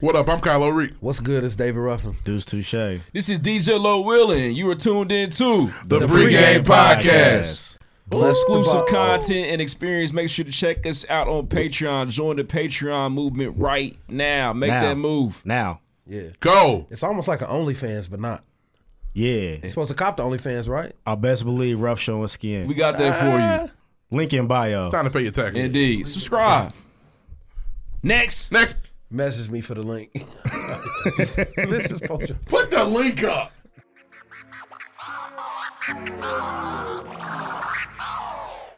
What up? I'm Kylo Reed. What's good? It's David Ruffin. Deuce Touche. This is DJ Low Willin. You are tuned in to The, Free Game Podcast. Bless the exclusive Bible. content and experience. Make sure to check us out on Patreon. Join the Patreon movement right now. Make Now. that move. Now. Yeah. Go. It's almost like an OnlyFans, but not. Yeah. You're supposed to cop the OnlyFans, right? I best believe rough showing skin. We got that Ah. for Link in bio. Time to pay your taxes. you. Indeed. Subscribe. Next. Next, Message me for the link. this is poacher. put the link up.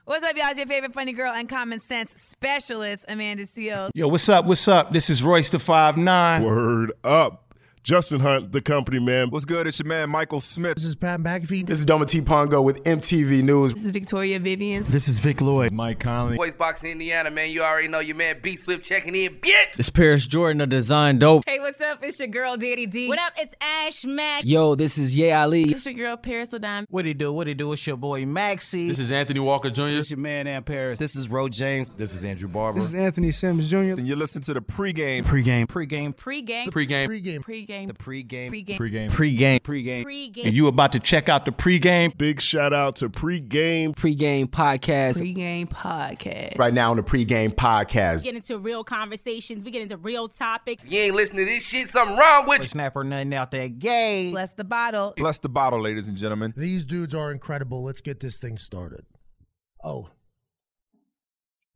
What's up, y'all? It's your favorite funny girl and common sense specialist, Amanda Seals. Yo, what's up? What's up? This is Royce the Five Nine. Word up. Justin Hunt, the company man. What's good? It's your man Michael Smith. This is Pat McAfee. This is Doma T Pongo with MTV News. This is Victoria Vivian. This is Vic Lloyd. Mike Conley. Voice Boxing Indiana, man. You already know your man B Swift checking in, bitch. This Paris Jordan of Design Dope. Hey, what's up? It's your girl, Daddy D. What up? It's Ash Mac. Yo, this is Ye Ali. It's your girl, Paris Ladon. What he do? What he do? It's your boy Maxi. This is Anthony Walker Jr. This your man Ann Paris. This is Ro James. This is Andrew Barber. This is Anthony Sims Jr. And you're listening to the pregame. Pre-game. Pre-game. Pre-game. Pre-game. Pre-game. Pre-game. Pre-game. Pre-game. Pre-game. Pre-game. Pre-game. And you about to check out the pregame Big shout out to pregame. Pre-game podcast. Pre-game podcast. right now on the pregame podcast. get into real conversations. We get into real topics. You ain't listening to this shit. Something wrong with you. Snapper nothing out there gay. Bless the bottle. Bless the bottle, ladies and gentlemen. These dudes are incredible. Let's get this thing started. Oh.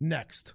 Next.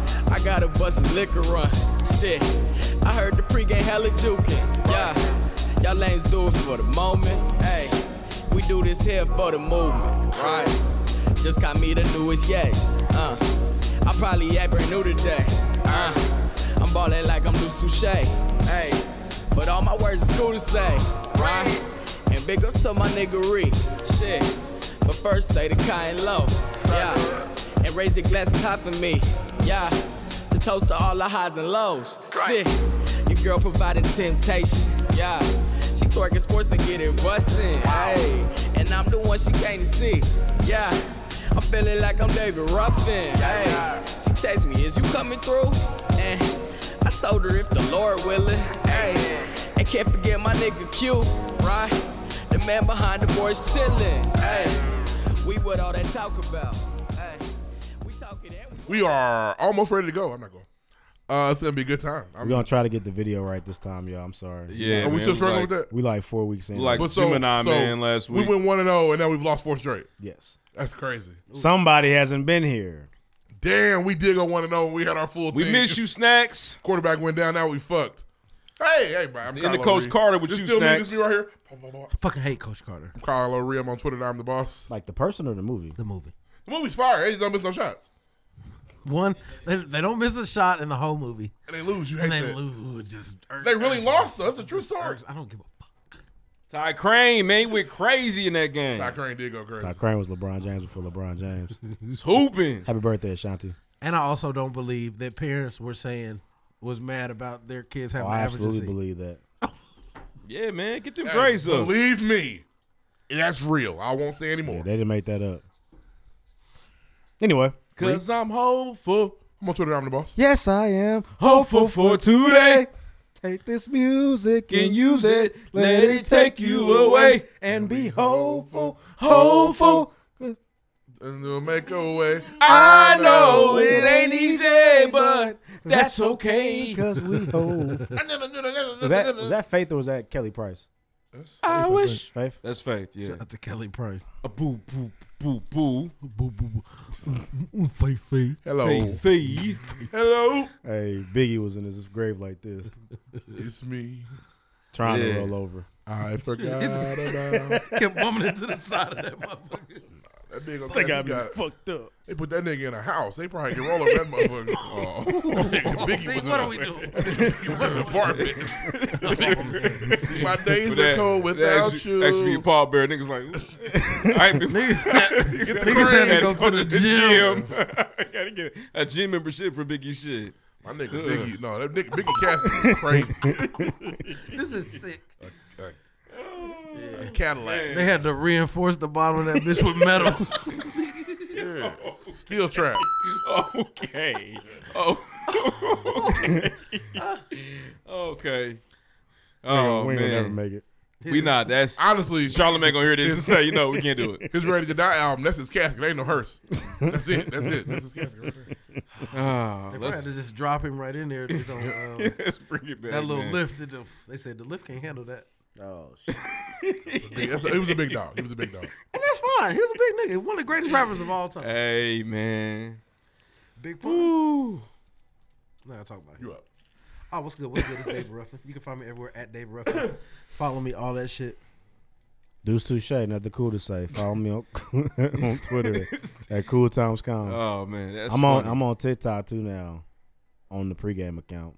I got a bus's liquor run. Shit. I heard the pregame hella jukin'. Yeah. Y'all lanes do it for the moment. Hey, we do this here for the movement. Right. Just got me the newest yes. Uh, I probably act brand new today. Uh, I'm ballin' like I'm loose touche. Hey, but all my words is cool to say, right? And big up to my niggery, shit. But first say the kind low, yeah. And raise your glasses high for me, yeah. To toast to all the highs and lows, shit. Your girl provided temptation, yeah. She twerking sports and getting bustin', hey. And I'm the one she came to see, yeah. I'm feeling like I'm David Ruffin. Hey, she text me, is you coming through? And I told her if the Lord willing. Hey, and can't forget my nigga Q, right? The man behind the boys chillin'. Hey, we what all that talk about. Hey, we talking and we. We are almost ready to go. I'm not going. Uh, it's gonna be a good time. I'm, We're going to try to get the video right this time, y'all. I'm sorry. are we still struggling with that? We like four weeks in. Like- Gemini Man last week. We went one and zero, and now we've lost four straight. yes. That's crazy. Somebody hasn't been here. Damn, we did go one and zero. We had our full. We team. miss you, Snacks. Quarterback went down. Now we fucked. Hey, hey, bro. I'm the end of Kylo Coach Reed. Carter with This you, still me, Snacks. This me right here. Blah, blah, blah. Fucking hate Coach Carter. Kylo Reed. I'm on Twitter. I'm the boss. Like the person or the movie? The movie. The movie's fire. Hey, don't miss no shots. One, they, they don't miss a shot in the whole movie. And they lose. You hate And they that. lose. It Just irks- They really irks- lost. us. That's a true story. irks- I don't give a fuck. Ty Crane, man, he went crazy in that game. Doc Crane did go crazy. Now, Crane was LeBron James before LeBron James. He's hooping. Happy birthday, Ashanti. And I also don't believe that parents were saying was mad about their kids Oh, having I average. absolutely believe that. Yeah, man, get them Hey, grades up. Believe me, that's real. I won't say anymore. Yeah, they didn't make that up. Anyway. Cause I'm hopeful. I'm on Twitter. I'm the boss. Yes, I am. Hopeful for today. Take this music and use it. Let it take you away. and be hopeful, hopeful. And they'll make a way. I know it ain't easy, but that's okay. because we hope. was that was that Faith or was that Kelly Price? I wish. Faith. That's faith, yeah. That's a Kelly Price. A boo, boo, boo, boo. Boo, boo, boo. Fay, fay. Hello. Fee, fee. Hello. Hey, Biggie was in his grave like this, It's me. trying Yeah. to roll over. I forgot about. Kept bumping into the side of that motherfucker. That nigga They got he me fucked up. They put that nigga in a house. They probably can roll up that motherfucker. Oh. Nigga Biggie See, was in what a- are we doing? That nigga Biggie was in an apartment. See, my days are That- cold that without actually- you. Actually, your Paul Bear niggas like, I ain't been Niggas- Get the niggas had to crib, go to the gym. Gotta get a gym membership for Biggie shit. My nigga Biggie, no, that nigga Biggie Cassidy is crazy. This is sick. A, a- a Cadillac. They had to reinforce the bottom of that bitch with metal. Yeah. Steel trap. Okay. Oh. okay. okay. Oh we ain't man. gonna never make it. We not. That's honestly. Charlamagne gonna hear this and say, you know, we can't do it. His Ready to Die album, that's his casket. Ain't no hearse. That's it. That's it. That's his casket right there. they probably had to just drop him right in there. They don't, um, Ah, Let's bring it back, That little man. lift. It, don't- they said the lift can't handle that. Oh shit! That's a- he was a big dog. He was a big dog. And that's fine. He was a big nigga. One of the greatest rappers of all time. Hey man. Big Pun. Now I talk about him. You up? Oh, what's good? What's good? It's Dave Ruffin. You can find me everywhere at Dave Ruffin. Follow me, all that shit. Deuce Touche, nothing cool to say. Follow me on, on Twitter at Cool Times Con. Oh, man, that's I'm on funny. I'm on TikTok too now, on the pregame account.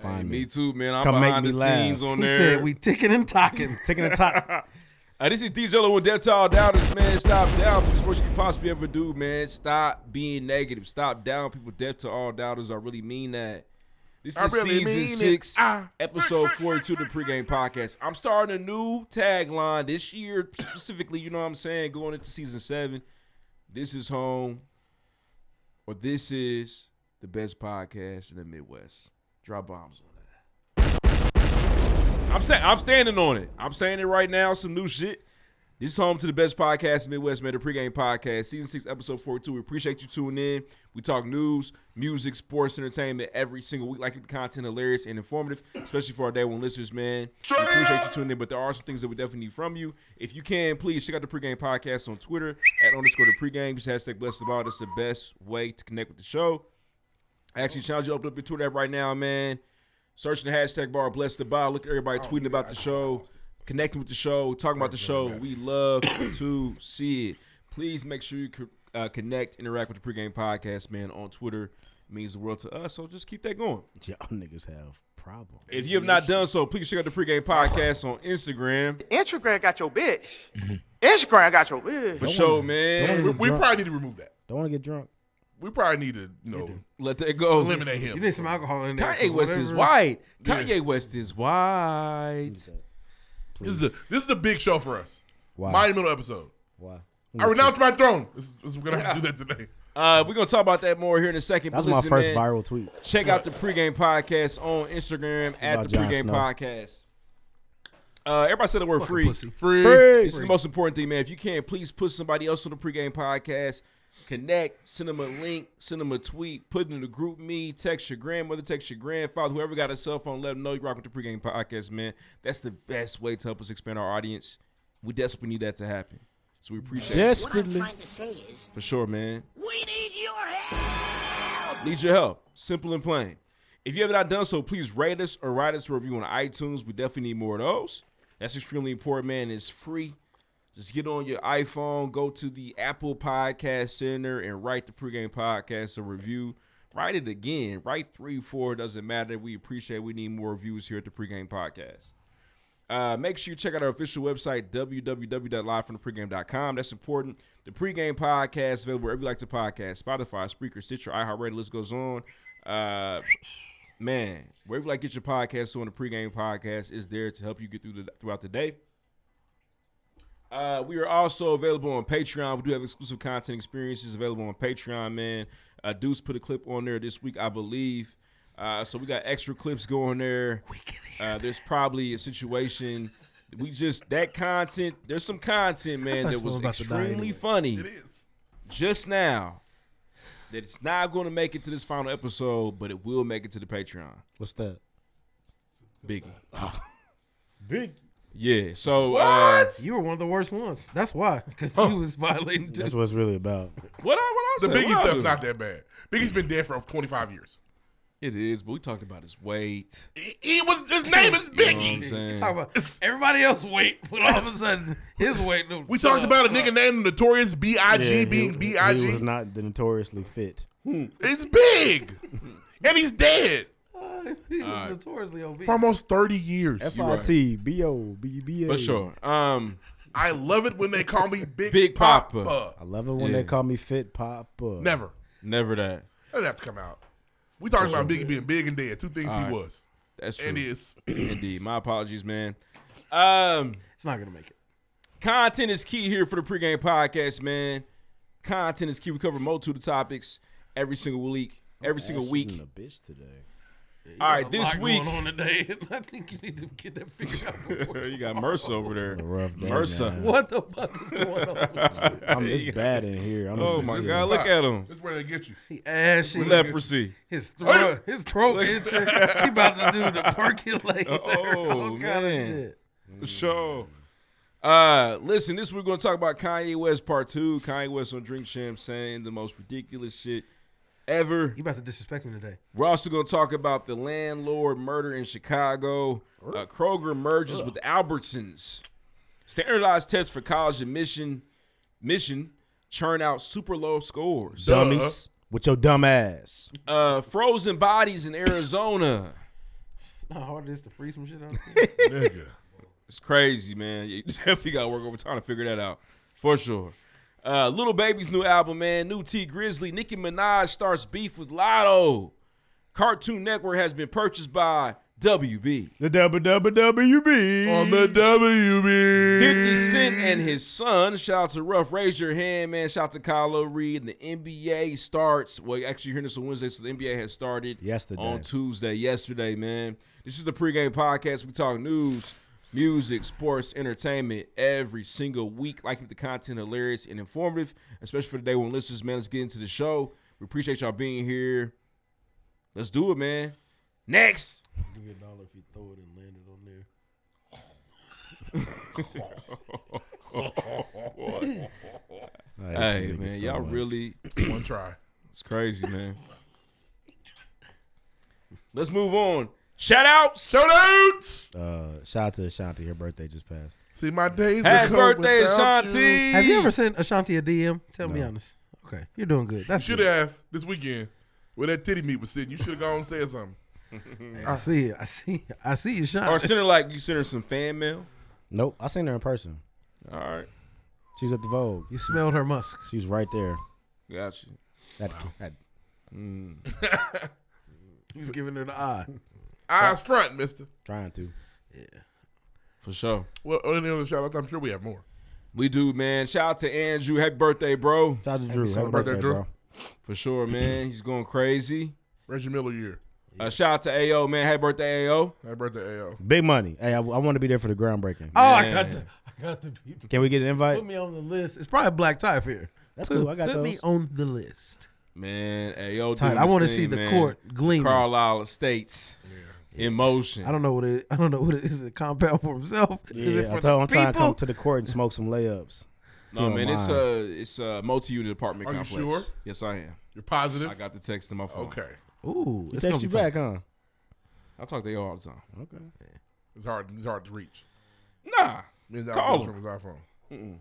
Find Hey, me too, man. I'm Come make behind me the laugh. scenes on He there. said we ticking and talking. ticking and talking. Uh, this is DJ Lo and Death to All Doubters, man. Stop down. This is what you can possibly ever do, man. Stop being negative. Stop down people. Death to All Doubters. I really mean that. This I is really mean season it. six, Ah. episode 42 of the pregame podcast. I'm starting a new tagline this year, specifically, you know what I'm saying, going into season seven. This is home, or this is the best podcast in the Midwest. Drop bombs on that. I'm saying I'm standing on it. I'm saying it right now. Some new shit. This is home to the best podcast in the Midwest, man. The pregame podcast, season six, episode 42. We appreciate you tuning in. We talk news, music, sports, entertainment every single week. Like the content hilarious and informative, especially for our day one listeners, man. We appreciate you tuning in, but there are some things that we definitely need from you. If you can, please check out the pregame podcast on Twitter at underscore the pregame. Just hashtag blessed of all. That's the best way to connect with the show. I actually challenge you to open up your Twitter app right now, man. Searching the hashtag bar, bless the bar. Look at everybody tweeting about the show, connecting with the show, talking about the show. We love to see it. Please make sure you co- uh, connect, interact with the pregame podcast, man, on Twitter. It means the world to us. So just keep that going. Y'all niggas have problems. If you have not done so, please check out the pregame podcast on Instagram. Instagram got your bitch. Mm-hmm. Instagram got your bitch. For sure, man. We, we probably need to remove that. Don't want to get drunk. We probably need to, you know, let that go. Eliminate him. You need some alcohol in there. Kanye West is white. Kanye West is white. This is a this is a big show for us. Why? Monumental episode. Why? I renounce my throne. This, this, we're gonna have to do that today. Uh, we're gonna talk about that more here in a second. That's but my listen, first man, viral tweet. Check out the pregame podcast on Instagram at about the Jon pregame Snow? podcast. Uh, everybody said the word free. Free. This is the Free. most important thing, man. If you can, please put somebody else on the pregame podcast. Connect, send them a link, send them a tweet, put it in the group me, text your grandmother, text your grandfather, whoever got a cell phone, let them know you rock with the pregame podcast, man. That's the best way to help us expand our audience. We desperately need that to happen. So we appreciate it. What I'm trying to say is, For sure, man. we need your help. Need your help. Simple and plain. If you have not done so, please rate us or write us a review on iTunes. We definitely need more of those. That's extremely important, man. It's free. Just get on your iPhone, go to the Apple Podcast Center, and write the pregame podcast a review. Write it again. Write three, four. Doesn't matter. We appreciate. We need more reviews here at the pregame podcast. Uh, make sure you check out our official website, www.livefromthepregame.com. That's important. The pregame podcast is available wherever you like to podcast Spotify, Spreaker, Stitcher, iHeartRadio. List goes on. Uh, man, wherever you like to get your podcast on, the pregame podcast is there to help you get through the, throughout the day. Uh, we are also available on Patreon. We do have exclusive content experiences available on Patreon, man. Uh, Deuce put a clip on there this week, I believe. Uh, so we got extra clips going there. uh, there's probably a situation. We just that content. There's some content, man, thought that you was was about to die extremely anyway. funny. Just now, that it's not going to make it to this final episode, but it will make it to the Patreon. What's that? Ah. Biggie. Big. Yeah. So What? Uh, you were one of the worst ones. That's why, because you was violating. That's what it's really about. What I what I The said, Biggie what I stuff's do? not that bad. Biggie's been dead for 25 years. It is, but we talked about his weight. He was his name is Biggie. saying? Talk about everybody else weight, but all of a sudden his weight. no, We talked shut about a up. nigga named Notorious B I G being B I He was G. not the notoriously fit. It's big, and he's dead uh, He was Alright. notoriously obese. for almost thirty years. F I T B O B B A. For sure. Um, I love it when they call me Big, Big Papa. Papa. I love it when Yeah. they call me Fit Papa. Never. never that. That'd have to come out. We talking For about sure. Biggie being big and dead. Two things All he right. was. That's true. And is. Indeed. My apologies, man. Um, it's not gonna make it. Content is key here for the pregame podcast, man. Content is key. We cover multitude of topics every single week. Every Oh, single week. A bitch today. All right, this week. on today, and I think you need to get that figured out. before you got tomorrow. MRSA over there. rough day, MRSA. man. What the fuck is going on? I'm, it's bad in here. I'm Oh just- my this God! is- Look at him. That's where they get you. He ashy. Leprosy. His throat, his throat itching. He about to do the percolator. Oh all kind of man. shit. For sure. Uh, listen, this we're gonna talk about Kanye West part two. Kanye West on Drink Champ saying the most ridiculous shit ever. You about to disrespect me today? We're also going to talk about the landlord murder in Chicago. Uh, Kroger merges with Albertsons. Standardized tests for college admission mission churn out super low scores. Dummies. With your dumb ass. Uh, frozen bodies in Arizona. How hard it is to freeze some shit out. Nigga. It's crazy, man. You definitely got to work overtime to figure that out for sure. Uh, Little Baby's new album, man. New T Grizzly. Nicki Minaj starts beef with Lotto. Cartoon Network has been purchased by WB. The WWWB. On the WB. 50 Cent and his son. Shout out to Ruff. Raise your hand, man. Shout out to Kylo Reed. And the NBA starts. Well, actually, you're hearing this on Wednesday, so the NBA has started Yesterday. on Tuesday, yesterday, man. This is the pregame podcast. We talk news, music, sports, entertainment every single week. Like keep the content hilarious and informative, especially for the day when listeners, man. Let's get into the show. We appreciate y'all being here. Let's do it, man. Next. Give you a dollar if you throw it and land it on there. hate hey, you niggas man, so y'all much. really One try. It's crazy, man. Let's move on. Shout outs. Shout outs. Uh, shout out to Ashanti. Her birthday just passed. See my days. Happy are cold birthday, without you. Ashanti. Have you ever sent Ashanti a DM? Tell me No. honest. Okay, you're doing good. You That's should good. have this weekend where that titty meat was sitting. You should have gone and said something. I see it. I see. It. I see you, Sean. Or send her like you sent her some fan mail. Nope. I seen her in person. All right, She was at the Vogue. You smelled her musk. She was right there. gotcha. At, at, He was giving her the eye. Eyes front, mister. trying to. For sure, Well, on any other shout outs, I'm sure we have more. we do, man. Shout out to Andrew. Happy birthday, bro. Shout out to Drew. Happy birthday, birthday, Drew. bro. For sure, man. He's going crazy. Reggie Miller year. Uh, shout out to Ao, man. Happy birthday, Ao. Happy birthday, AO. Big money. Hey, I, want to be there for the groundbreaking. Oh, I Yeah. got the. I got the people. Can we get an invite? Put me on the list. It's probably Black Tie Fair. That's Put- cool. I got Put me those. on the list. Man, Ao. Tight. doing I his wanna thing, see the man. court gleaming. Carlisle Estates. In motion. I don't know what it. I don't know what it is. Is it compound for himself? is it Yeah, for I told him I'm the trying to come people? to the court and smoke some layups. No, man. It's uh a it's a multi-unit apartment Are you complex. sure? Yes, I am. You're positive? I got the text in my phone. okay. Ooh, He it's gonna takes be you tight. back, huh? I talk to Ao all the time. Okay. It's hard it's hard to reach. Nah. Means I Call was him. from his iPhone.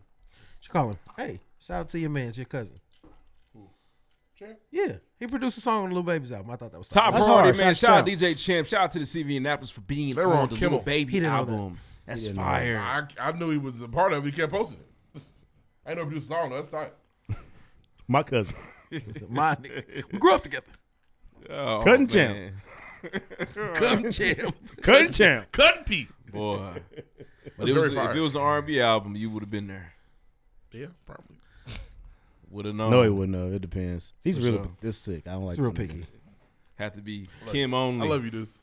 She calling. Hey, shout out to your man, it's your cousin. Yeah, he produced a song on Lil Baby's album. I thought that was tight. Top That's priority, hard. man. Shout Shout out out. DJ Champ. Shout out to the CV Annapolis for being They were on, on the Kimmel. Little Baby He didn't know album. That's didn't know fire. I, I knew he was a part of it. He kept posting it. I ain't no producer song. That's tight. My cousin. My nigga. We grew up together. Oh, Cutting man. Come jam. Cousin champ. Cut P. Boy, That's It was- very fire. if it was an R&B album, you would have been there. yeah, probably. Would have known. No, he wouldn't have. It depends. He's For really sure. this sick. I don't like It's real this nigga. picky. Had to be Kim only. I love you, dudes.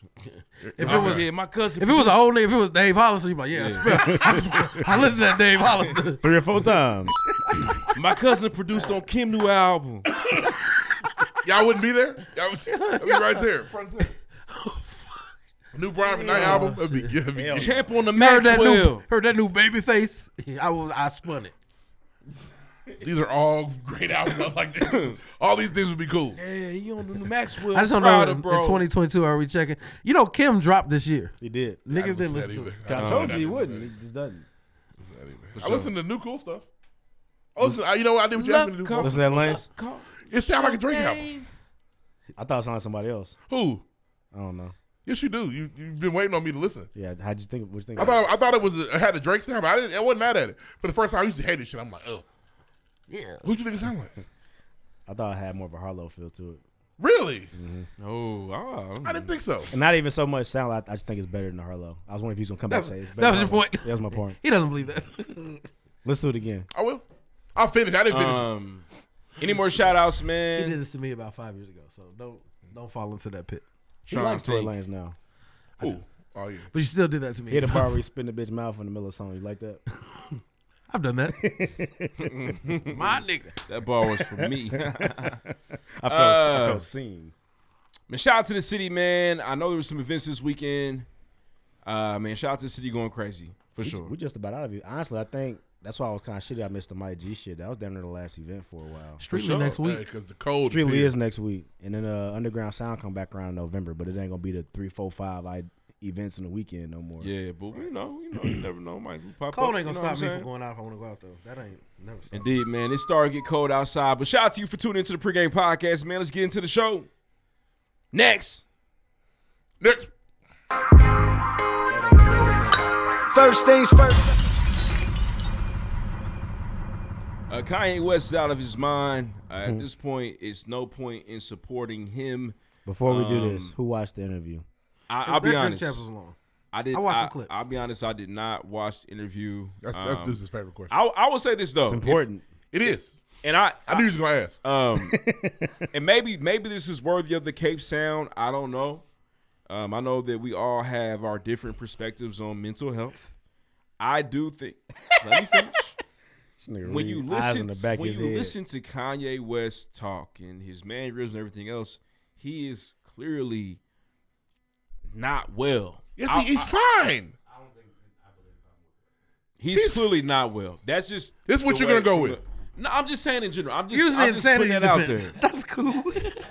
If Oh, it was, yeah, my cousin. if it was an old nigga, if it was Dave Hollister, you'd be like, yeah, I spell. I, spell- I listened to that Dave Hollister. Three or four times. my cousin produced on Kim new album. Y'all wouldn't be there. Y'all would I'd be right there, front center. Oh, New Brian Knight album. That'd be good. That'd be good. Champ on the Heard that new, Maxwell. heard that new baby face. I was, I spun it. These are all great albums. I like this. All these things would be cool. Yeah, he on the new Maxwell. I just don't know. Crowder, In, bro. in 2022, are we checking? You know, Kim dropped this year. He did. I Niggas didn't didn't listen listen to to that it. either. Oh, I told you he wouldn't. He just doesn't. I listen to new cool stuff. I listen, I, you know what I did? What you Love asked me to do? comes- Listen to that Lance? It sound like a Drake album. I thought it sounded like somebody else. Who? I don't know. Yes, you do. You you've been waiting on me to listen. Yeah, how'd you think? What you think? I thought I thought it was a, it had a Drake sound. But I didn't. I wasn't mad at it. For the first time, I used to hate this shit. I'm like, oh, yeah. Who'd you think it sounded like? I thought it had more of a Harlow feel to it. Really? Oh, I didn't think so. And not even so much sound. I, I just think it's better than the Harlow. I was wondering if he was gonna come That back and was- say it's that better. was than your Harlow. point. That was my point. He doesn't believe that. Let's do it again. I will. I'll finish. I didn't finish. Um, any more shout outs, man? He did this to me about five years ago, so don't don't fall into that pit. He likes Tory Lanez now. Uh, Ooh. Oh yeah. But you still did that to me. He had a bar where he spin the bitch mouth in the middle of something. You like that? I've done that. My nigga. That bar was for me. I felt, I Uh, felt seen. Man, shout out to the city, man. I know there was some events this weekend. Uh, man, shout out to the city going crazy for we, sure. We just about out of here. Honestly, I think that's why I was kind of shitty. I missed the Mike G shit. That was down near the last event for a while. Streetly sure. next week. because the cold Streetly is, is next week, and then uh, Underground Sound come back around in November, but it ain't gonna be the three, four, five I events in the weekend no more. yeah, but we know, you know, you never know, Mike. we Pop Cold up, ain't you gonna know what stop me I'm from going out if I want to go out though. That ain't never saying? stop. Indeed, man. It's starting to get cold outside. But shout out to you for tuning into the pregame podcast, man. Let's get into the show. Next. Next. First things first. Uh, Kanye West is out of his mind. Uh, Hmm. at this point, it's no point in supporting him. Before we do this, Um, who watched the interview? I, That- I'll be that drink honest. chapter's long. I did. I I watched watched some clips. clips. I'll be honest. I did not watch the interview. That's- Um, that's Deuce's favorite question. I, I will say this though. It's important. If- It is. And I, I knew you was gonna ask. Um, and maybe, maybe this is worthy of the Cape Sound. I don't know. Um, I know that we all have our different perspectives on mental health. I do think. Let me finish when you listen, when you listen to Kanye West talk and his mannerisms and everything else, he is clearly not well. Yes, I- he, he's I- fine. He's, clearly not well. That's just. This what the you're gonna way- go with. No, I'm just saying in general. I'm just. Using I'm just putting insanity that defense. out there. That's cool.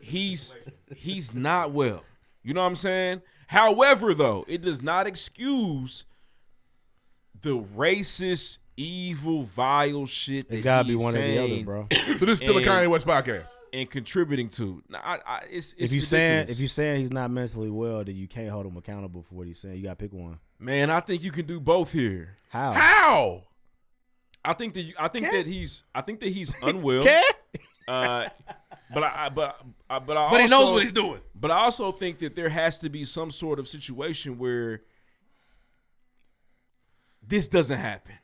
He's he's not well. You know what I'm saying? However, though, it does not excuse the racist, evil, vile shit. It's that gotta be he's one or the other, saying bro. So this is still a and- Kanye West podcast. and contributing to. Nah, I, I, it's, it's if you saying if ridiculous. you saying he's not mentally well, then you can't hold him accountable for what he's saying. You gotta pick one. Man, I think you can do both here. How? How? I think that you, I think that he's I think that he's unwell. Can? Uh, but I I- but I, but I But he knows also- what he's doing. But I also think that there has to be some sort of situation where this doesn't happen.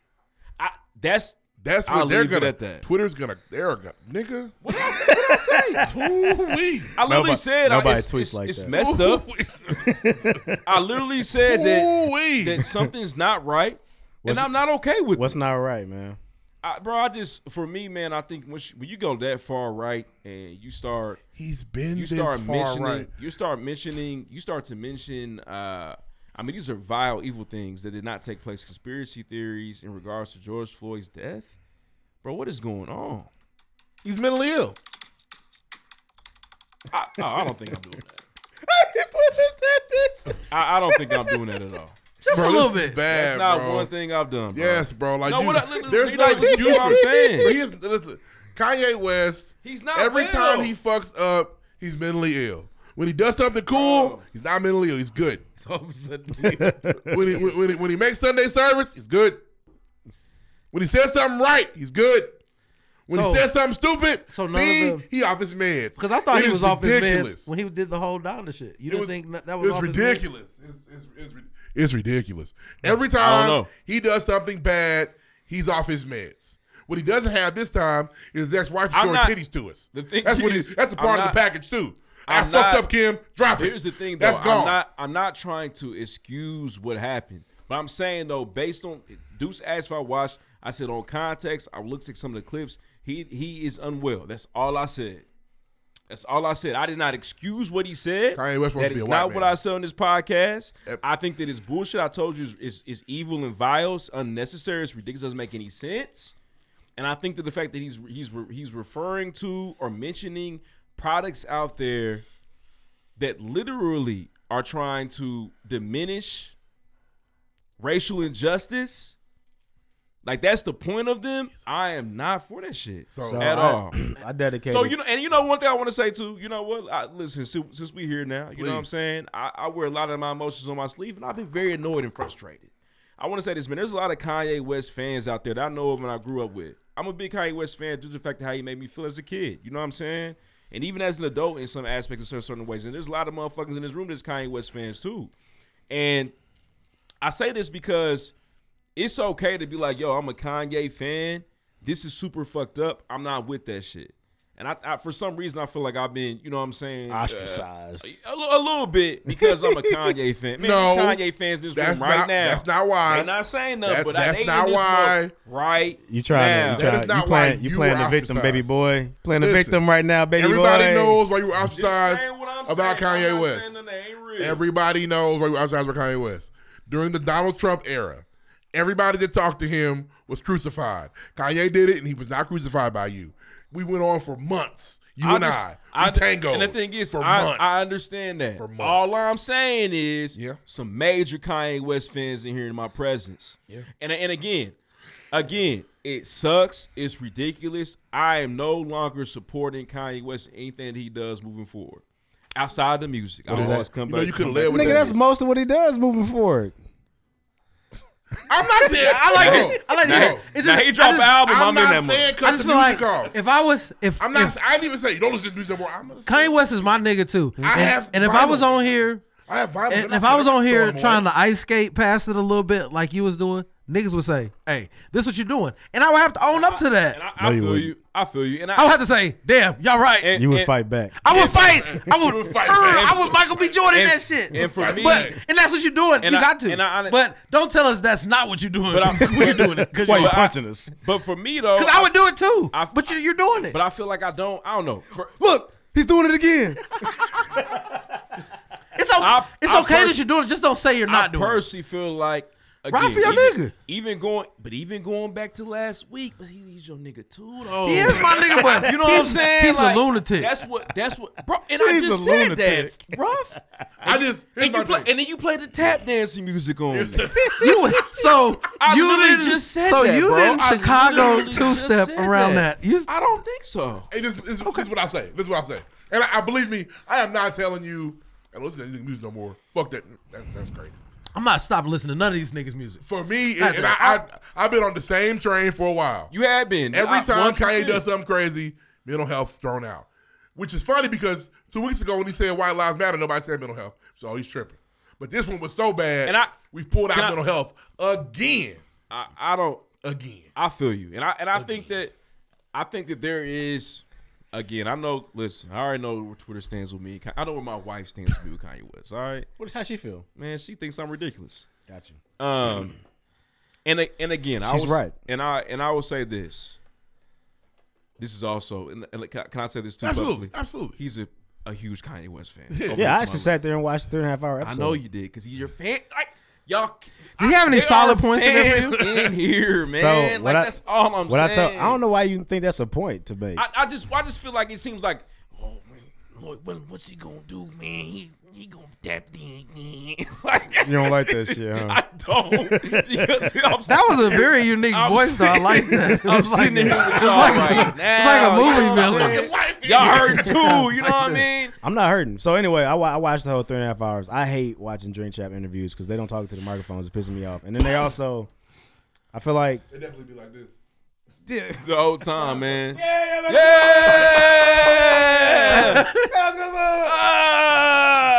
I that's That's what I'll they're leave it gonna. at that. Twitter's gonna. They're gonna. Nigga. What did I say? What did I say? Ooh-wee. I literally Nobody- said I- nobody it's, tweets it's- like it's that. messed up. I literally said that, Ooh-wee. that something's not right, and I'm not okay with What's not right, man? I, bro, I just for me, man. I think when, you- when you go that far right and you start, He's been you this far mentioning, right. you start mentioning, you start to mention. uh I mean, these are vile, evil things that did not take place. Conspiracy theories in regards to George Floyd's death, bro. What is going on? He's mentally ill. I, I I don't think I'm doing that. I, I don't think I'm doing that at all. Just Bro, a little this is bit. bad, That's not bro. one thing I've done. Bro. Yes, bro. Like no, you, what I- li- li- there's li- no like, this is excuse. What I'm saying. But he is- listen, Kanye West. He's not Every well. time he fucks up, he's mentally ill. When he does something cool, he's not mentally ill. He's good. when, he, when, when he when he makes Sunday service, he's good. When he says something right, he's good. When So- he says something stupid, so so none of see, the- he off his meds. Because I thought It he is was off his ridiculous. meds when he did the whole Donda shit. You It didn't was- think that, that it was was off his meds? ridiculous. It's, it's, it's, ri- it's ridiculous. Every I don't time know. he does something bad, he's off his meds. What he doesn't have this time is his ex-wife I'm showing not- titties to us. the thing that's what is, he, that's a I'm part of not- the package too. i I'm fucked not- up, Kim. Drop it. Here's the thing, though. That's gone. I'm not. I'm not trying to excuse what happened, but I'm saying though, based on Deuce asked if I watched, I said on context, I looked at some of the clips. He he is unwell. That's all I said. That's all I said. I did not excuse what he said. Kanye West wants That to be is a white not man. what I said on this podcast. I think that it's bullshit. I told you is is, is evil and vile, it's unnecessary, it's ridiculous, doesn't make any sense. And I think that the fact that he's he's re- he's referring to or mentioning products out there that literally are trying to diminish racial injustice, like that's the point of them. I am not for that shit So at I- all. I dedicated- So you know, and you know one thing I want to say too. You know what? I, listen, since, since we here now, you know what I'm Please. saying. I, I wear a lot of my emotions on my sleeve, and I've been very annoyed and frustrated. I want to say this, man. There's a lot of Kanye West fans out there that I know of and I grew up with. I'm a big Kanye West fan due to the fact of how he made me feel as a kid. You know what I'm saying? And even as an adult, in some aspects, in certain, certain ways. And there's a lot of motherfuckers in this room that's Kanye West fans too. And I say this because it's okay to be like, yo, I'm a Kanye fan. This is super fucked up. I'm not with that shit. And I, I for some reason, I feel like I've been, you know what I'm saying? uh, Ostracized. a, li- a little bit because I'm a Kanye fan. Man, No, there's Kanye fans in this that's room right not- now. that's not why. I'm not saying nothing, That- but that's I, they not in this why. room Right. You trying now. to you, trying, you playing you, playing the victim, baby boy. Playing the Listen, victim right now, baby everybody boy. knows why you were ostracized about Kanye West. Everybody knows why you were ostracized about Kanye West. During the Donald Trump era, everybody that talked to him was crucified. Kanye did it, and he was not crucified by you. We went on for months. You and just- I, we tango. And the thing is, for I, months. I understand that. For months. All I'm saying is, some major Kanye West fans in here in my presence. Yeah. And and again, again, it sucks. It's ridiculous. I am no longer supporting Kanye West in anything that he does moving forward. Outside the music, I What is always that? come You back. know, you come could've back. Nigga, that's most of what he does moving forward. I'm not saying I like it. I like Now- it. now he dropped an album, I'm in that not saying mother- cut I just the feel music like off. If I was, if I'm not. I didn't even say you don't listen to music anymore. I'm not Kanye West is my nigga too. I and, have and if I was vinyls. on here, I have vinyls. and I if I was put- on throw here them away. trying to ice skate past it a little bit like you was doing, niggas would say, "Hey, this what you're doing," and I would have to own up to that. I, I feel you. I feel you. And I, I would have to say, "Damn, y'all right." And- You would fight back. I would fight. I would. fight, Err, man. I would Michael B. Jordan And- that shit. and for but, me- and that's what you're doing. And you I- got to. and I honest- but don't tell us that's not what you're doing. But I'm- we're doing it because Why you you're punching us. But for me though, Because I would do it too. but you're, you're doing it. But I feel like I don't. I don't know. For, Look, he's doing it again. it's okay. I- it's I okay pers- that you're doing it. Just don't say you're I not doing it. personally feel like Ride for your even, nigga. Even going, but even going back to last week, but he, he's your nigga too, though. He is my nigga, but you know what I'm he's- saying? he's a Like, lunatic. That's what. That's what, bro. And He's I a just said lunatic. that, rough. I just and you, play, and then you play the tap dancing music on. there. You so I you literally didn't just said so that, you bro. didn't I Chicago literally just two step said around that. You I don't think so. Hey, this, this, this is what I say. This is what I say. And I, I believe me, I am not telling you. I don't listen to any music no more. Fuck that. That's that's crazy. I'm not stopping listening to none of these niggas' music. For me, God and, and damn. I, I I've been on the same train for a while. You have been Every I- time 1%. Kanye does something crazy, mental health thrown out. Which is funny because two weeks ago when he said White Lives Matter, nobody said mental health, so he's tripping. But this one was so bad, And I- we pulled out Can I- mental health again. I, I don't again. I feel you, and I and I think that I think that there is again. I know. Listen, I already know where Twitter stands with me. I know where my wife stands with me with Kanye West. All right, What does- how she feel? Man, she thinks I'm ridiculous. Gotcha. Um, and a- and again, I She's was right. and I and I will say this. This is also, and, and can, I, can I say this too? Absolutely, publicly? absolutely. He's a, a huge Kanye West fan. Yeah, Over to I my actually left. sat there and watched a three and a half hour I episode. know you did because he's your fan. Like y'all, Do you have any there solid are points in there for fans you? in here, man. So like what I, that's all I'm what saying. I, tell, I don't know why you think that's a point to make. I, I just I just feel like it seems like oh man, Lloyd, what, what's he gonna do, man? He he gonna tap in. like, You don't like that shit, huh? I don't. because I'm That was a sitting- very unique I'm voice, though. I like that. It I'm was like- sitting here with it's y'all like a- right it's like a now, movie you know what I'm villain. saying? Y'all heard too. You know what I mean? I'm not hurting. So anyway, I, wa- I watched the whole three and a half hours. I hate watching Drink Trap interviews because they don't talk to the microphones. It's pissing me off. And then they also, I feel like It definitely be like this. The whole time, man. Yeah, yeah, yeah.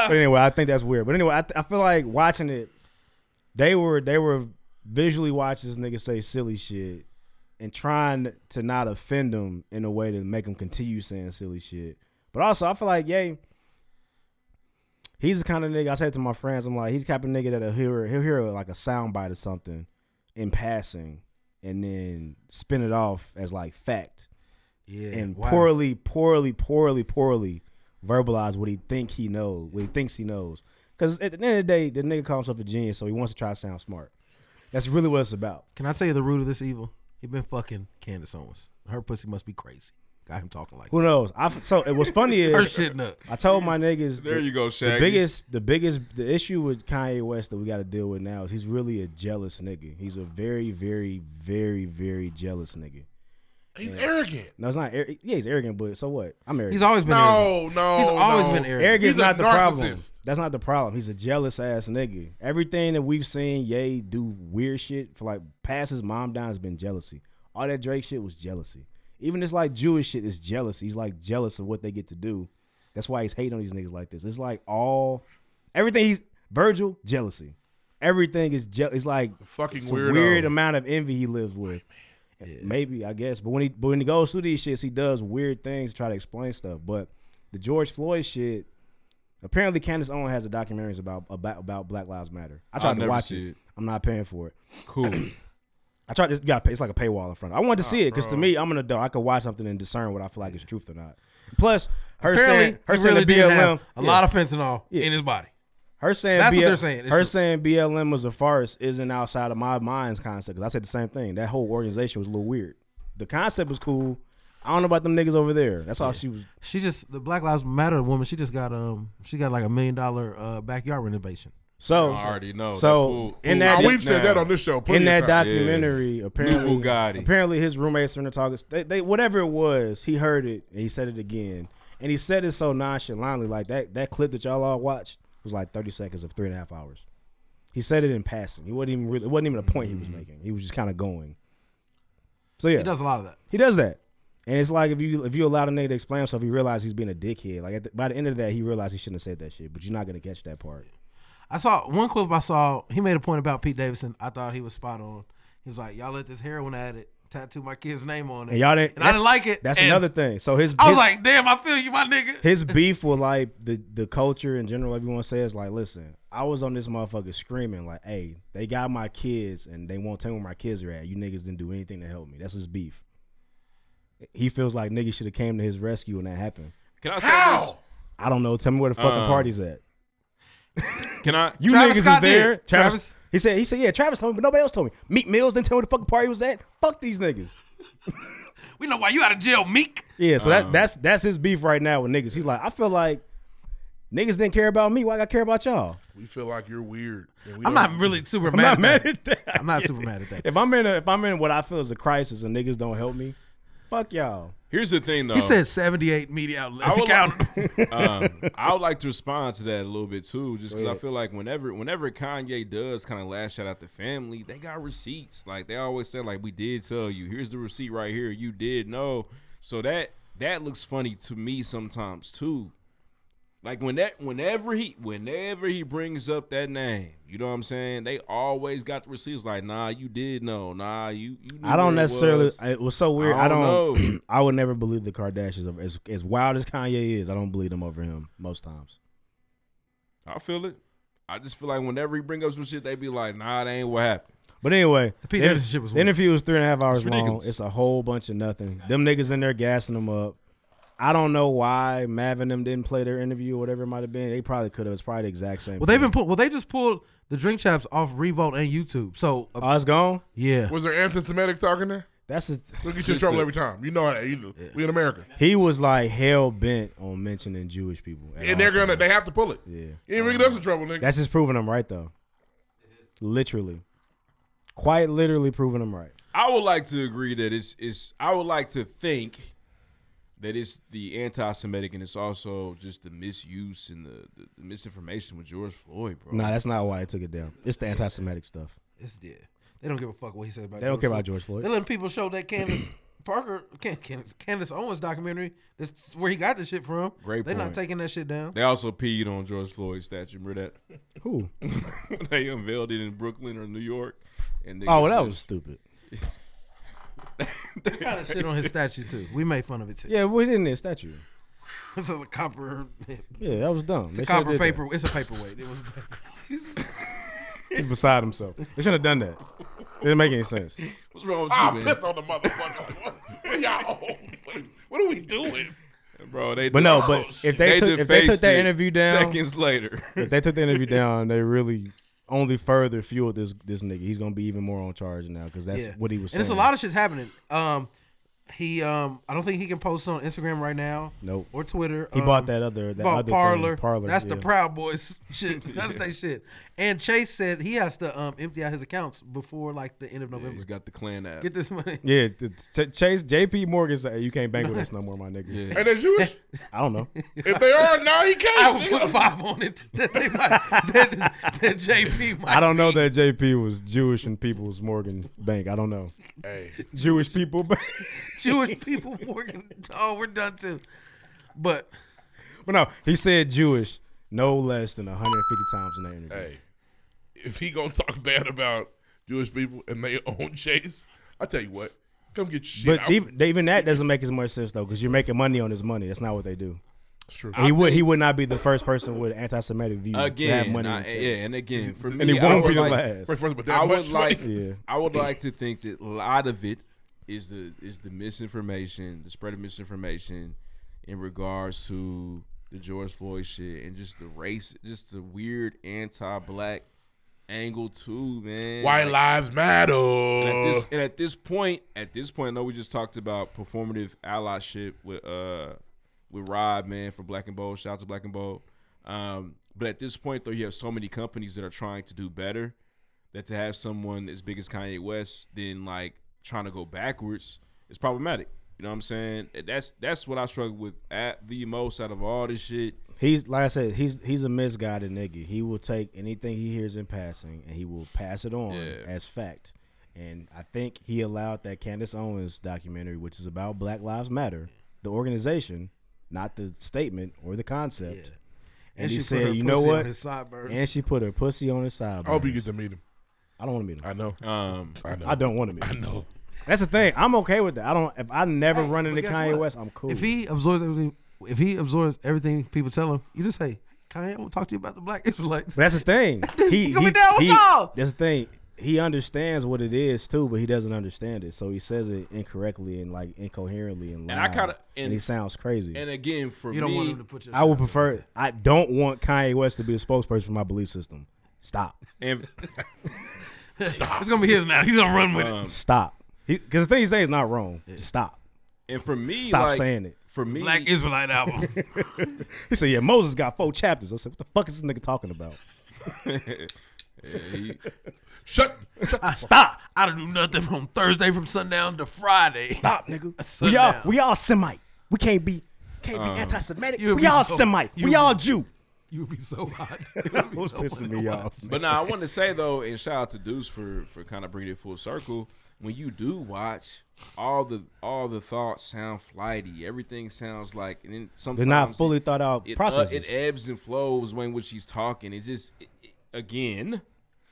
But anyway, I think that's weird. But anyway, I, th- I feel like watching it, they were they were visually watching this nigga say silly shit and trying to not offend him in a way to make him continue saying silly shit. But also, I feel like yay, he's the kind of nigga. I said to my friends, I'm like, he's the type of nigga that'll hear he'll hear like a soundbite or something in passing, and then spin it off as like fact. Yeah, and wow. poorly, poorly, poorly, poorly verbalize what he think he knows, what he thinks he knows. Because at the end of the day, the nigga calls himself a genius, so he wants to try to sound smart. That's really what it's about. Can I tell you the root of this evil? He been fucking Candace Owens. Her pussy must be crazy. Got him talking like Who knows? I so it was funny is Her shit nuts. I told my niggas. There the- you go, Shaggy. The biggest, the biggest, the issue with Kanye West that we got to deal with now is he's really a jealous nigga. He's a very, very, very, very jealous nigga. He's And- arrogant. No, it's not. Ar- yeah, he's arrogant, but so what? I'm arrogant. He's always been No, arrogant. no, He's always no. been arrogant. Arrogant's He's a not the problem. narcissist. That's not the problem. He's a jealous ass nigga. Everything that we've seen Ye do weird shit for like past his mom down has been jealousy. All that Drake shit was jealousy. Even this like Jewish shit is jealousy. He's like jealous of what they get to do. That's why he's hating on these niggas like this. It's like all everything he's Virgil, jealousy. Everything is je- it's like it's a fucking weirdo. weird amount of envy he lives with. Maybe I guess, but when he but when he goes through these shits, he does weird things to try to explain stuff. But the George Floyd shit, apparently Candace Owens has a documentary about about, about Black Lives Matter. I tried I'll to never watch it. see it. I'm not paying for it. Cool. I tried to you gotta pay. It's like a paywall in front. of it. I wanted to see it because to bro. me, I'm an adult. I could watch something and discern what I feel like is truth or not. Plus, her Apparently, saying her he saying really the did BLM have a lot of Yeah. fentanyl Yeah. in his body. Her saying That's what BL they're saying. It's Her true. saying BLM was a farce isn't outside of my mind's concept. 'Cause I said the same thing. That whole organization was a little weird. The concept was cool. I don't know about them niggas over there. That's all she was. She just the Black Lives Matter woman. She just got um she got like a million dollar uh, backyard renovation. So I already know. So That pool- in pool- that Now, we've said that on this show In plenty that of times. documentary, Yeah. apparently, New Bugatti. apparently his roommates during the talk, they, they whatever it was, he heard it and he said it again, and he said it so nonchalantly, like that that clip that y'all all watched was like thirty seconds of three and a half hours. He said it in passing. He wasn't even really, it wasn't even a point he was making. He was just kind of going. So yeah, Mm-hmm. He does a lot of that. He does that, and it's like if you if you allow the nigga to explain himself, he realizes he's being a dickhead. Like at the, by the end of that, he realized he shouldn't have said that shit. But you're not gonna catch that part. I saw one clip I saw. He made a point about Pete Davidson. I thought he was spot on. He was like, "Y'all let this heroin addict tattoo my kid's name on it, And y'all didn't. and I didn't that's- like it." That's And another thing. So his I was his- like, "Damn, I feel you, my nigga." his beef with like the the culture in general. Everyone says like, listen, I was on this motherfucker screaming like, hey, they got my kids and they won't tell me where my kids are at. You niggas didn't do anything to help me. That's his beef. He feels like niggas should have came to his rescue when that happened. Can I say How? this? I don't know. Tell me where the fucking Uh, party's at. Can I? You niggas is there. Travis. He said. He said. Yeah, Travis told me, but nobody else told me. Meat Mills didn't tell me where the fucking party was at. Fuck these niggas. We know why you out of jail, Meek. Yeah, so that Um, that's that's his beef right now with niggas. He's like, I feel like niggas didn't care about me. Why I gotta care about y'all? We feel like you're weird. and we I'm don't- not really super I'm mad. not at mad that. at that. I'm not super mad at that. If I'm in a, if I'm in what I feel is a crisis and niggas don't help me, fuck y'all. Here's the thing, though. He said 78 media outlets. I He would counted. like- um, I would like to respond to that a little bit too, just because Go I ahead. feel like whenever whenever Kanye does kind of lash out at the family, they got receipts. Like they always say, like we did tell you. Here's the receipt right here. You did know. So that that looks funny to me sometimes too. Like when that whenever he whenever he brings up that name, you know what I'm saying? They always got the receipts. Like nah, you did know. Nah, you. you knew I don't where it necessarily. was. It was so weird. I I don't don't. I, would never believe the Kardashians. Over, as as wild as Kanye is, I don't believe them over him most times. I feel it. I just feel like whenever he bring up some shit, they be like, "Nah, that ain't what happened." But anyway, The Pete the, Davidson shit was the weird. interview was three and a half hours It's long. ridiculous. It's a whole bunch of nothing. Them niggas in there gassing them up. I don't know why Mav and them didn't play their interview or whatever it might have been. They probably could have. It's probably the exact same. Well, they've been pulled. Well, they just pulled the drink chaps off Revolt and YouTube. So uh, oh, it's gone. Yeah, Was there anti-Semitic talking there? That's the Look at you in Just trouble the- every time. You know that. You know, We in America, He was like hell bent on mentioning Jewish people. at and they're all gonna. times. They have to pull it. Yeah. You ain't bringing us in trouble, nigga. That's just proving them right though. Literally, quite literally proving them right. I would like to agree that it's it's. I would like to think that it's the anti-Semitic and it's also just the misuse and the, the, the misinformation with George Floyd, bro. Nah, that's not why they took it down. It's the anti-Semitic stuff. it's dead. They don't give a fuck what he said about. They don't care about George Floyd. They letting people show that Candace Parker, Can, Candace, Candace Owens documentary. That's where he got this shit from. Great They're not point. taking that shit down. They also peed on George Floyd's statue. Remember that? Who? they unveiled it in Brooklyn or New York. And Oh, niggas that was just- stupid. kind of shit on his statue too. We made fun of it too. Yeah, we didn't this statue. It's a copper. Yeah, that was dumb. It's They a should've copper did that. paper. It's a paperweight. It was. He's beside himself. They shouldn't have done that. It didn't make any sense. What's wrong with I'll you, man? Ah, piss on the motherfucker. What, what y'all? What are we doing? Bro, they But no, but if they, took if they took defaced that it interview down seconds later, if they took the interview down, they really only further fueled this this nigga. He's gonna be even more on charge now because that's Yeah. what he And was. saying. it's a lot of shit's happening. Um, he um, I don't think he can post on Instagram right now. Nope. Or Twitter. He Um, bought that other- he that bought other thing, Parler. Parler, That's the yeah. Proud Boys shit. That's their shit. And Chase said he has to um empty out his accounts before like the end of November. he's got the Klan app. Get this money. Yeah, t- t- Chase JP Morgan said you can't bank with us no more, my nigga. Yeah. And they Jewish? I don't know. If they are, no, he can't. I would put five on it. That, they might, that, that JP might. I don't know that JP was Jewish and People's Morgan Bank. I don't know. Hey. Jewish people. Bank. Jewish people Morgan. Oh, we're done too. But But no, he said Jewish no less than 150 times in that interview. Hey, if he gonna talk bad about Jewish people and they own Chase, I tell you what, come get your shit. but out. even, even that doesn't make as much sense though, because you're making money on his money. That's not what they do. It's true. He would he would not be the first person with an anti-Semitic view to have again, money. I- on yeah, checks. and again, for and me, he I won't would be the like- last. I would like, yeah. I would like to think that a lot of it is the is the misinformation, the spread of misinformation in regards to the George Floyd shit and just the race, just the weird anti-black angle too, man. White lives matter. And at, Oh. this, and at this point, at this point, I know we just talked about performative allyship with uh with Rob, man, from Black and Bold. Shout out to Black and Bold. Um, but at this point, though, you have so many companies that are trying to do better that to have someone as big as Kanye West then like trying to go backwards is problematic. You know what I'm saying? That's that's what I struggle with at the most out of all this shit. He's like I said, he's he's a misguided nigga. He will take anything he hears in passing and he will pass it on as fact. And I think he allowed that Candace Owens documentary, which is about Black Lives Matter, the organization, not the statement or the concept. And And, she he put said, her you know pussy on what? his sideburns. And she put her pussy on his sideburns. I hope you get to meet him. I don't want to meet him. I know. Um, I know. Uh, I don't want to meet him. I know. That's the thing. I'm okay with that. I don't. If I never run But into guess Kanye what? West, I'm cool. If he absorbs everything, if he absorbs everything people tell him, you just say, Kanye, I want to talk to you about the black Israelites. That's the thing. He, coming down with y'all. That's the thing. He understands what it is too, but he doesn't understand it. So he says it incorrectly and like incoherently and loud. And I kinda- and, and- he sounds crazy. And again, for You me, don't want him to put your I would prefer. I don't want Kanye West to be a spokesperson for my belief system. Stop. and, It's gonna be his now. He's gonna run with it. Stop. Because the thing he's saying is not wrong. Just Stop. And for me, Stop like, saying it. For me, Black Israelite album. He said, "Yeah, Moses got four chapters." I said, "What the fuck is this nigga talking about?" shut, I stop. I don't do nothing from Thursday from sundown to Friday. Stop, nigga. Sundown. We all we all Semite. We can't be can't be Um, anti-Semitic. you'll We be all so- Semite. you'll We be- all Jew. You would be so hot. That was pissing me off. But now I want to say though, and shout out to Deuce for for kind of bringing it full circle. When you do watch, all the all the thoughts sound flighty. Everything sounds like, and then sometimes fully thought out It, uh, processes. it ebbs and flows when which he's talking. It just it- it- again,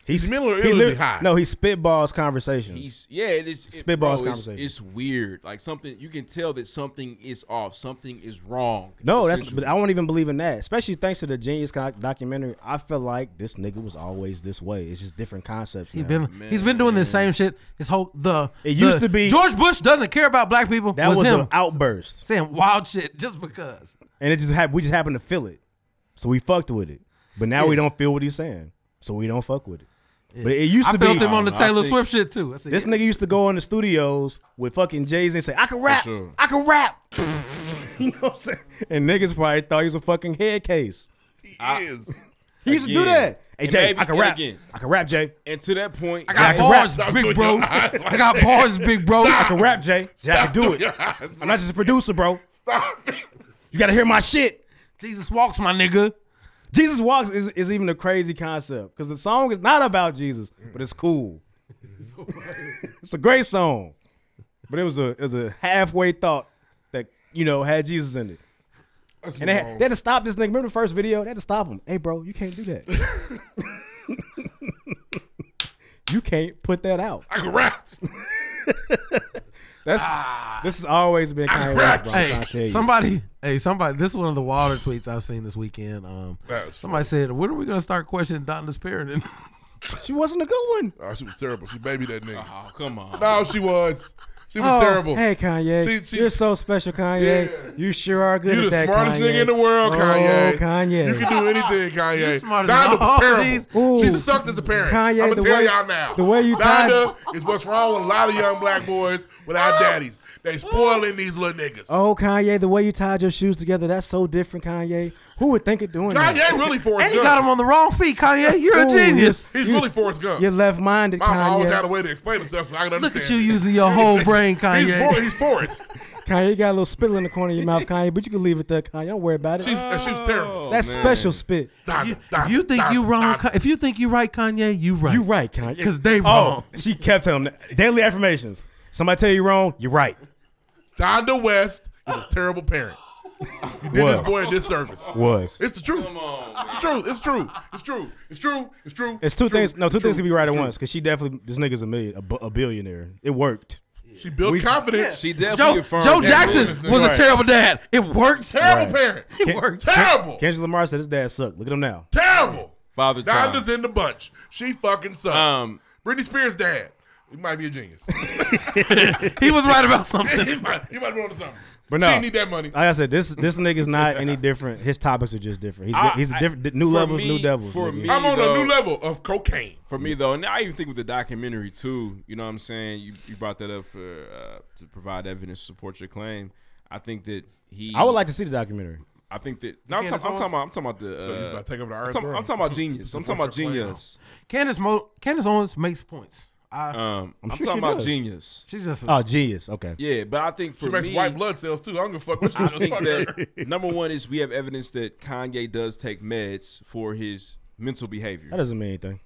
He's mental he illness lit- is high. No, he spitballs conversations. he's yeah, it is it- Spitballs bro, it's- conversation. It's, weird. Like something you can tell that something is off. Something is wrong. no, that's essentially. but I won't even believe in that. Especially thanks to the Genius Co- documentary, I feel like this nigga was always this way. It's just different concepts. He's now. been he's been doing the same shit. His whole the It used the- to be- George Bush doesn't care about black people. that was, was, him an outburst, saying wild shit just because. and it just happened. We just happened to feel it, so we fucked with it. But now we Yeah. don't feel what he's saying, so we don't fuck with it. Yeah. But it used I to felt be him on the I don't know, I Taylor think- Swift shit too. I said, This yeah. nigga used to go in the studios with fucking Jay Z and say, "I can rap, sure. I can rap." you know what I'm saying? And niggas probably thought he was a fucking head case. He is. He used to do Again. that. Hey And Jay, maybe- I can and rap. again. I can rap, Jay. And to that point, I got I can bars, rap. big Stop bro. doing your eyes like I got that. bars, big bro. I can rap, Jay. Jay, I can do it. I'm not just a producer, bro. Stop. You gotta hear my shit. Jesus walks, my nigga. Jesus walks is, is even a crazy concept because the song is not about Jesus, but it's cool. it's a great song, but it was a it was a halfway thought that you know had Jesus in it. Let's And they move had, on. they had to stop this nigga. Remember the first video? They had to stop him. Hey, bro, you can't do that. you can't put that out. I can rap. That's this has always been Kanye West, bro. I'm trying to tell Hey, you. somebody, hey, somebody. This is one of the wilder tweets I've seen this weekend. Um, That's somebody said, "When are we gonna start questioning Donna's parenting?" she wasn't a good one. Oh, she was terrible. She babied that nigga. Oh, come on. No, she was. She was Uh-huh. Oh, terrible. Hey Kanye, She- she- you're so special, Kanye. You sure are good. You at the that, smartest Kanye. nigga in the world, oh, Kanye. Kanye, You can do anything, Kanye. You smarter than Donda all was terrible. these- She Ooh. sucked as a parent. Kanye, I'm the gonna tell way- y'all now. the way you tied- Donda is what's wrong with a lot of young black boys without daddies. They spoiling these little niggas. Oh Kanye, the way you tied your shoes together, that's so different, Kanye. Who would think of doing that? Kanye really Forrest And he Gump. got him on the wrong feet, Kanye. You're Ooh, a genius. He's really Forrest Gump. You're left-minded, Mom always had a Kanye. way to explain himself so I can understand. Look at you using your whole brain, He's, Kanye. For, he's Forrest. Kanye, you got a little spittle in the corner of your mouth, Kanye, but you can leave it there, Kanye. Don't worry about it. She's, uh, she was terrible. that's special spit. Donda, If Oh. you think you wrong, Ka- if you think you right, Kanye, you right. You right, Kanye. Because they wrong. Oh, she kept telling him that. daily affirmations. Somebody tell you wrong, you're right. Donda West is a terrible parent. You did this Was. boy a disservice. Was. It's the truth. it's true. It's true. It's true. It's true. It's true. It's two true. things. No, two It's things true. can be right It's at true. once because she definitely this nigga's a million, a, bu- a billionaire. It worked. She built confidence. She Joe- definitely affirmed Joe that Jackson business, was a nigga. terrible dad. It worked. Terrible parent. It worked. Terrible. Kendrick Lamar said his dad sucked. Look at him now. Terrible. Father time. Donda's in the bunch. She fucking sucks. Um, Britney Spears' dad. He might be a genius. he was right about something. he might, he might be onto something. But no, she need that money. Like I said, this this nigga's not any different. His topics are just different. He's I- he's a different new for levels, new me- devils. for nigga. me, I'm on though, a new level of cocaine. For me though, and I even think with the documentary too, you know what I'm saying? You, you brought that up for uh, to provide evidence to support your claim. I think that he I would like to see the documentary. I think that no, I'm, Candace talking, Owens- I'm talking about I'm talking about the uh, So you about to take over the I'm, Iron talking, Throne. I'm talking about genius. I'm talking about genius. Candace Mo- Candace Owens makes points. I, Um, I'm, I'm sure talking she about does. genius. She's just a- Oh, genius. Okay. Yeah, but I think for She makes me, white blood cells too. I don't give a fuck what she I does. think Fuck her. that number one is we have evidence that Kanye does take meds for his mental behavior. That doesn't mean anything.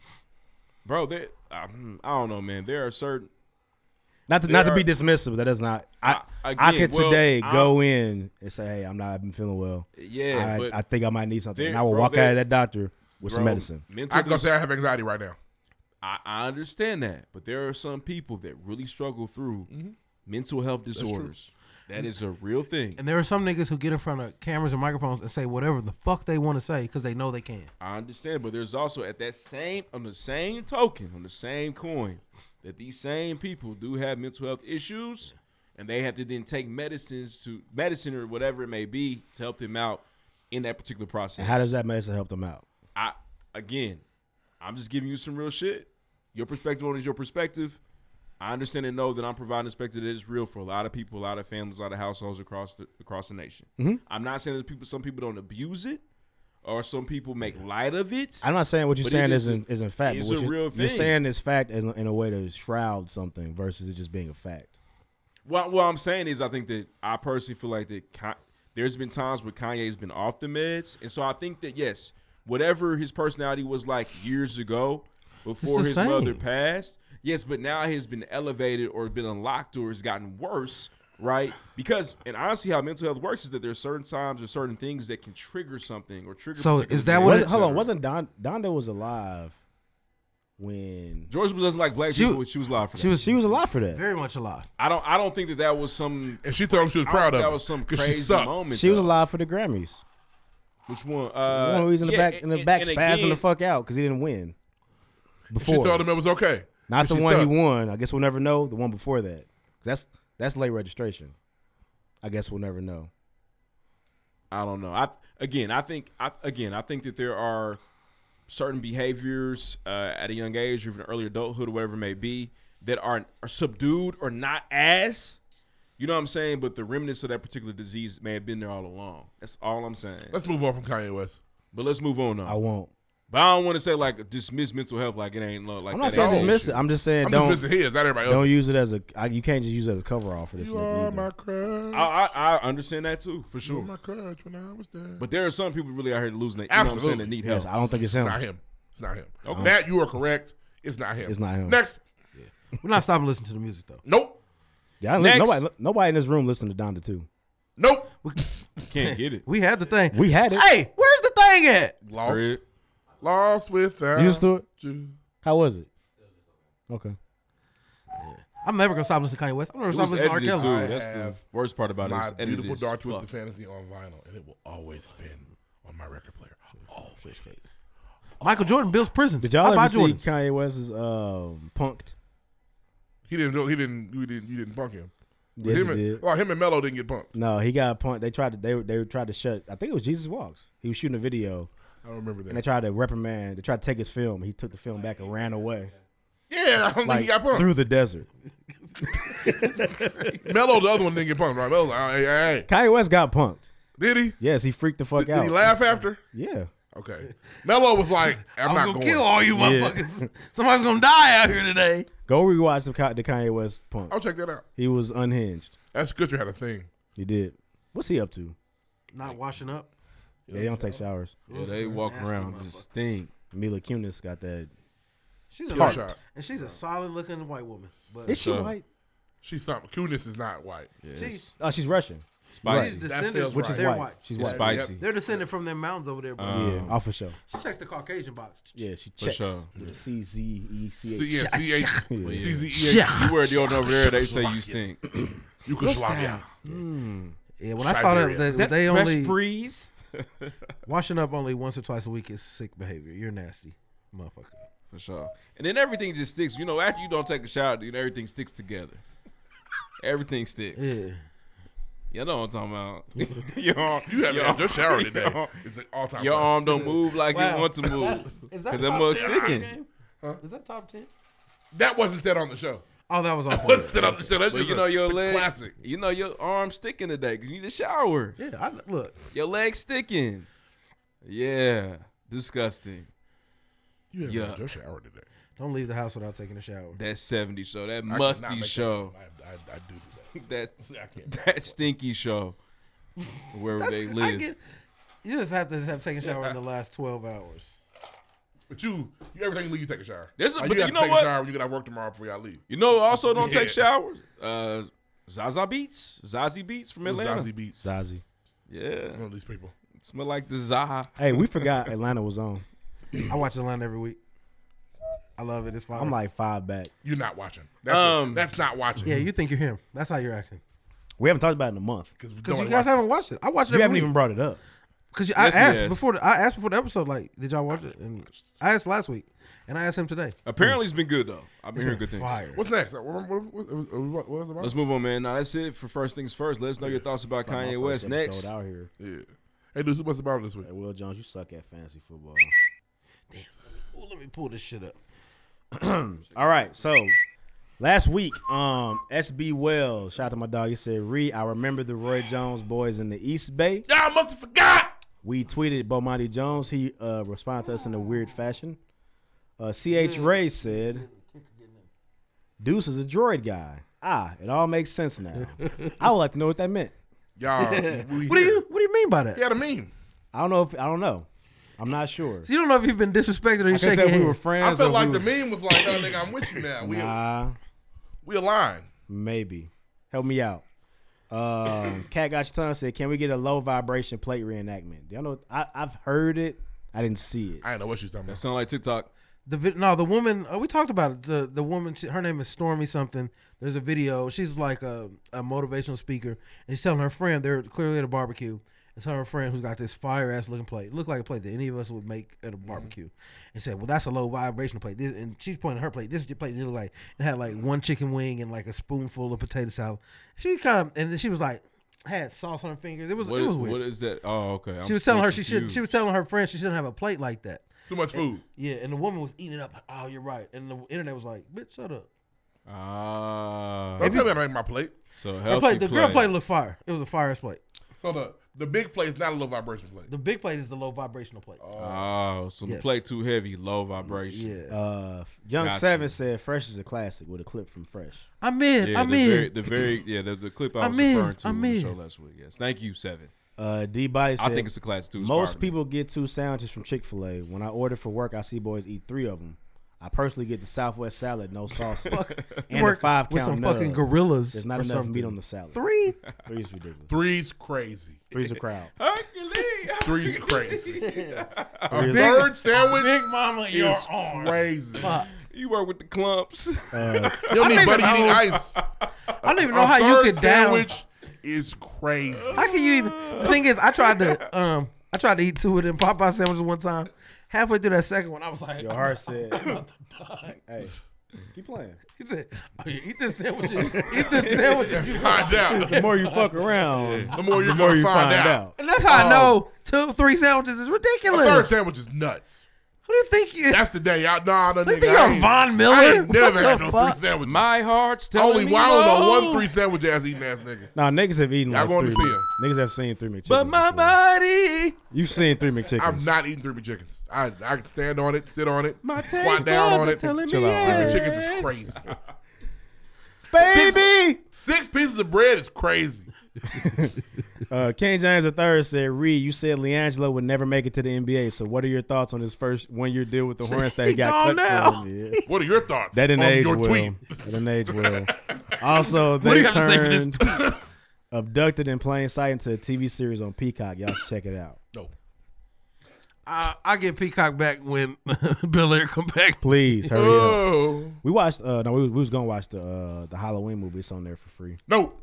Bro, there, um, I don't know, man. There are certain Not to, There not to are- be dismissive, but that does not. I I- I again, could well, today I'm- go in and say, hey, I'm not I've been feeling well. Yeah, I, but I think I might need something, there- and I will bro, walk there- out of that doctor with some bro, medicine. mental I can go dis- say I have anxiety right now. I, I understand that, but there are some people that really struggle through mental health Mm-hmm. true. disorders. That is a real thing. And there are some niggas who get in front of cameras and microphones and say whatever the fuck they want to say because they know they can. I understand, but there's also at that same on the same token, on the same coin, that these same people do have mental health issues and they have to then take medicines to medicine or whatever it may be to help them out in that particular process. And how does that medicine help them out? I again, I'm just giving you some real shit. Your perspective on it is your perspective. I understand and know that I'm providing a perspective that is real for a lot of people, a lot of families, a lot of households across the across the nation. Mhm. I'm not saying that people, some people don't abuse it, or some people make light of it. I'm not saying what you're but it saying is a- isn't isn't fact. It's but a what you- real You're thing. saying it's fact as in a way to shroud something versus it just being a fact. Well, what I'm saying is, I think that I personally feel like that Ka- there's been times where Kanye's been off the meds, and so I think that yes, whatever his personality was like years ago, before the his same. mother passed, yes, but now he's been elevated or been unlocked or has gotten worse, right? Because and honestly, how mental health works is that there's certain times or certain things that can trigger something or trigger. So particular is that behaviors, what it- et Hold on, cetera. wasn't Don Donda was alive when George doesn't like black She- people? but She was live for she that. was she was alive for that? Very much alive. I don't. I don't think that that was some. And she told him she was I don't proud think of That it, was some 'cause she crazy sucks. moment. She was though. alive for the Grammys. Which one? Uh, the one who was in the yeah, back in the and- back and spazzing again- the fuck out because he didn't win. She Before told him it was okay. Not And the she one sucks. he won. I guess we'll never know. The one before that. That's that's late registration. I guess we'll never know. I don't know. I again, I think I again, I think that there are certain behaviors uh, at a young age or even early adulthood, or whatever it may be, that are, are subdued or not as. You know what I'm saying? But the remnants of that particular disease may have been there all along. That's all I'm saying. Let's move on from Kanye West. But let's move on though. I won't. But I don't want to say like dismiss mental health like it ain't lo- like I'm not that saying ain't an dismiss it. issue. I'm just saying I'm don't dismissing his, not everybody Don't else's. use it as a. I, you can't just use it as a cover all for this. You nigga are either. my crutch. I, I I understand that too You for were sure. my crutch when I was there. But there are some people really out here losing their, you know what I'm saying, that Absolutely. need help. Yes, I don't think it's him. Oh. It's not him. It's not him. Okay. That you are correct. It's not him. It's not him. Next. We're not stopping listening to the music though. Nope. Yeah, I li- Next. nobody, nobody in this room listened to Donda too. Nope. Can't get it. We had the thing. We had it. Hey, where's the thing at? Lost. Lost without You used to it? you. How was it? Okay. I'm never gonna stop listening to Kanye West. I'm never It gonna was stop listening to R. edited, Kelly. too. That's I the have worst part about it. my It's edited beautiful as dark twisted fuck. fantasy on vinyl, and it will always spin on my record player. Always. Michael Jordan builds prisons. Did y'all I buy ever see uh, Jordans. Kanye West's um, Punked? He He didn't. go- He didn't. You didn't. You didn't punk him. But Yes, him he and, did. Well, him and Mello didn't get punked. No, he got a point. They tried to they they tried to shut. I think it was Jesus Walks. He was shooting a video. I don't remember that. And they tried to reprimand. They tried to take his film. He took the film back and ran away. Yeah, I don't think he got punked. through the desert. Mello, the other one didn't get punked. Right? Mello's like, hey, hey, hey. Kanye West got punked. Did he? Yes, he freaked the fuck out. Did he laugh after? Yeah. Okay. Mello was like, I'm I was not gonna going. kill all you Yeah. motherfuckers. Somebody's gonna die out here today. Go rewatch the, Ka- the Kanye West punk. I'll check that out. He was unhinged. That's good. You had a thing. He did. What's he up to? Not washing up. Yeah, they don't take showers. Yeah, they walk Nasty around just stink. Mila Kunis got that. She's a heart. light- and she's a solid looking white woman. But Is she So- white? She's something. Kunis is not white. She's- Oh, she's Russian. Right. Right. She's descended. Which is they're white. She's They're- white. yep, They're descended from their mountains over there. Bro. Um, Yeah, oh, for sure. She checks the Caucasian box. Yeah, she For checks. sure. With a C Z E C- C yeah, H. C H- Yeah. C Z E H. You wear deodorant over there, they say you stink. You What's that? Yeah, when I saw that, they, Is that they fresh only breeze. washing up only once or twice a week is sick behavior. You're nasty, motherfucker. For sure. And then everything just sticks. You know, after you don't take a shower, dude, everything sticks together. Everything sticks. Yeah. You know what I'm talking about. your arm, You haven't your had your shower arm- today. Your, It's an all-time your classic. arm don't move like Wow. it wants to move. Is Because that that top mug's 10? sticking. Is that top ten? That wasn't said on the show. Oh, that was That off. wasn't said on the show. That's But just you know a your leg, classic. You know your arm sticking today because you need a shower. Yeah, I look. Your leg sticking. Yeah, disgusting. You haven't had Yuck. your shower today. Don't leave the house without taking a shower. That seventy show. That I cannot make musty that show. up. I, I, I do do that. That I can't. that stinky show. Wherever That's- they I live. get- you just have to have taken a shower in the last twelve hours. But you, you every time you leave, you take a shower. There's a- Like, but have to you know take a what? shower when you get out of work tomorrow before y'all leave. You know, who also don't take Yeah. showers. Uh, Zaza Beats, Zazie Beats from Who's Atlanta. Zazie Beetz? Zazie. Yeah, One of these people. Smell like the Zaha. Hey, we forgot Atlanta was on. I watch Atlanta every week. I love it. It's fine. I'm like five back. You're not watching. That's, Um, that's not watching. yeah, you think you're him. That's how you're acting. We haven't talked about it in a month. Because Because you guys haven't watched it. I watched it. You every haven't week. even brought it up. Because I Yes, he asked has. before the I asked before the episode, like, did y'all watch it? And I asked last week, and I asked him today. Apparently, it's been good though. I've been It's hearing been good things. fire. What's next? What, what, what, what, what was it about? Let's move on, man. Now that's it for first things first. Let us know your thoughts about Like my Kanye first West episode next. Out here. Yeah. Hey, dude, what's about this week? Hey, Will Jones, you suck at fantasy football. Ooh, let me pull this shit up. All right, so last week, um, SB Wells, shout out to my dog. He said, "Reed, I remember the Roy Jones boys in the East Bay." Y'all must have forgot. We tweeted Bomani Jones. He uh, responded to us in a weird fashion. Uh, CH Mm. Ray said, "Deuce is a droid guy." Ah, it all makes sense now. I would like to know what that meant. Y'all, we What do here. you What do you mean by that? He had a meme. I don't know if I don't know. I'm not sure. So you don't know if you've been disrespected or I you can shaking tell we hands. were friends. I or felt we like the was- meme was like, no, nigga, I'm with you now. We, Nah. we aligned. Maybe. Help me out. Um, Cat Got Your Tongue said, "Can we get a low vibration plate reenactment?" Y'all know I, I've heard it. I didn't see it. I didn't know what she was talking That about. sound like TikTok. The vid- no, the woman uh, we talked about it. The the woman, she, her name is Stormy something. There's a video. She's like a, a motivational speaker, and she's telling her friend they're clearly at a barbecue. And so her friend who's got this fire ass looking plate, looked like a plate that any of us would make at a barbecue, and said, "Well, that's a low vibrational plate." This, and she's pointing at her plate. This is your plate. It looked like it had like one chicken wing and like a spoonful of potato salad. She kind of and then she was like, had sauce on her fingers. It was What it is- was weird. What is that? Oh, okay. I'm she was telling so her she should. confused. She was telling her friend she shouldn't have a plate like that. Too much food. Yeah, and the woman was eating it up. like, Oh, you're right. And the internet was like, "Bitch, shut up." Ah. Don't tell me I made my plate. So Her healthy plate, the girl plate. plate looked fire. It was a fire ass plate. So the, the big plate is not a low vibration plate. The big plate is the low vibrational plate. Oh, so the Yes. plate too heavy, low vibration. Yeah. Uh, Young Gotcha. Seven said, "Fresh is a classic" with a clip from Fresh. I'm in. Yeah, I'm the in. very, the very, yeah, the, the clip I I'm was in, referring to I'm on the in. show last week. Yes, thank you, Seven. Uh, D Body I said, think it's a class two. It's fire Most to me. people get two sandwiches from Chick Fil A. When I order for work, I see boys eat three of them. I personally get the Southwest salad, no sauce, and a Work five with some count fucking nub. gorillas There's not or enough meat something. on the salad. Three? three's ridiculous. Three's crazy. Three's a crowd. Three's crazy. A Three is- third sandwich Big Mama, is your arm. crazy. Fuck. you work with the clumps. Uh, You don't I need don't butter even eating know- ice. I don't even A know how you third could down. sandwich is crazy. How can you even? The thing is, I tried to um, I tried to eat two of them Popeye sandwiches one time. Halfway through that second one, I was like, Your I'm heart said, about to die. "Hey, Keep playing. He said, oh, yeah, "Eat this sandwich. eat this sandwich. Find out. The more you fuck around, The more you're gonna find, out. And that's how I Um, know two, three sandwiches is A ridiculous. third sandwich is nuts. Who do you think you? That's the day. I, nah, no, Who do you nigga. think I you're, ain't- Von Miller? I ain't never What had the no fuck? three sandwiches. My heart's telling Only me wild no. on one three sandwich ass eating ass nigga. Nah, niggas have eaten Y'all like going three. to see Mc- Niggas have seen three McChickens. But my body, You've seen three McChickens. I'm not eating three McChickens. I I can stand on it, sit on it, My squat taste down buds on are it. telling me Three yes. McChickens is crazy. Baby, six, six pieces of bread is crazy. Uh, King James III said, "Reed, you said Leangelo would never make it to the NBA. So, what are your thoughts on his first one-year deal with the Hornets that he got cut from? Yeah. What are your thoughts? That didn't on age your well. tweet. That didn't age well. Also, What do they you have to say for this turned abducted in plain sight into a TV series on Peacock. Y'all should check it out. I, I get Peacock back when Bill Air come back. Please hurry Oh. up. We watched. Uh, no, we was, we was gonna watch the uh, the Halloween movie. It's on there for free. No.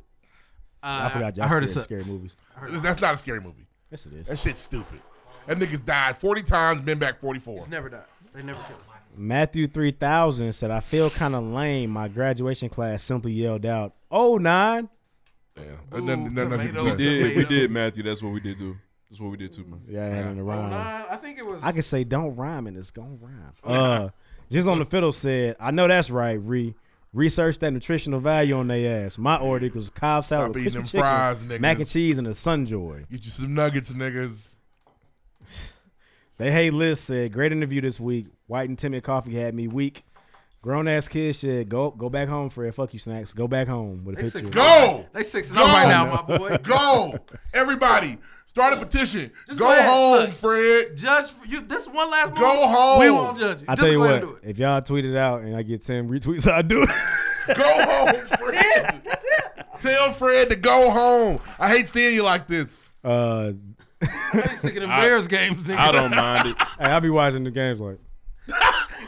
I forgot. Y'all I heard it scared sucks. scary movies. That's- That's not a scary movie. Yes, it is. That shit's stupid. That nigga's died 40 times, been back 44. He's never died. They never killed him. Matthew three thousand said, "I feel kind of lame. My graduation class simply yelled out, oh nine. Ooh, nothing- nothing- nothing- We did, we did, Matthew. That's what we did too. That's what we did too, man. Yeah, I had it in the rhyme. I think it was. I can say don't rhyme and it's gonna rhyme. Uh, just on the fiddle said, I know that's right. Re research that nutritional value on their ass. My order equals cob salad, Stop eating with crispy them chicken, fries, niggas. mac and cheese, and a sunjoy. Get you some nuggets, niggas. They hey Liz said, great interview this week. White and Timmy Coffee had me weak. Grown ass kid said, go go back home, Fred. Fuck you, snacks. Go back home with a They picture. six- Go. They six and Go. oh right now, my boy. Go. Everybody, start a petition. Just Go go ahead. home, Look. Fred. Judge you. This one last Go move, home. We won't judge you. I Just tell you go ahead what, and do if y'all tweet it out and I get ten retweets, I do it. Go home, Fred. Tell Fred to go home. I hate seeing you like this. Uh, I'm sick of them Bears games, nigga. I don't mind it. Hey, I'll be watching the games like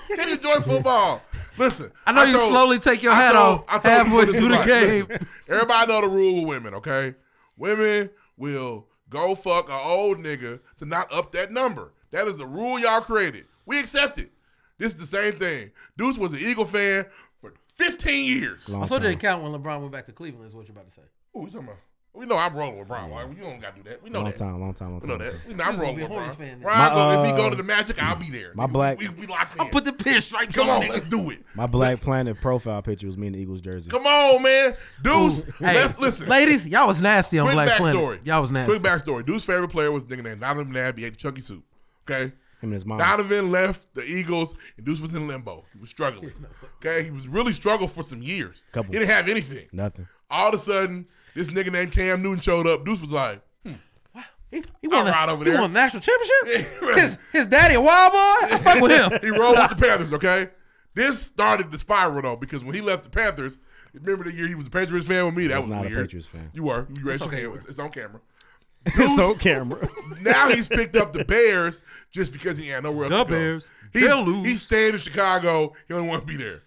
Just enjoy football. Listen, I know you slowly take your hat off halfway people this through the about- game. listen, everybody know the rule with women, okay? Women will go fuck a old nigga to not up that number. That is the rule y'all created. We accept it. This is the same thing. Deuce was an Eagle fan for 15 years. it. Also, didn't count when LeBron went back to Cleveland. Is what you're about to say. Ooh, you talking about? We know I'm rolling with Brian. Why You don't got to do that. We know long that. time, long time, long We time. know long that. time. We know I'm He's gonna rolling be a with Brian. Hornets fan now. Brian, My, go- if he go uh, to the Magic, I'll be there. my black- We, we locked in. I'll put the pinstripes Come on, on, let's do it. My Black Planet profile picture was me in the Eagles jersey. Come on, man. Deuce, Ooh. Hey, let's listen. ladies, y'all was nasty on Quick Black backstory. Planet. Y'all was nasty. Quick backstory. Dude's favorite player was a nigga named Donovan Nab. He ate Chucky Soup. Okay. Him and his mom. Donovan left the Eagles, and Deuce was in limbo. He was struggling. Okay, he was really struggled for some years. Couple. He didn't have anything. Nothing. All of a sudden, this nigga named Cam Newton showed up. Deuce was like, He won, I a- ride over he there. won a national championship. his, his daddy a wild boy. I fuck with him. he rolled with the Panthers, okay? This started the spiral though, because when he left the Panthers, remember the year he was a Patriots fan with me? That I was, was not a weird. Patriots fan. You were. You raised It's okay, your you hand. were. It's on camera. it's on Deuce- camera. now he's picked up the Bears just because he had nowhere else The to go. Bears. He's, They'll lose. He's staying in Chicago. He don't want to be there.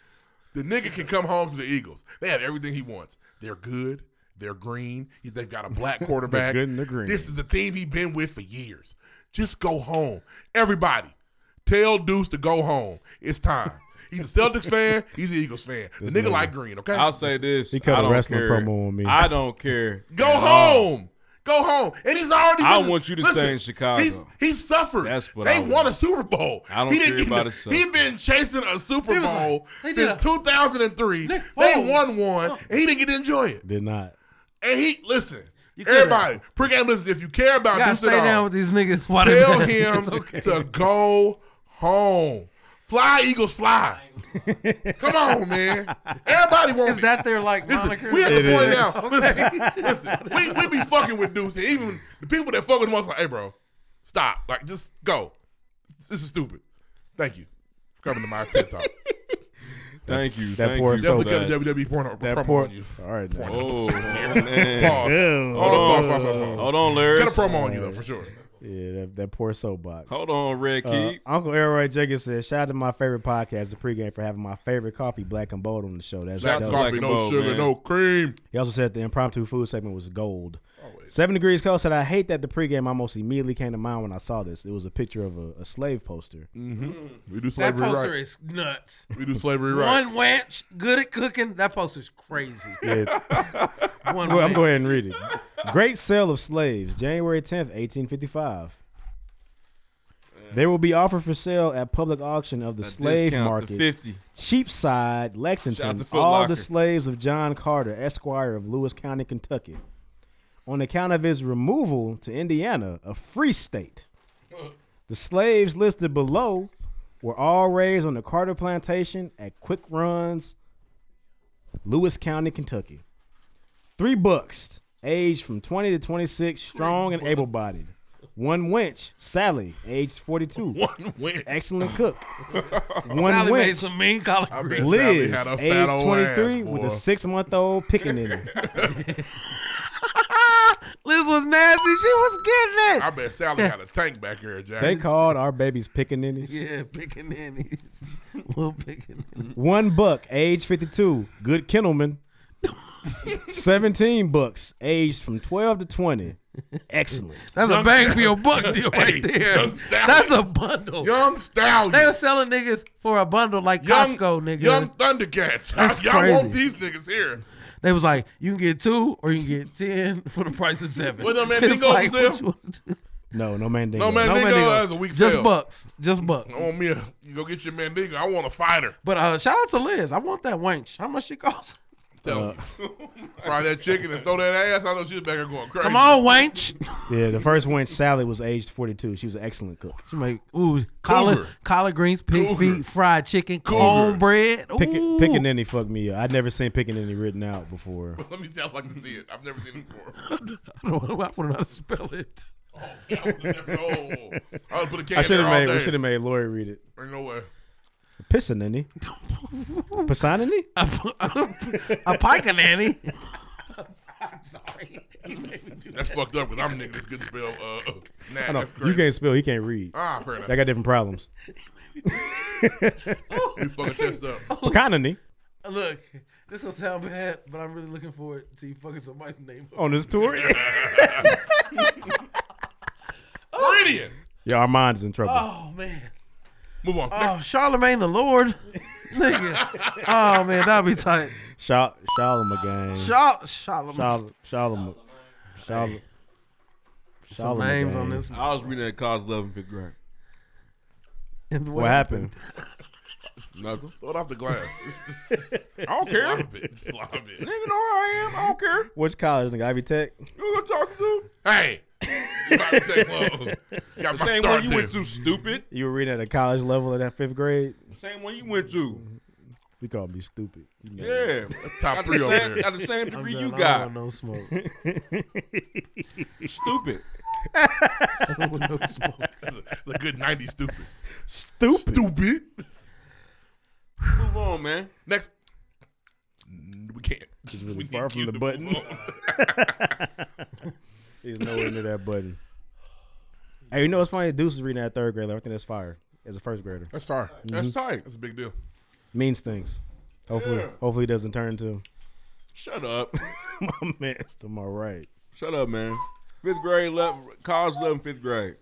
The nigga can come home to the Eagles. They have everything he wants. They're good. They're green. He- They've got a black quarterback. They're good and they're green. This is the team he's been with for years. Just go home. Everybody, tell Deuce to go home. It's time. He's a Celtics fan. He's an Eagles fan. The This nigga like green, okay? I'll say this. He cut I a don't wrestling care. promo on me. I don't care. Go at all. home. Go home. And he's already. I listen- want you to listen, stay in Chicago. He's, he's suffered. That's what they I won a Super Bowl. I don't he didn't care get about no- his He been chasing a Super Bowl they did since 2003. They Foles. won one, and he didn't get to enjoy it. Did not. And he listen. could've. Everybody, pregame listen. If you care about gotta this stay at all, down with these niggas. While they tell mad. him It's okay. to go home. Fly Eagles, fly. Come on, man. Everybody wants. Is that their like Listen, moniker? we at the It point is. now. Listen, listen. We, we be fucking with dudes. And even the people that fuck with them, I was like, hey, bro, stop. Like, just go. This is stupid. Thank you for coming to my TED talk. Thank you. That thank poor you for soul. Definitely got a WWE E porno That promo poor- on you. All right, now. Oh, Pause. man. Hold on, pause, pause, pause, pause. Hold on, Larry. Got a promo on you though, for sure. Yeah, that, that poor soapbox. Hold on, Red Uh, Key. Uncle Elroy Jenkins says, "Shout out to my favorite podcast, The Pregame, for having my favorite coffee, Black and Bold, on the show. That's Black dope. coffee, no Bold, sugar, man. no cream. He also said the impromptu food segment was gold. Seven Degrees Coast said, I hate that the pregame almost immediately came to mind when I saw this. It was a picture of a, a slave poster. We do That slavery poster right. is nuts. We do slavery right. One wench, good at cooking. That poster's crazy. Yeah. One well, I'm wench. going ahead and read it. Great sale of slaves, January 10th, 1855. They will be offered for sale at public auction of the A slave discount to market, 50. Cheapside, Shout out Lexington. to Foot All Locker. the slaves of John Carter, Esquire of Lewis County, Kentucky, on account of his removal to Indiana, a free state. The slaves listed below were all raised on the Carter plantation at Quick Runs, Lewis County, Kentucky. Three bucks, aged from 20 to 26, strong and able bodied. One wench, Sally, aged 42. One wench. Excellent cook. One Sally wench. made some mean collard I bet greens. Liz, Sally had a fat aged old 23, ass, with boy. a six month old picking in her. Liz was nasty. She was getting it. I bet Sally had a tank back here, Jack. They called our babies pickaninnies. Yeah, picking nannies. Little picking. One buck, age 52, good kennelman. 17 bucks, aged from 12 to 20, excellent. That's a bang for your buck deal right there. That's a bundle. Young Stallion. They were selling niggas for a bundle like Young- Costco, nigga. Young Thundercats. That's Y'all want crazy. these niggas here. They was like, you can get two or you can get ten for the price of seven. What no man It's Dingo like, sell? what you wanna do? No, no man. No man, No Dingo Mandingo. has a weak Just sale. bucks. Just bucks. I want me a, you go get your Mandingo. I want a fighter. But uh, shout out to Liz. I want that wench. How much she cost? I'm Uh, telling you. Fry that chicken and throw that ass. I know she's back here going crazy. Come on, wench. Yeah, the first wench, Sally, was aged 42. She was an excellent cook. She made, ooh, collard, collard greens, pig feet, fried chicken, cornbread. Ooh. Pickin- Pickaninny fucked me up. I'd never seen Pickaninny written out before. Let me see. I'd like to see it. I've never seen it before. I don't know how to spell it. I would never know. I would put a can I should there have all made. day. We should have made Lori read it. Ain't no way. Pissanini. Pissanini. A pickaninny. That's fucked up because I'm niggas couldn't spell. Uh, uh, nah, I know. that's You crazy. can't spell. He can't read. Ah, fair enough. They got different problems. You fucking chest up. Picanini Look, this gonna sound bad, but I'm really looking forward to you fucking somebody's name up. on this tour. Meridian. Yeah, Armand's in trouble. Oh man. Move on. Ah. Oh, Charlemagne the Lord. Nigga. Oh man, that'd be tight. Sha- Shalom again. Charl Charlemagne. Shalom. Shalom. Some Shalom. names on this. I was reading that cause love and pick right. And What happened? Nothing. Throw it off the glass. It's, it's, it's, I don't care. Slop it. Slop it. Nigga know who I am. I don't care. Which college, nigga? Ivy Tech. Who I'm talking to? Hey. You about to take one. Got The my same start one you there. went to, stupid. You were reading at a college level at that fifth grade. Same one you went to. You called me stupid. You know. Yeah. Top Got three the over same, there. Got the same I'm degree done. you I don't got. want no smoke. Stupid. I don't want no smoke. It's a, it's a good 90 stupid. Stupid. Stupid. Move on, man. Next. Mm, We can't. It's really we far need from you the to button. move on. He's nowhere near that button. Hey, you know what's funny? Deuce is reading that third grader. I think that's fire. As a first grader, That's fire. Mm-hmm. That's tight. That's a big deal. means things. Hopefully, Yeah. hopefully it doesn't turn to Shut up. my man's to my right. Shut up, man. Fifth grade left. College left in fifth grade.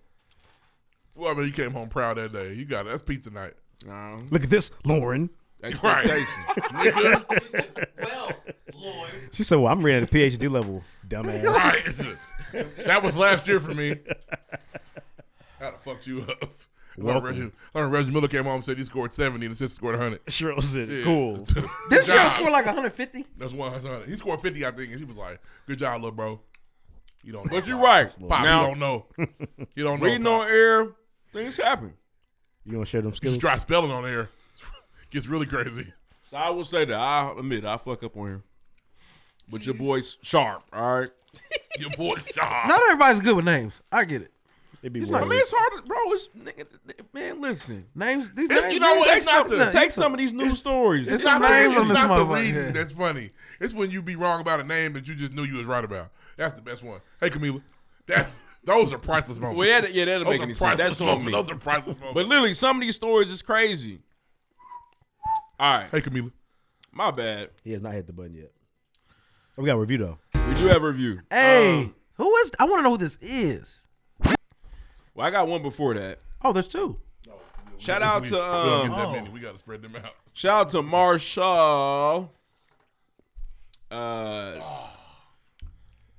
Well, I mean, you came home proud that day. You got it. That's pizza night. No. Look at this, Lauren. Expectation. She said, "Well, I'm reading at a PhD level, dumbass." Right. that was last year for me. How the fuck you up? I thought Welcome. Reggie, I thought Reggie Miller came home and said he scored 70 and his sister scored 100. Cheryl said, Yeah. "Cool." This Good show job. scored like 150. That's 100. He scored 50, I think, and he was like, good job, little bro. You don't know. But you're right. Pop, Now- you don't know. You don't know. Reading Pop. on air, things happen. You gonna share them You skills? should try spelling on air. Gets really crazy. So I will say that I admit I fuck up on here, but your boy's sharp. All right, Your boy sharp. Not everybody's good with names. I get it. It'd be It's I not- weird. mean it's hard, to, bro. It's nigga, man. Listen, Names. These It's- names. you know what? take It's not some, the- take some of these news stories. It's It's some not, the, names it's on this not the motherfucker. reading here. that's funny. It's when you be wrong about a name that you just knew you was right about. That's the best one. Hey, Camila. That's those are priceless moments. Well, yeah, that- yeah, that'll Those make are any sense. priceless That's on moments. me. Those are priceless moments. But literally, some of these stories is crazy. All right, Hey, Camila. my bad. He has not hit the button yet. We got a review though. We do have a review. um, Hey, Who is? I want to know who this is. Well, I got one before that. Oh, there's two. Shout out We- to we don't um, get that many. We gotta spread them out. shout out to Marshall. Uh,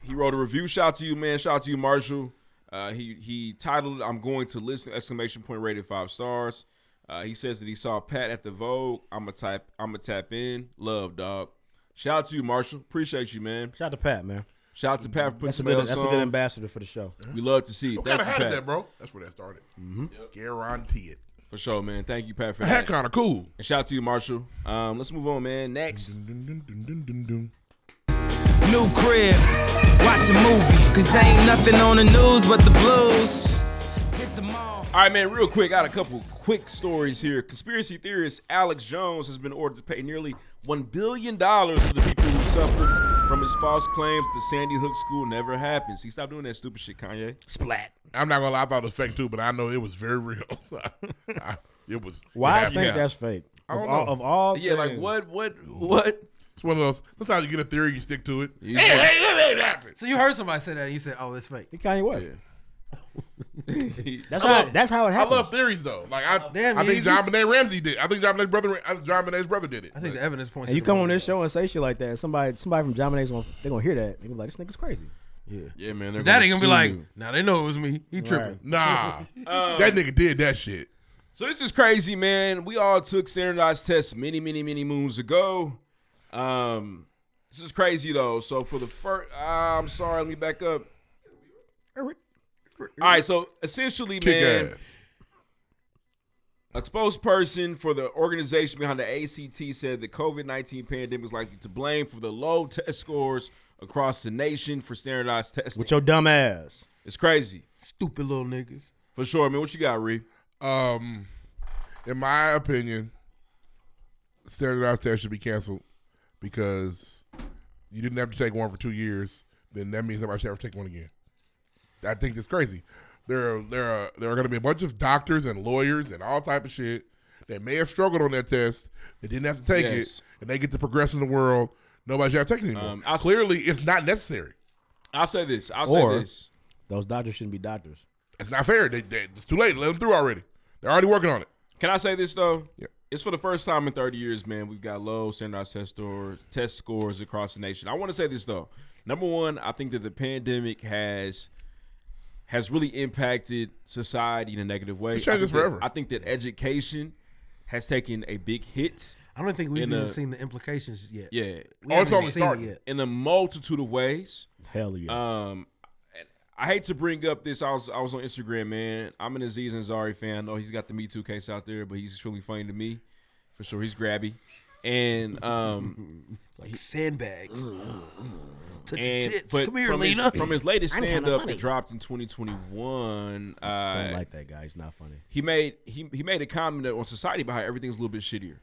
he wrote a review. Shout out to you, man. Shout out to you, Marshall. Uh, he he titled it, "I'm going to listen!" Exclamation point rated five stars. Uh, he says that he saw Pat at the Vogue. I'm a type. I'm a tap in. Love, dog. Shout out to you, Marshall. Appreciate you, man. Shout out to Pat, man. Shout out to Pat for putting That's a some good. else That's a on. good ambassador for the show. We love to see. it. What kind of Thank hat you, is Pat. that, bro? That's where that started. Mhm. Guarantee it. For sure, man. Thank you, Pat, for That that. kinda cool. And shout out to you, Marshall. Um, let's move on, man. Next. New crib, watch a movie. Cause ain't nothing on the news but the blues. All right, man. Real quick, I got a couple quick stories here. Conspiracy theorist Alex Jones has been ordered to pay nearly one billion dollars to the people who suffered from his false claims that the Sandy Hook school never happens. He stopped doing that stupid shit, Kanye. Splat. I'm not gonna lie, I thought it was fake too, but I know it was very real. I- it was. Why it I happened. think that's fake. I Of don't all- know. of all Yeah, like, things. what- what, what? It's one of those. Sometimes you get a theory, you stick to it. Hey, just- hey, hey, hey, that- So you heard somebody say that, and you said, "Oh, it's fake." It Kanye West. That's I how. love- That's how it happens. I love theories though. Like I, Damn, I think Yeezy. John Benet Ramsey did. I think John Benet's brother. I think John Benet's brother did it. I think the evidence points. And you come on this show and say shit like that, and somebody, somebody from John Bonet is gonna, they're gonna hear that. They gonna be like, this nigga's crazy. Yeah. Yeah, man. Daddy they're gonna, be sue like, you. "Now they know it was me. He tripping." Nah, that nigga did that shit. So this is crazy, man. We all took standardized tests many, many, many moons ago. Um, this is crazy though. So for the first, I'm sorry, let me back up. All right, so essentially, Kick man, a spokesperson for the organization behind the ACT said the COVID 19 pandemic is likely to blame for the low test scores across the nation for standardized testing. With your dumb ass. It's crazy. Stupid little niggas. For sure, man. What you got, Ree? Um, in my opinion, standardized tests should be canceled because you didn't have to take one for two years. Then that means nobody should ever take one again. I think it's crazy. There, are, there, are, there are going to be a bunch of doctors and lawyers and all type of shit that may have struggled on that test. They didn't have to take Yes. it, and they get to progress in the world. Nobody should have taken it anymore. Um, I'll- Clearly, it's not necessary. I'll say this. I'll say or this. those doctors shouldn't be doctors. It's not fair. They, they, it's too late. Let them through already. They're already working on it. Can I say this though? Yeah. It's for the first time in 30 years, man. We've got low standardized test scores, test scores across the nation. I want to say this though. Number one, I think that the pandemic has has really impacted society in a negative way. It changes I think that- forever. I think that education has taken a big hit. I don't think we've in even a- seen the implications yet. Yeah, Oh, we haven't even seen it yet. in a multitude of ways. Hell yeah. Um, and I hate to bring up this. I was I was on Instagram, man. I'm an Aziz Ansari fan. I know he's got the Me Too case out there, but he's extremely funny to me, for sure. He's grabby, and um, like sandbags. Touch your and- tits. but Come here, from Lena. His, from his latest I'm kinda stand up funny. that dropped in 2021, uh, I don't like that guy. He's not funny. he made he he made a comment that on society behind everything's a little bit shittier.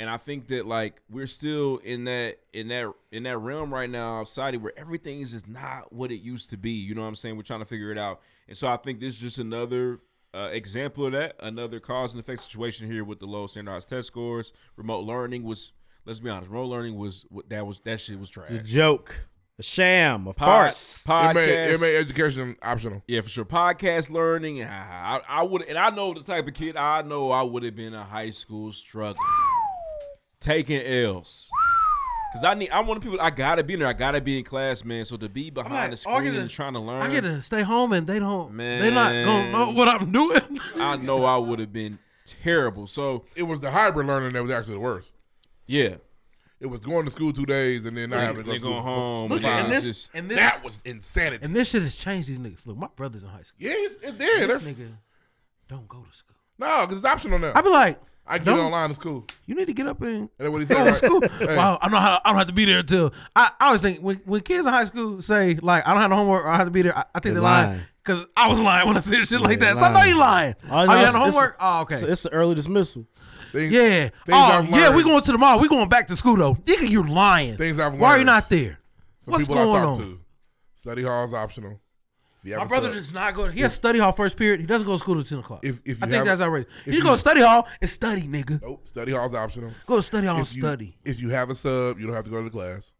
And I think that like we're still in that in that in that realm right now of society where everything is just not what it used to be. You know what I'm saying? We're trying to figure it out. And so I think this is just another uh, example of that, another cause and effect situation here with the low standardized test scores. Remote learning was let's be honest, remote learning was that was that shit was trash. It's a joke, a sham, a Pod- farce. Podcast, It made, it made education optional. Yeah, for sure. Podcast learning. ah, I, I would, and I know the type of kid I know. I would have been in high school struggling, taking L's. Cause I need, I'm one of the people. I gotta be in there. I gotta be in class, man. So to be behind like, the oh, I screen gotta- and trying to learn, I get to stay home, and they don't. man, They're not gonna know what I'm doing. I know I would have been terrible. So It was the hybrid learning that was actually the worst. Yeah. It was going to school two days and then not having to go to Then school going for- home for and five. then This- just- and this- that was insanity. and this shit has changed these niggas. Look, my brother's in high school. Yeah, it's, it did. This That's, nigga don't go to school. No, because it's optional now. I be like, I can don't- get online to school. You need to get up and That's what he go said. to Right? school. Hey, Wow, I know how I don't have to be there until I, I always think when, when kids in high school say like I don't have no homework or I have to be there, I, I think They're they're lying lying. because I was lying when I said shit like Yeah, that. So I know lying. you lying. Oh, Oh, you no, it's- have no it's- homework? Oh, okay. It's, it's an early dismissal. yeah. Oh, yeah. We going to the mall. We going back to school though. Nigga, you're lying. Things I've Why are you learned not there? from What's people I going talk on? to, study hall is optional. If you My have a brother sub- does not go. He has study hall first period. He doesn't go to school till ten o'clock. If, if I you think have- that's already. if You you- go to study hall and study, nigga. Nope. Study hall is optional. Go to study hall If and you- study. If you have a sub, you don't have to go to the class.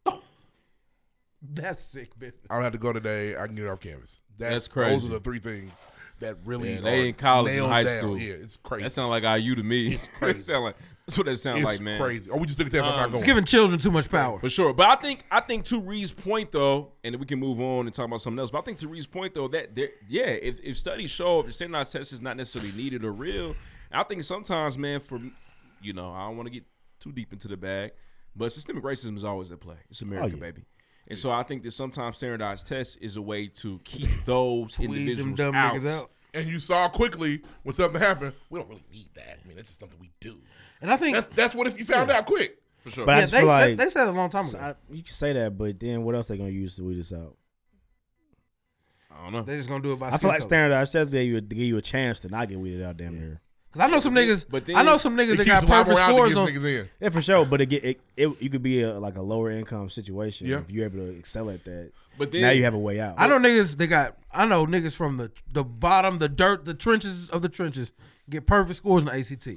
That's sick business. I don't have to go today. I can get it off canvas. That's, That's crazy. Those are the three things that really Yeah, they are in college and nailed high down. school. Yeah, it's crazy. That sound like IU to me. It's crazy. sound like, that's what that sound It's like, man. Um, crazy. Or we just look at that if I'm not It's giving children too much power. For sure. But I think I think to Reed's point though, and we can move on and talk about something else. But I think to Reed's point though, that there yeah, if, if studies show if the standardized test is not necessarily needed or real, I think sometimes, man, for you know, I don't want to get too deep into the bag, but systemic racism is always at play. It's America, yeah. baby. And so I think that sometimes standardized tests is a way to keep those Weed them individuals dumb out. niggas out. And you saw quickly when something happened. We don't really need that. I mean, that's just something we do. And I think that's, that's what if you found out quick. For But I yeah, just they feel said, like- they said it a long time ago. I- you can say that, but then what else they gonna use to weed us out? I don't know. They just gonna do it by. I feel like standardized tests give you a, give you a chance to not get weeded out, damn near. Cause I know some niggas. But then- I know some niggas It that keeps got the perfect morale to scores get on. niggas in. Yeah, for sure. But it get it, it you could be a, like a lower income situation Yeah. if you're able to excel at that. But now then- you have a way out. I know niggas. They got. I know niggas from the the bottom, the dirt, the trenches of the trenches get perfect scores in the ACT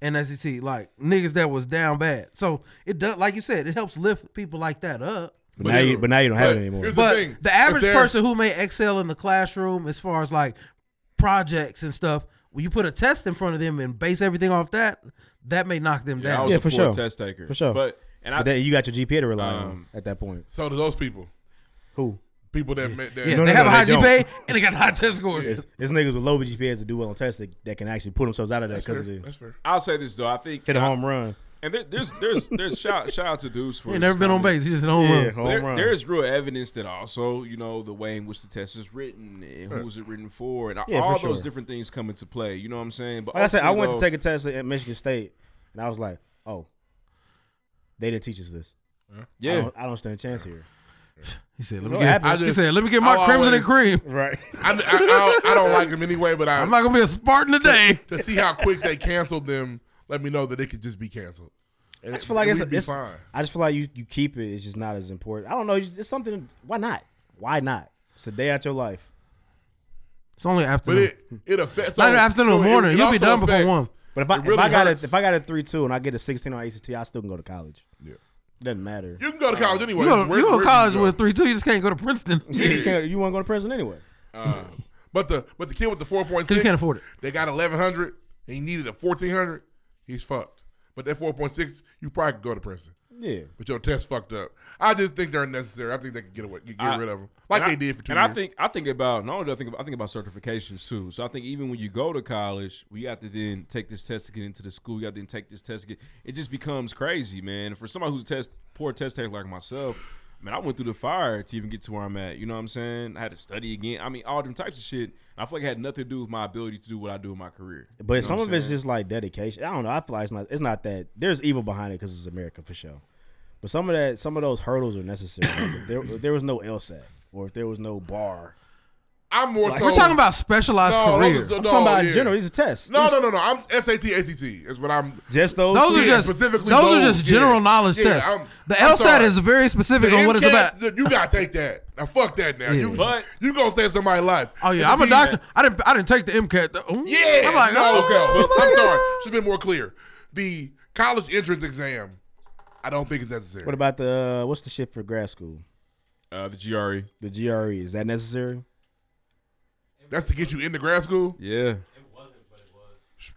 and SAT. Like niggas that was down bad. So it does, like you said, it helps lift people like that up. But now you- but now you don't have it anymore. Here's but the thing. the average If they're- person who may excel in the classroom as far as like projects and stuff, when you put a test in front of them and base everything off that, that may knock them I down. was a poor Test taker. For sure. But and I But then you got your GPA to rely on Um, at that point. So do those people. Who? People that met that. Yeah, they have a high don't. GPA and they got high test scores. It's, it's niggas with low GPAs that do well on tests that, that can actually pull themselves out of that That's because of fair. the That's fair. I'll say this though. I think hit a home run. And there, there's there's there's shout shout out to Deuce for He his never been on base. comments. He just hit a home Yeah, run. home There- run. There's real evidence that also you know the way in which the test is written and who's it written for and Uh. Yeah, all for those sure. different things come into play. You know what I'm saying? But Like I said, I ultimately, went to though- take a test at Michigan State, and I was like, oh, they didn't teach us this. Yeah. I don't, I don't stand a chance here. He said, "Let That's what me get." happened. he said, "Let me get my I crimson and always- cream." Right. I, I, I, I don't like them anyway, but I, I'm not gonna be a Spartan today. To, see how quick they canceled them, let me know that they could just be canceled. And I just feel like we'd it's, be it's fine. I just feel like you, you keep it. It's just not as important. I don't know. It's just- it's something. Why not? Why not? It's a day out your life. It's only But afternoon. it it affects. Not afternoon, it- morning. it You'll be also done before affects- one. But if I it if I got hurts. a, if I got a three two and I get a sixteen on ACT, I still can go to college. Yeah. Doesn't matter. you can go to college anyway. Uh, you go, Where- you go where to you college go. with three two. You just can't go to Princeton. Yeah, you, can't, you won't go to prison anyway. Uh, but the but the kid with the four point Cause six, you can't afford it. They got eleven hundred. and He needed a fourteen hundred. He's fucked. But that four point six, you probably could go to Princeton. Yeah. But your test fucked up. I just think they're unnecessary. I think they could get away, get I- rid of them like and they I- did for two And years. I think I think about not only do I think about, I think about certifications too. So I think even when you go to college, we have to then take this test to get into the school. You have to then take this test to get. It just becomes crazy, man. And for somebody who's a test poor test taker like myself, man, I went through the fire to even get to where I'm at. You know what I'm saying? I had to study again. I mean, all them types of shit. I feel like it had nothing to do with my ability to do what I do in my career. But You know some what I'm of it's saying? just like dedication. I don't know. I feel like it's not. It's not that there's evil behind it because it's America for sure. But some of that, some of those hurdles are necessary. Like, if there, if there was no LSAT, or if there was no bar. I'm more Like, so. we're talking about specialized No, those career. are- I'm no, talking about in yeah. general. These are tests. No, These- no, no, no. I'm SAT, ACT E is what I'm. Just those. Those are Yeah, just specifically those are those, just yeah. general knowledge Yeah, tests. I'm- the I'm LSAT sorry. is very specific on what it's about. MCATs, You gotta take that. Now fuck that. Now you But- you gonna save somebody's life. Oh yeah, I'm a doctor. I didn't I didn't take the MCAT. though. Ooh. Yeah. I'm like, no, oh, okay. my I'm God. sorry. Should have been more clear. The college entrance exam, I don't think is necessary. What about the uh, what's the shit for grad school? uh, the GRE. The GRE is that necessary? That's to get you into grad school. Yeah.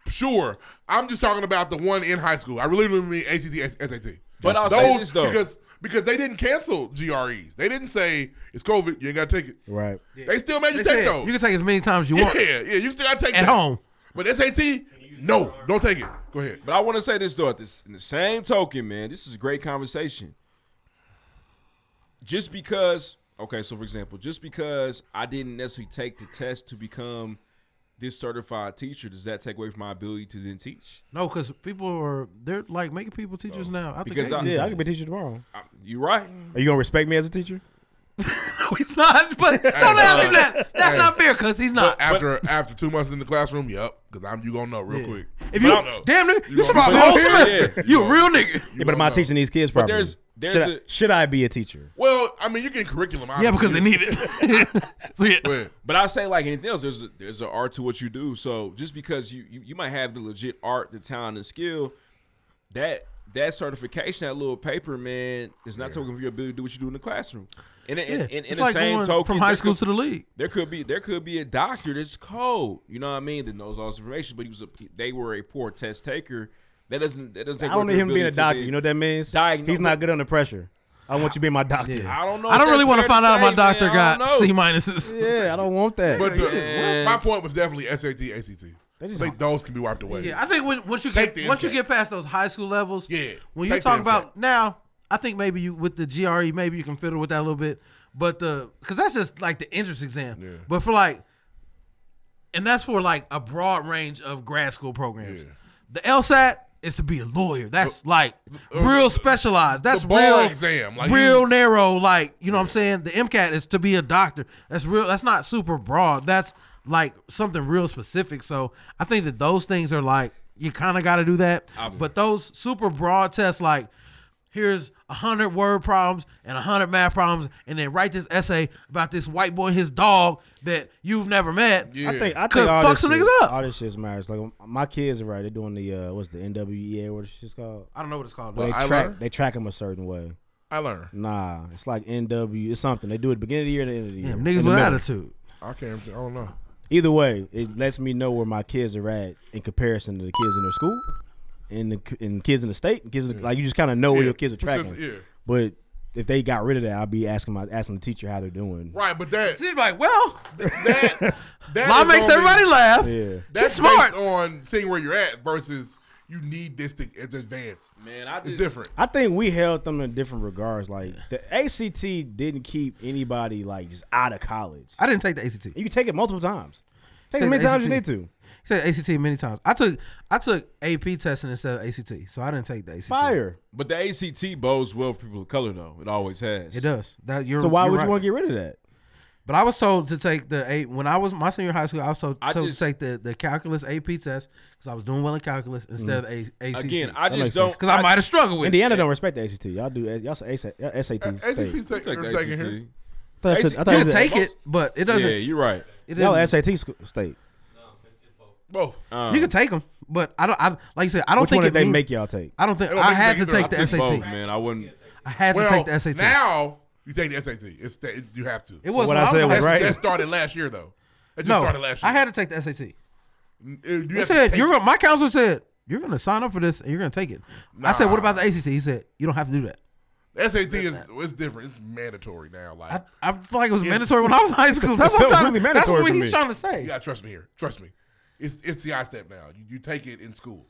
Sure. I'm just talking about the one in high school. I really really mean ACT, SAT. But I'll say this, though. because because they didn't cancel GREs. They didn't say it's COVID. You ain't gotta take it. Right. They still made you They take said, those. You can take as many times as you yeah, want yeah, you still gotta take at that. home. But SAT, no, don't take it. Go ahead. But I want to say this though, at this in the same token, man, this is a great conversation. Just because, okay, so for example, just because I didn't necessarily take the test to become this certified teacher, does that take away from my ability to then teach? No, because people are they're like making people teachers now. I think Because I- Yeah, I could be a teacher tomorrow. You right? Are you gonna respect me as a teacher? he's not. But don't ask him that. That's hey. not fair, cause he's not. But uh, after after two months in the classroom, yep, because I'm you gonna know real quick. If you But I know. damn nigga, you, gonna survived the know. whole Yeah. semester. you a real nigga. Yeah, but am I teaching these kids properly? there's- there's should, I, a- should I be a teacher? Well, I mean, you're getting curriculum. Yeah, because they need it. so yeah, But But I say like anything else, there's a, there's an art to what you do. So just because you, you you might have the legit art, the talent, and skill, that that certification, that little paper, man, is not token for your ability to do what you do in the classroom. And, and, Yeah, and, and it's the like same going token, from high there school could- to the league. There could be there could be a doctor that's cold, you know what I mean, that knows all this information, but he was a, they were a poor test taker. That doesn't that doesn't. I take don't away need from him your being a ability to doctor. be- You know what that means? Diagno- He's not good under pressure. I want you to be my doctor. I don't know. I if don't really that's want to fair find out say, my man. doctor I got don't know. C minuses. Yeah, I don't want that. But the- Yeah. my point was definitely SAT, ACT. I just- think those can be wiped away. Yeah, I think when, once you Take get the once you impact. get past those high school levels, yeah. When you take the talk about now, I think maybe you with the GRE, maybe you can fiddle with that a little bit, but the because that's just like the entrance exam. But for like, and that's for like a broad range of grad school programs. The LSAT is to be a lawyer. That's like real specialized. That's the bar real exam, like real you- narrow. Like you know what I'm saying. The MCAT is to be a doctor. That's real. That's not super broad. That's like something real specific. So I think that those things are like you kind of got to do that. But those super broad tests, like here's a hundred word problems and a hundred math problems, and then write this essay about this white boy and his dog that you've never met. I think I think could all fuck this some shit- niggas up. All this shit's matters. Like my kids are right. They're doing the uh, what's the NWEA? What is shit's called? I don't know what it's called. Where Well, they I track learn. they track them a certain way. I learn. Nah, it's like NW. It's something they do at the beginning of the year and the end of the year. Damn, In niggas the with middle. attitude. I can't. I don't know. Either way, it lets me know where my kids are at in comparison to the kids in their school, and the and kids in the state, and kids in the- like you just kind of know where Yeah. your kids are Percent- tracking. yeah. But if they got rid of that, I'd be asking my asking the teacher how they're doing. Right, but that she's like, well, that Law is makes on the- everybody laugh. Yeah. That's She's smart. based on seeing where you're at versus you need this to it's advanced. Man, I it's different. I think we held them in different regards. Like the ACT didn't keep anybody like just out of college. I didn't take the ACT. You can take it multiple times. Take it as many the times as you need ACT. to. He said ACT many times. I took I took AP testing instead of ACT, so I didn't take the ACT. Fire. But the ACT bodes well for people of color, though. It always has. It does. That you're. so why you're would right. you want to get rid of that? But I was told to take the eight when I was my senior high school. I was told, I told just- to take the, the calculus AP test because I was doing well in calculus instead Mm. of a, ACT. Again, I That just makes sense. don't- because I, I- might have struggled with. Indiana don't respect the ACT. Y'all do. Y'all say ACT. y'all SAT. ACT state. take, Take take the taking ACT. here. thought it was- I thought you it can was- take it, but it doesn't. Yeah, you're right. It Y'all doesn't- SAT sc- state. Both. you can take them, but I don't. I, like you said, I don't Which think one it did they mean- make y'all take? I don't think They don't I make you take had to either. take I the took SAT. Both, man. I wouldn't. Oh, I had to well, take the SAT. Now you take the SAT. It's that you have to. It was What when I I said was- That's- was right. That started last year though. It just no, started last year. I had to take the SAT. It- you He have to said, take "You're it. gonna, my counselor said you're going to sign up for this and you're going to take it." I said, "What about the ACT?" He said, "You don't have to do that." SAT is it's different. It's mandatory now. Like I, I feel like it was mandatory when I was in high school. That's what I'm It's trying. really to That's mandatory what for he's me. trying to say. You gotta trust me here. Trust me. It's it's the I step now. You, you take it in school.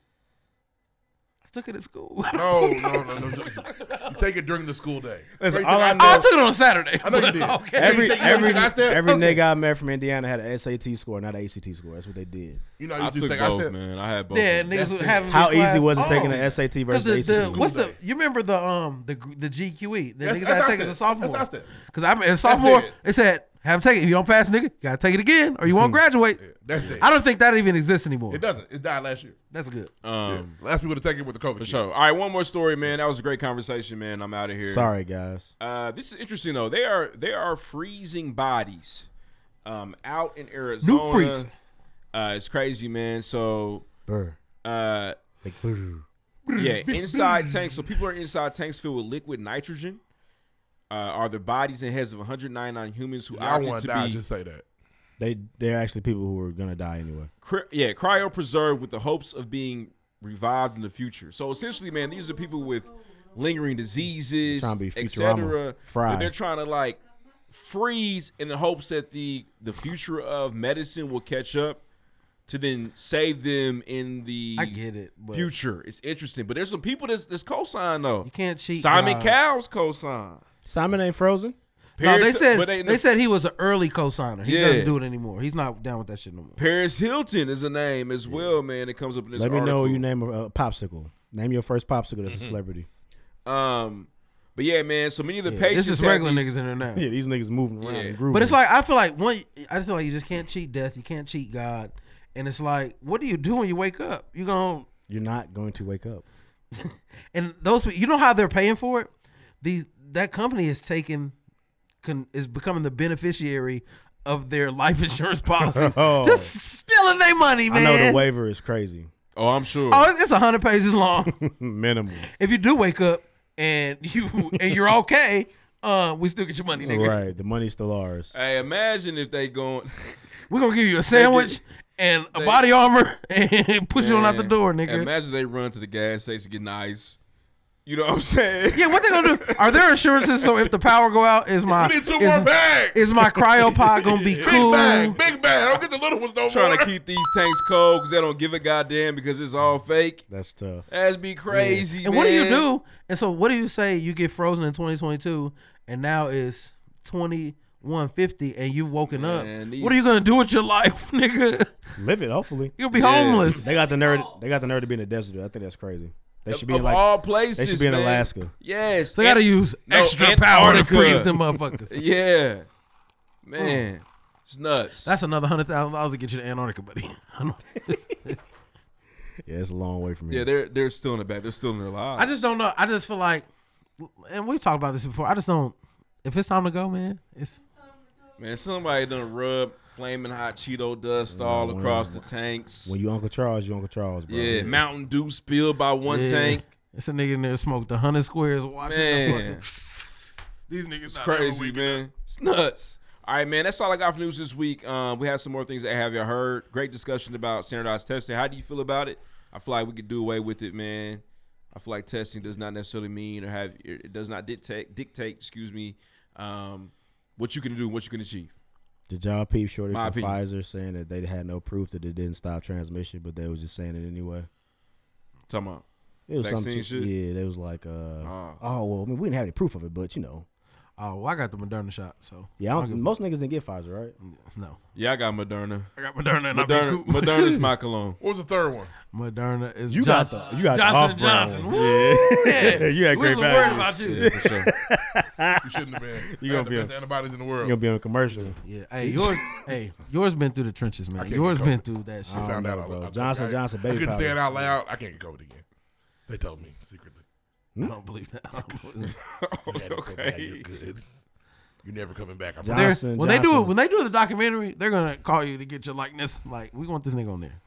I took it at school. No, no, no, no. You take it during the school day. Listen, You all take I it- know- Oh, I took it on a Saturday. I know you did. Okay. Every You take- you every take I step? every Okay. nigga I met from Indiana had an SAT score, not an ACT score. That's what they did. You know, you I just took take I both, step. man. I had both. Yeah, of them. niggas would have me How in class. easy was it taking Oh. an SAT 'Cause versus the, the, the, ACT? what's the you remember the um the gr- the GQE the That's- niggas that's had our to take it step. as a sophomore That's our step. because I'm as a sophomore dead. it said have to take it if you don't pass nigga you gotta take it again or you won't graduate That's dead. I don't think that even exists anymore It doesn't. It died last year. that's good Um, Last we would have taken it with the COVID. For sure. All right, one more story, man. That was a great conversation, man. I'm out of here. Sorry, guys. Uh, this is interesting though. They are they are freezing bodies, um, out in Arizona. New freezing. Uh, it's crazy, man. So, Brr. uh, Like, brr. yeah, inside tanks. So people are inside tanks filled with liquid nitrogen. Uh, are the bodies and heads of 199 humans who I opted want to to die. be Just say that. They they're actually people who are gonna die anyway. cry- yeah, cryo preserved with the hopes of being revived in the future. So essentially, man, these are people with lingering diseases, Trying to be Futurama. etc. Fry. They're trying to like freeze in the hopes that the the future of medicine will catch up to then save them in the I get it, but- future. It's interesting, but there's some people that's, that's co-sign though. You can't cheat Simon God. Cowell's co-sign. Simon ain't frozen. no they Paris- said but they, they- said he was an early co-signer he Yeah. doesn't do it anymore he's not down with that shit no more Paris Hilton is a name as well, man. It comes up in this. Let me article. know you name a, a popsicle. Name your first popsicle that's a celebrity. Um, but yeah, man. So many of the Yeah, patients. this is have regular these- niggas in there now Yeah, these niggas moving around. And grooving. But it's like I feel like one. I just feel like you just can't cheat death. You can't cheat God. And it's like, what do you do when you wake up? You gonna you're not going to wake up. and those pe- you know how they're paying for it. These that company is taking can, is becoming the beneficiary of their life insurance policies, Oh. just stealing their money, I man. know the waiver is crazy. Oh, I'm sure. Oh, it's hundred pages long. Minimum. if you do wake up and you and you're okay, uh, we still get your money, nigga. Right. The money's still ours. Hey, imagine if they going. We're gonna give you a sandwich and a body armor and push you on out the Man, door, nigga. Imagine they run to the gas station getting ice. You know what I'm saying? yeah, what they gonna do? Are there insurances? So if the power go out, is my We need two is, more bags. is my cryopod gonna be cool? big bag. I'll get the little ones no Trying more. to keep these tanks cold because they don't give a goddamn because it's all fake. That's tough. That's be crazy. And what do you man. do? And so what do you say? You get frozen in 2022, and now it's 2150, and you've woken Man, up. these- What are you gonna do with your life, nigga? Live it, hopefully. You'll be Yeah. homeless. They got the nerd. They got the nerd to be in the desert. dude. I think that's crazy. They should be Of in like all places. They should be in man. Alaska. Yes. They gotta use extra power to freeze them motherfuckers. yeah. Man. It's nuts. That's another hundred thousand dollars to get you to Antarctica, buddy. I don't- Yeah, it's a long way from here. Yeah, they're they're still in the back. They're still in their lives. I just don't know. I just feel like, and we've talked about this before. I just don't. If it's time to go, man, it's Man, somebody done rub flaming hot Cheeto dust all when- across the tanks. When you Uncle Charles, you Uncle Charles, bro. yeah, Mountain Dew spilled by one Yeah. tank. It's a nigga in there smoked a hundred squares watching. the Man. fucking- These niggas it's not ever crazy, man. It's nuts. All right, man. That's all I got for news this week. Um, we have some more things that have you heard. Great discussion about standardized testing. How do you feel about it? I feel like we could do away with it, man. I feel like testing does not necessarily mean or have it does not dictate dictate. Excuse me, um, what you can do and what you can achieve. Did y'all peep shorty My from opinion. Pfizer saying that they had no proof that it didn't stop transmission, but they was just saying it anyway? Talking about It was something. vaccine shit. Yeah, they was like, uh, oh well, I mean, we didn't have any proof of it, but you know, Oh, well, I got the Moderna shot, so yeah, I I'll don't, give- most niggas didn't get Pfizer, right? No, Yeah, I got Moderna. I got Moderna and I'll be Moderna, cool. Moderna's my cologne. What was the third one? Moderna is You got Johnson. the- you got the Johnson and off-brand Johnson. one. Woo, Yeah. yeah. You had we great was worried value. about you. Yeah, for sure. You shouldn't have been. You I gonna had the be best on- antibodies in the You world. gonna be on a commercial? Yeah, hey, yours, hey, yours been through the trenches, man. can't Yours get been COVID. through that shit. I found out, bro. I- I- Johnson I- Johnson, I baby couldn't say it powder. out loud. I can't get COVID again. They told me secretly. I don't believe that. I don't believe that. You had it so bad, you're good. You're never coming back. I'm When they're- when they do it, when they do the documentary, they're gonna call you to get your likeness. Like we want this nigga on there.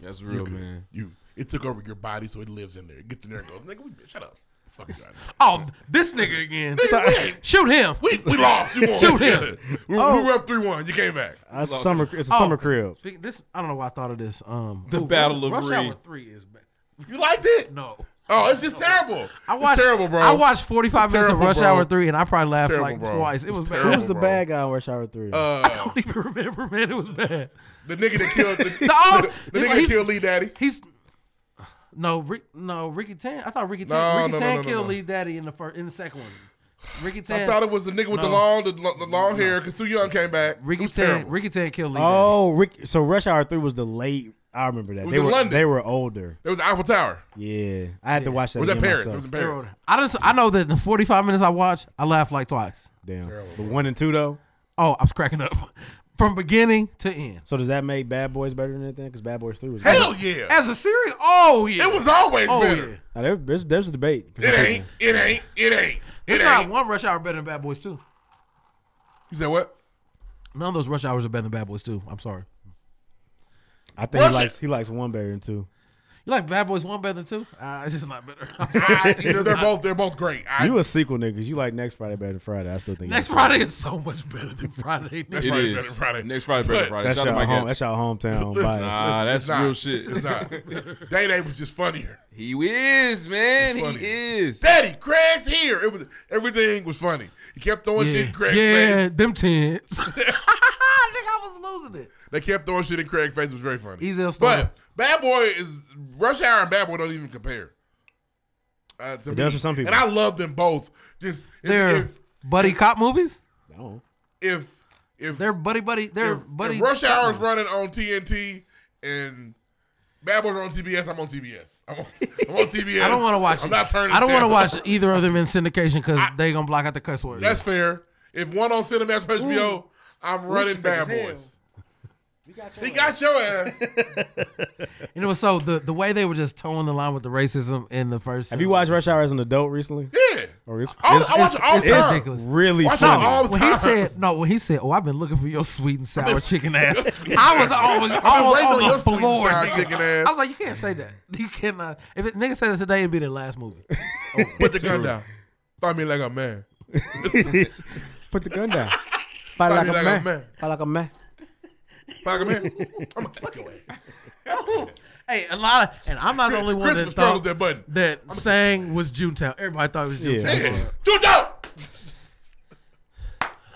That's You real, good. man. You. It took over your body, so it lives in there. It gets in there and goes, nigga, we, shut up. Fucking God. Oh, this nigga again. Nigga, we ain't- Shoot him. We, we lost. You won. Shoot him. Oh. we, we were up 3 1. You came back. That's summer. It's a summer crib. Speak- This I don't know why I thought of this. Um, The ooh, Battle of Rush Rush Hour Ree. Three is bad. You liked it? No. Oh, it's just terrible. I watched it's terrible, bro. I watched forty five It's minutes terrible, of Rush bro. Hour Three, and I probably laughed Terrible, like bro. twice. It It's was bad. terrible, Who's the bro. bad guy on Rush Hour Three? I Uh, don't even remember, man. It was bad. the nigga that killed the, No, the, the nigga that he's- killed Lee Daddy. He's No, Rick, no, Ricky Tan. I thought Ricky No, Tan. Ricky no, no, Tan no, no, killed no. Lee Daddy in the first, in the second one. Ricky Tan. I thought it was the nigga with the No. long, the, lo- the long hair. Cause Sue Young came back. Ricky Tan- Ricky Tan killed Lee. Oh, Rick. So Rush Hour Three was the late. I remember that. was They in were London. they were older. It was the Eiffel Tower. Yeah, I had to watch that. Was that again Paris? myself. It was in Paris. I just I know that the forty five minutes I watched, I laughed like twice. Damn. But one and two though. Oh, I was cracking up from beginning to end. So does that make Bad Boys better than anything? Because Bad Boys Three was Hell yeah. As a series, oh yeah, It was always Oh, better. yeah. Now, there- there's there's a debate. It ain't. It ain't. It ain't. It There's ain't. not one rush hour better than Bad Boys Two. You said what? None of those rush hours are better than Bad Boys Two. I'm sorry. I think he Rush- likes he likes one better than two. You like Bad Boys One better than Two? Uh, it's just not better. they're, they're both. They're both great. I, you a sequel nigga. You like Next Friday better than Friday. I still think Next it's- Friday is so much better than Friday. Next It Friday's is. better than Friday. Next Friday's better than But- Friday. That's Shout out y'all, to my home, cats. that's y'all hometown Listen, bias. Nah, that's it's not. real shit. It's not. Day Day was just funnier. He is, man. It's He funny. is. Daddy, Craig's here. It was everything was funny. He kept throwing shit in Craig's yeah, face. them tens. I think I was losing it. They kept throwing shit in Craig's face. It was very funny. Easy as Storm. But Bad Boy is Rush Hour and Bad Boy don't even compare. Uh, to It does for some people. and I love them both. Just if- They're if buddy cop movies. No. if if They're buddy buddy. They're if, buddy. if Rush Hour is cop running movies. on TNT and Bad Boys are on TBS, I'm on TBS. I'm on, I'm on TBS. I don't want to watch I'm it. not turning. I don't want to channels. watch either of them in syndication because they gonna block out the cuss words. That's fair. If one on Cinemax or HBO, I'm running Lucifer Bad is hell. Boys. He got your ass. You know, so the the way they were just towing the line with the racism in the first. Have you watched Rush Hour as an adult recently? Yeah. Or it's, Oh, All- it's, I watch it's- it all the it's time. ridiculous. really Watch it funny. all the When he time. said- no, when he said, "Oh, I've been looking for your sweet and sour chicken ass," I was always I've been I was waiting on on your the sweet and floor. sour nigga. chicken ass. I was like, "You can't say that. You cannot." If it, nigga said it today, it'd be the last movie. Oh, Put the gun down. Fight me like a man. Put the gun down. Fight Fight me like, a, like a man. man. Fight like a man. Fuck him in. I'm gonna fuck your ass. Hey, a lot of, and I'm not the only one Christopher that struggled thought that button. that sang was Junetown. Everybody thought it was Junetown. Yeah. Dude, out.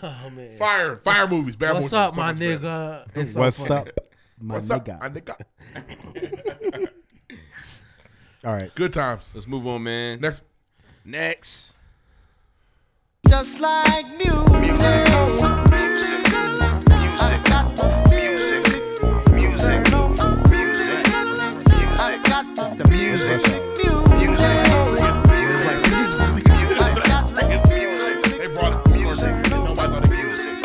Oh man. Fire, fire movies. Bad What's movies. up, So my much better. nigga? It's so What's funny. up, my What's nigga? up, my nigga? All right. Good times. Let's move on, man. Next. Next. Just like music. Music. Music. I've got music. Music. Music. I've got the music.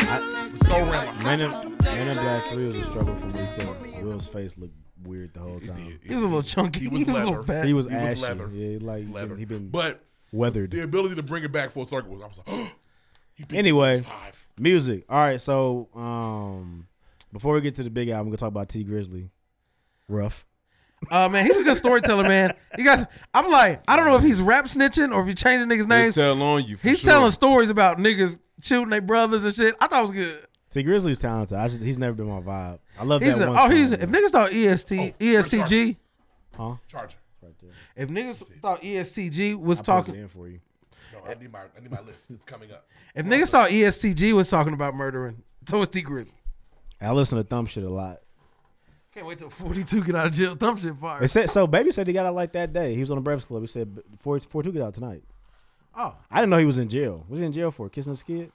Men in, Men in Black 3 was a struggle for me because Will's face looked weird the whole time. He was a little chunky. He was, a little fat. He was He was ashy. leather. Yeah, like leather. he been But weathered. the ability to bring it back full circle was. I was like, oh, he beat anyway, five. music. All right, so um, before we get to the big album, we're gonna talk about T Grizzly. Rough. Uh, man, he's a good storyteller, man. You guys, I'm like, I don't know if he's rap snitching or if he's changing niggas' names. tell on you for He's sure. telling stories about niggas shooting their brothers and shit. I thought it was good. T Grizzly's talented. I just, he's never been my vibe. I love He's that a, one. oh, he's song, if niggas thought EST ESTG, huh? Charger. if niggas thought E ESTG was I plugged it talking, in for you. No, I need my, I need my list. It's coming up. if niggas thought E ESTG was talking about murdering, so was T Grizzly. I listen to Thumb shit a lot. Can't wait till 42 get out of jail. Thumb shit fire. It said so. Baby said he got out like that day. He was on the Breakfast Club. He said four four two get out tonight. Oh. I didn't know he was in jail. Was he in jail for kissing his kid?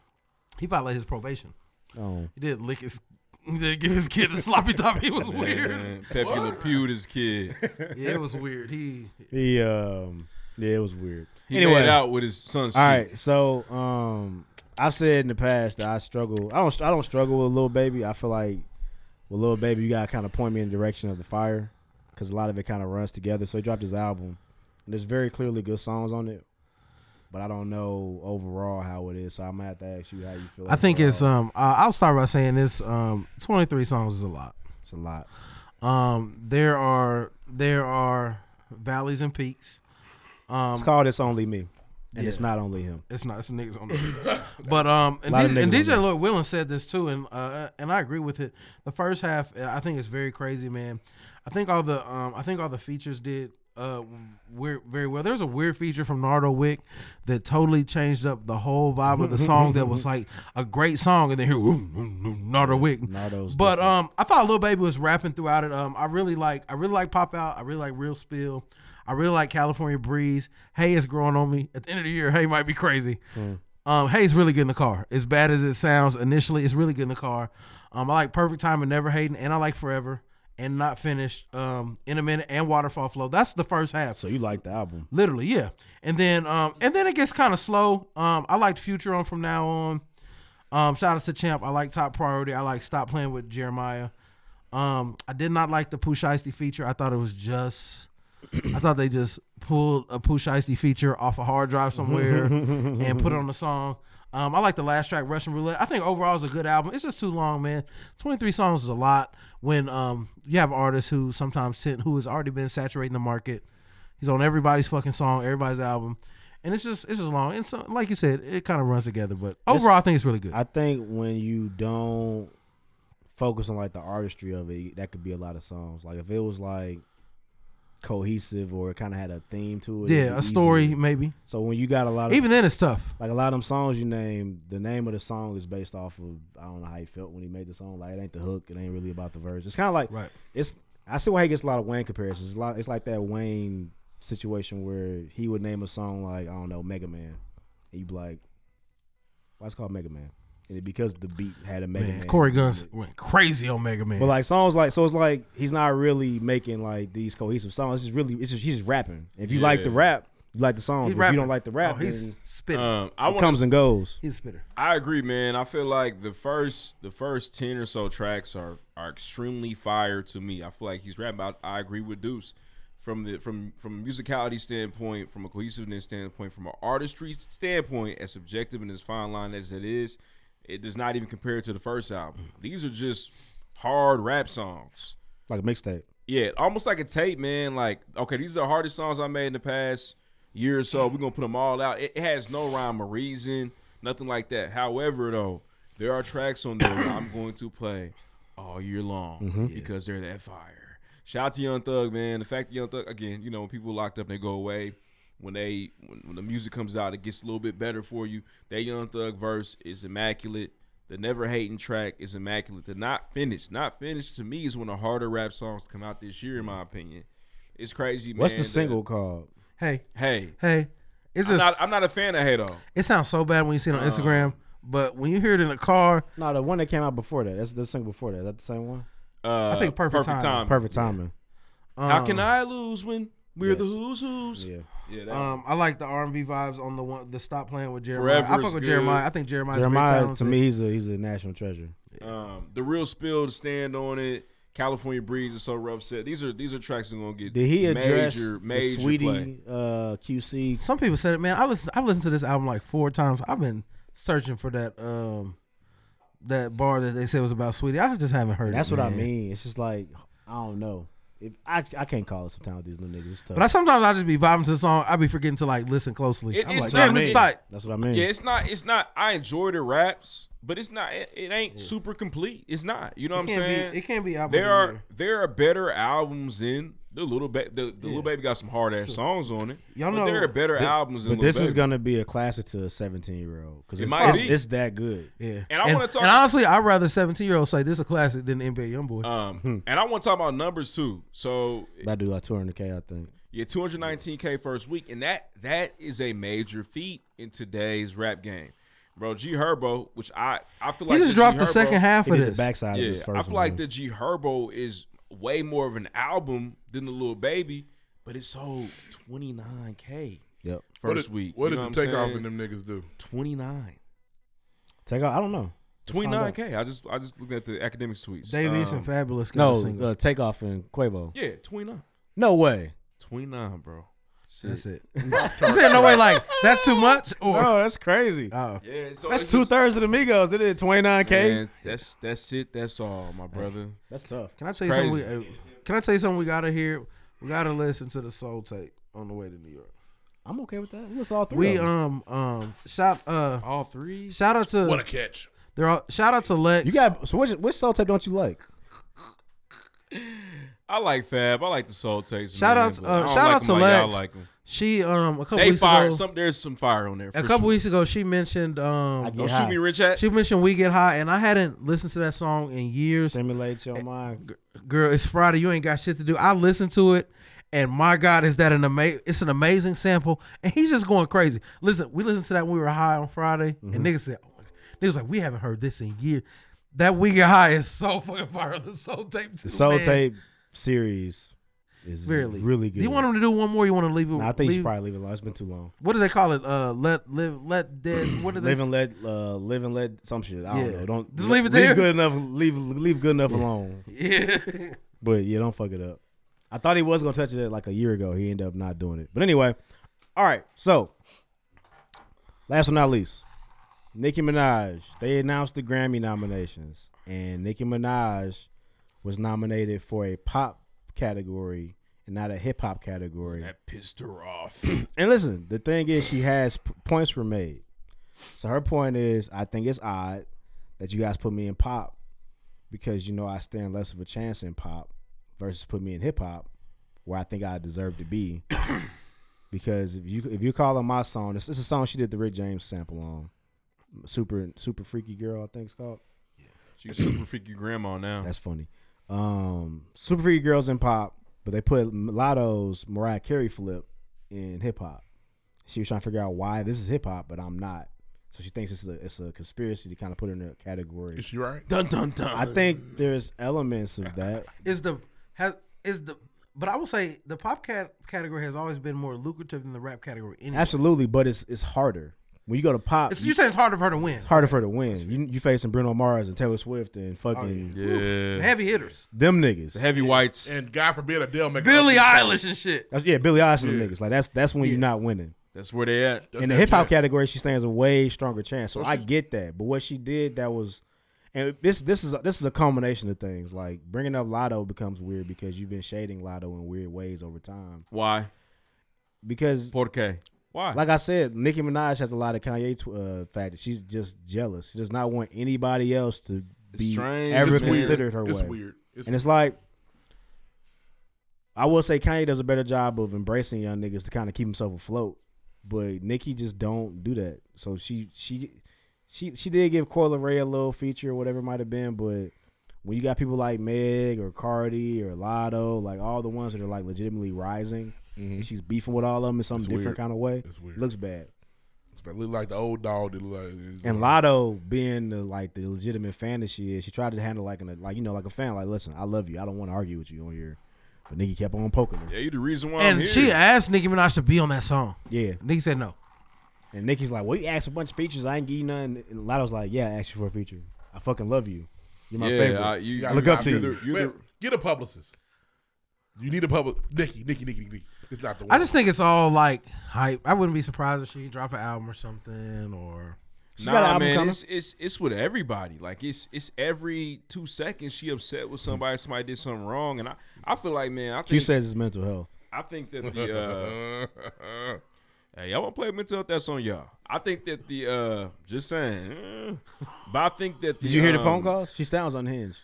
He violated his probation. Oh, He didn't lick his, he didn't give his kid a sloppy top. He was Man, weird. Pepe Le Pew, this kid. Yeah, it was weird. He he um yeah, it was weird. He anyway, made out with his son's All chick. right, so um, I've said in the past that I struggle. I don't. I don't struggle with little baby. I feel like with little baby, you gotta kind of point me in the direction of the fire because a lot of it kind of runs together. So he dropped his album, and there's very clearly good songs on it. But I don't know overall how it is, so I'm gonna have to ask you how you feel. I think overall. it's um. Uh, I'll start by saying this. Um, twenty three songs is a lot. It's a lot. Um, there are there are valleys and peaks. Um, It's called "It's Only Me," and it's Yeah. not only him. It's not. It's niggas on the. but um, and, Lot of D- niggas and on DJ there. Lloyd Willen said this too, and uh, and I agree with it. The first half, uh, I think it's very crazy, man. I think all the um, I think all the features did uh, weird, very well. There was a weird feature from Nardo Wick that totally changed up the whole vibe of the song. that was like a great song, and then here whoom, whoom, whoom, Nardo Wick. Nardo's but um, I thought Lil Baby was rapping throughout it. Um, I really like I really like Pop Out. I really like Real Spill. I really like California Breeze. Hey, it's growing on me. At the end of the year, Hey might be crazy. Um, Hay's really good in the car. As bad as it sounds initially, it's really good in the car. Um, I like Perfect Time and Never Hating, and I like Forever and Not Finished. Um, in a minute and Waterfall Flow. That's the first half. So you like the album? Literally, yeah. And then um and then it gets kind of slow. Um I liked Future on from now on. Um shout out to Champ. I like Top Priority. I like Stop Playing with Jeremiah. Um I did not like the Pooh Shiesty feature. I thought it was just I thought they just pulled a Pooh Shiesty feature off a hard drive somewhere and put it on the song. Um, I like the last track, Russian Roulette. I think overall it's a good album. It's just too long, man. Twenty three songs is a lot. When um, you have artists who sometimes sit, who has already been saturating the market, He's on everybody's fucking song, everybody's album, and it's just it's just long. And so, like you said, it kind of runs together. But overall, I think it's really good. I think when you don't focus on like the artistry of it, that could be a lot of songs. Like if it was like cohesive or it kind of had a theme to it. it'd yeah, be a story easier. maybe. So when you got a lot of Even then, it's tough. like a lot of them songs you name, the name of the song is based off of I don't know how he felt when he made the song. Like it ain't the hook, it ain't really about the verse. It's kind of like Right. It's I see why he gets a lot of Wayne comparisons. It's a lot. It's like that Wayne situation where he would name a song like I don't know Mega Man, and you'd be like, why it's called Mega Man? And it, because the beat had a Mega Man, Man. Corey Guns went crazy on Mega Man. But like songs like so it's like he's not really making like these cohesive songs. It's just really it's just he's just rapping. If you like the Yeah. rap, you like the song. He's If you don't rapping. like the uh, rap, Oh, he's then spitting. Um, I it wanna comes s- and goes. He's a spitter. I agree, man. I feel like the first the first ten or so tracks are are extremely fire to me. I feel like he's rapping about. I agree with Deuce from the from from a musicality standpoint, from a cohesiveness standpoint, from an artistry standpoint, as subjective and as fine line as it is, it does not even compare to the first album. These are just hard rap songs. like a mixtape. Yeah, almost like a tape, man. Like, okay, these are the hardest songs I made in the past year or so. We're gonna put them all out. It, it has no rhyme or reason, nothing like that. However, though, there are tracks on there that I'm going to play all year long Mhm. because they're that fire. Shout out to Young Thug, man. The fact that Young Thug again, you know, when people locked up, they go away. When they when, when the music comes out, it gets a little bit better for you. That Young Thug verse is immaculate. The Never Hating track is immaculate. The Not Finished, Not Finished to me is one of the harder rap songs to come out this year, in my opinion. It's crazy, man. What's the that- single called? Hey. Hey. Hey. It's I'm, just not, I'm not a fan of Hey though. it sounds so bad when you see it on Uh. Instagram, but when you hear it in the car, No, the one that came out before that. That's the single before that. Is that the same one? Uh, I think Perfect Perfect Timing. Timing. Perfect timing. How can I lose when we're the who's who's? Yeah. yeah that um, I like the R and B vibes on the one the stop playing with Jeremiah. Forever I is fuck with good. Jeremiah. I think Jeremiah's Jeremiah Jeremiah, talented. to me, he's a he's a national treasure. Um, the real spill to stand on it. California breeze is so rough set. These are these are tracks that are gonna get Did he address major the major play. Sweetie uh, QC? Some people said it, man. I listen. I've listened to this album like four times. I've been searching for that um that bar that they said was about Sweetie. I just haven't heard. That's it, what I man. mean. It's just like I don't know. If I I can't call it sometimes with these little niggas. It's tough. But I sometimes I just be vibing to the song. I be forgetting to like listen closely. It- I'm it's like, not damn, it's me. tight. That's what I mean. Yeah, it's not. It's not. I enjoy the raps, but it's not. It, it ain't super complete. It's not. You know It what I'm can't be- saying? it can't be album There of are there are better albums than the little baby. The, the little baby got some hard ass songs on it. Y'all but know- there are better Thi- albums. Than But Lil this is Baby. gonna be a classic to a seventeen year old because It it's, might it's, be. it's that good. Yeah. And I wanna talk- And honestly, I'd rather 17 year olds say this is a classic than NBA YoungBoy. Um, and I want to talk about numbers too. So I do like two hundred k. I think. Yeah, 219k first week, and that that is a major feat in today's rap game, bro. G Herbo, which I I feel He like just the dropped G the Herbo- second half of He did the this. backside of Yeah, his first I feel one, like yeah. the G Herbo is way more of an album than the little baby, but it sold 29k. Yep. First What did- week. what you did know the I'm takeoff and saying? them niggas do? 29. Take out. I don't know. Let's find out. 29k. I just I just looked at the academic tweets. Davies Um, and Fabulous got No, a single. uh, takeoff and Quavo. Yeah, 29. No way. 29, bro. That's it. You said no way, like, that's too much? Or- no, that's crazy. Oh, Yeah, so that's it's two just- thirds of the Migos. It is twenty nine k. Man, that's that's it. That's all, my brother. That's tough. Can I tell you something? We, uh, can I tell you something? We gotta hear. We gotta listen to the Soul tape on the way to New York. I'm okay with that. We listen to all three. We of them. um um shout uh all three. Shout out to What a catch. They're all shout out to Lex. You got so which which soul tape don't you like? I like Fab. I like the Soul Taste. Shout man, out, but I uh, don't shout like out to them like y'all Lex. like 'em. she um a couple They weeks fire. ago, Some there's some fire on there. a for couple sure. weeks ago, she mentioned um Don't shoot me, Rich Hat. She mentioned "We Get High," and I hadn't listened to that song in years. Stimulate your mind, girl. It's Friday. You ain't got shit to do. I listened to it, and my God, is that an amazing? It's an amazing sample, and he's just going crazy. Listen, we listened to that when we were high on Friday, Mm-hmm. and niggas said, oh my, "Niggas like we haven't heard this in years." That "We Get High" is so fucking fire. on The Soul Tape, too, The soul man. tape series is Really. really really good. Do you want him to do one more? Or you want to leave it? Nah, I think you leave- should probably leave it alone. It's been too long. What do they call it? Uh, let live, let dead. What do they? Live and let uh, live and let some shit. I don't Yeah. know. Don't Just le- leave it there? Good enough. Leave leave good enough alone. Yeah. But yeah, don't fuck it up. I thought he was gonna touch it like a year ago. He ended up not doing it. But anyway, all right. So last but not least, Nicki Minaj. They announced the Grammy nominations, and Nicki Minaj was nominated for a pop category and not a hip hop category. That pissed her off. And listen, the thing is, she has p- points were made. So her point is, I think it's odd that you guys put me in pop because you know I stand less of a chance in pop versus put me in hip hop where I think I deserve to be. because if you if you call on my song, this, this is a song she did the Rick James sample on, super super freaky girl, I think it's called. She's super freaky grandma now. That's funny. Um, Super Freaky Girls in pop, but they put Mulatto's Mariah Carey flip in hip hop. She was trying to figure out why this is hip hop, but I'm not. So she thinks it's a it's a conspiracy to kind of put her in a category. Is she right? Dun dun dun. I think there's elements of that. Is the has is the But I will say the pop cat category has always been more lucrative than the rap category. Anyway. Absolutely, but it's it's harder when you go to pop. It's, you're saying it's harder for her to win. It's harder for her to win. You you facing Bruno Mars and Taylor Swift and fucking yeah. Yeah. The heavy hitters. Them niggas. The heavyweights. And God forbid Adele make Billie Eilish and shit. That's, yeah, Billy Eilish and them niggas. Like that's that's when you're not winning. That's where they at. In the hip hop category, she stands a way stronger chance. So I get that, but what she did that was, and this this is this is a combination of things. Like bringing up Lotto becomes weird because you've been shading Lotto in weird ways over time. Why? Because Por qué? Why? Like I said, Nicki Minaj has a lot of Kanye tw- uh, factors. She's just jealous. She does not want anybody else to It's be strange. ever It's weird. considered her It's way. weird. It's and it's like, I will say Kanye does a better job of embracing young niggas to kind of keep himself afloat, but Nicki just don't do that. So she she she she did give Coil Ray a little feature or whatever it might have been, but when you got people like Meg or Cardi or Lotto, like all the ones that are like legitimately rising, and she's beefing with all of them in some Mm-hmm. It's different weird. kind of way. It's weird. Looks bad. But look like the old dog. That look like, And Lotto being the, like the legitimate fan that she is, she tried to handle like an like you know like a fan. Like, listen, I love you. I don't want to argue with you on here, but Nikki kept on poking her. Yeah, you the reason why I'm And here. she asked Nicki Minaj to be on that song. Yeah, Nikki said no. And Nikki's like, "Well, you asked for a bunch of features. I ain't give you none." And Lotto's like, "Yeah, I asked you for a feature. I fucking love you. You're my Yeah, favorite. I- you- I look up to you." Wait, Get a publicist. You need a public. Nikki, Nikki, Nikki, Nikki. It's not the one. I just think it's all like hype. I wouldn't be surprised if she drop an album or something or. Nah, man, it's, it's it's with everybody. Like it's it's every two seconds she upset with somebody. Somebody did something wrong, and I, I feel like man, I think Q says it's mental health. I think that the uh, hey, y'all want to play mental health? That's on y'all. I think that the uh, just saying, eh, but I think that the, Did you hear the um, phone calls? She sounds unhinged.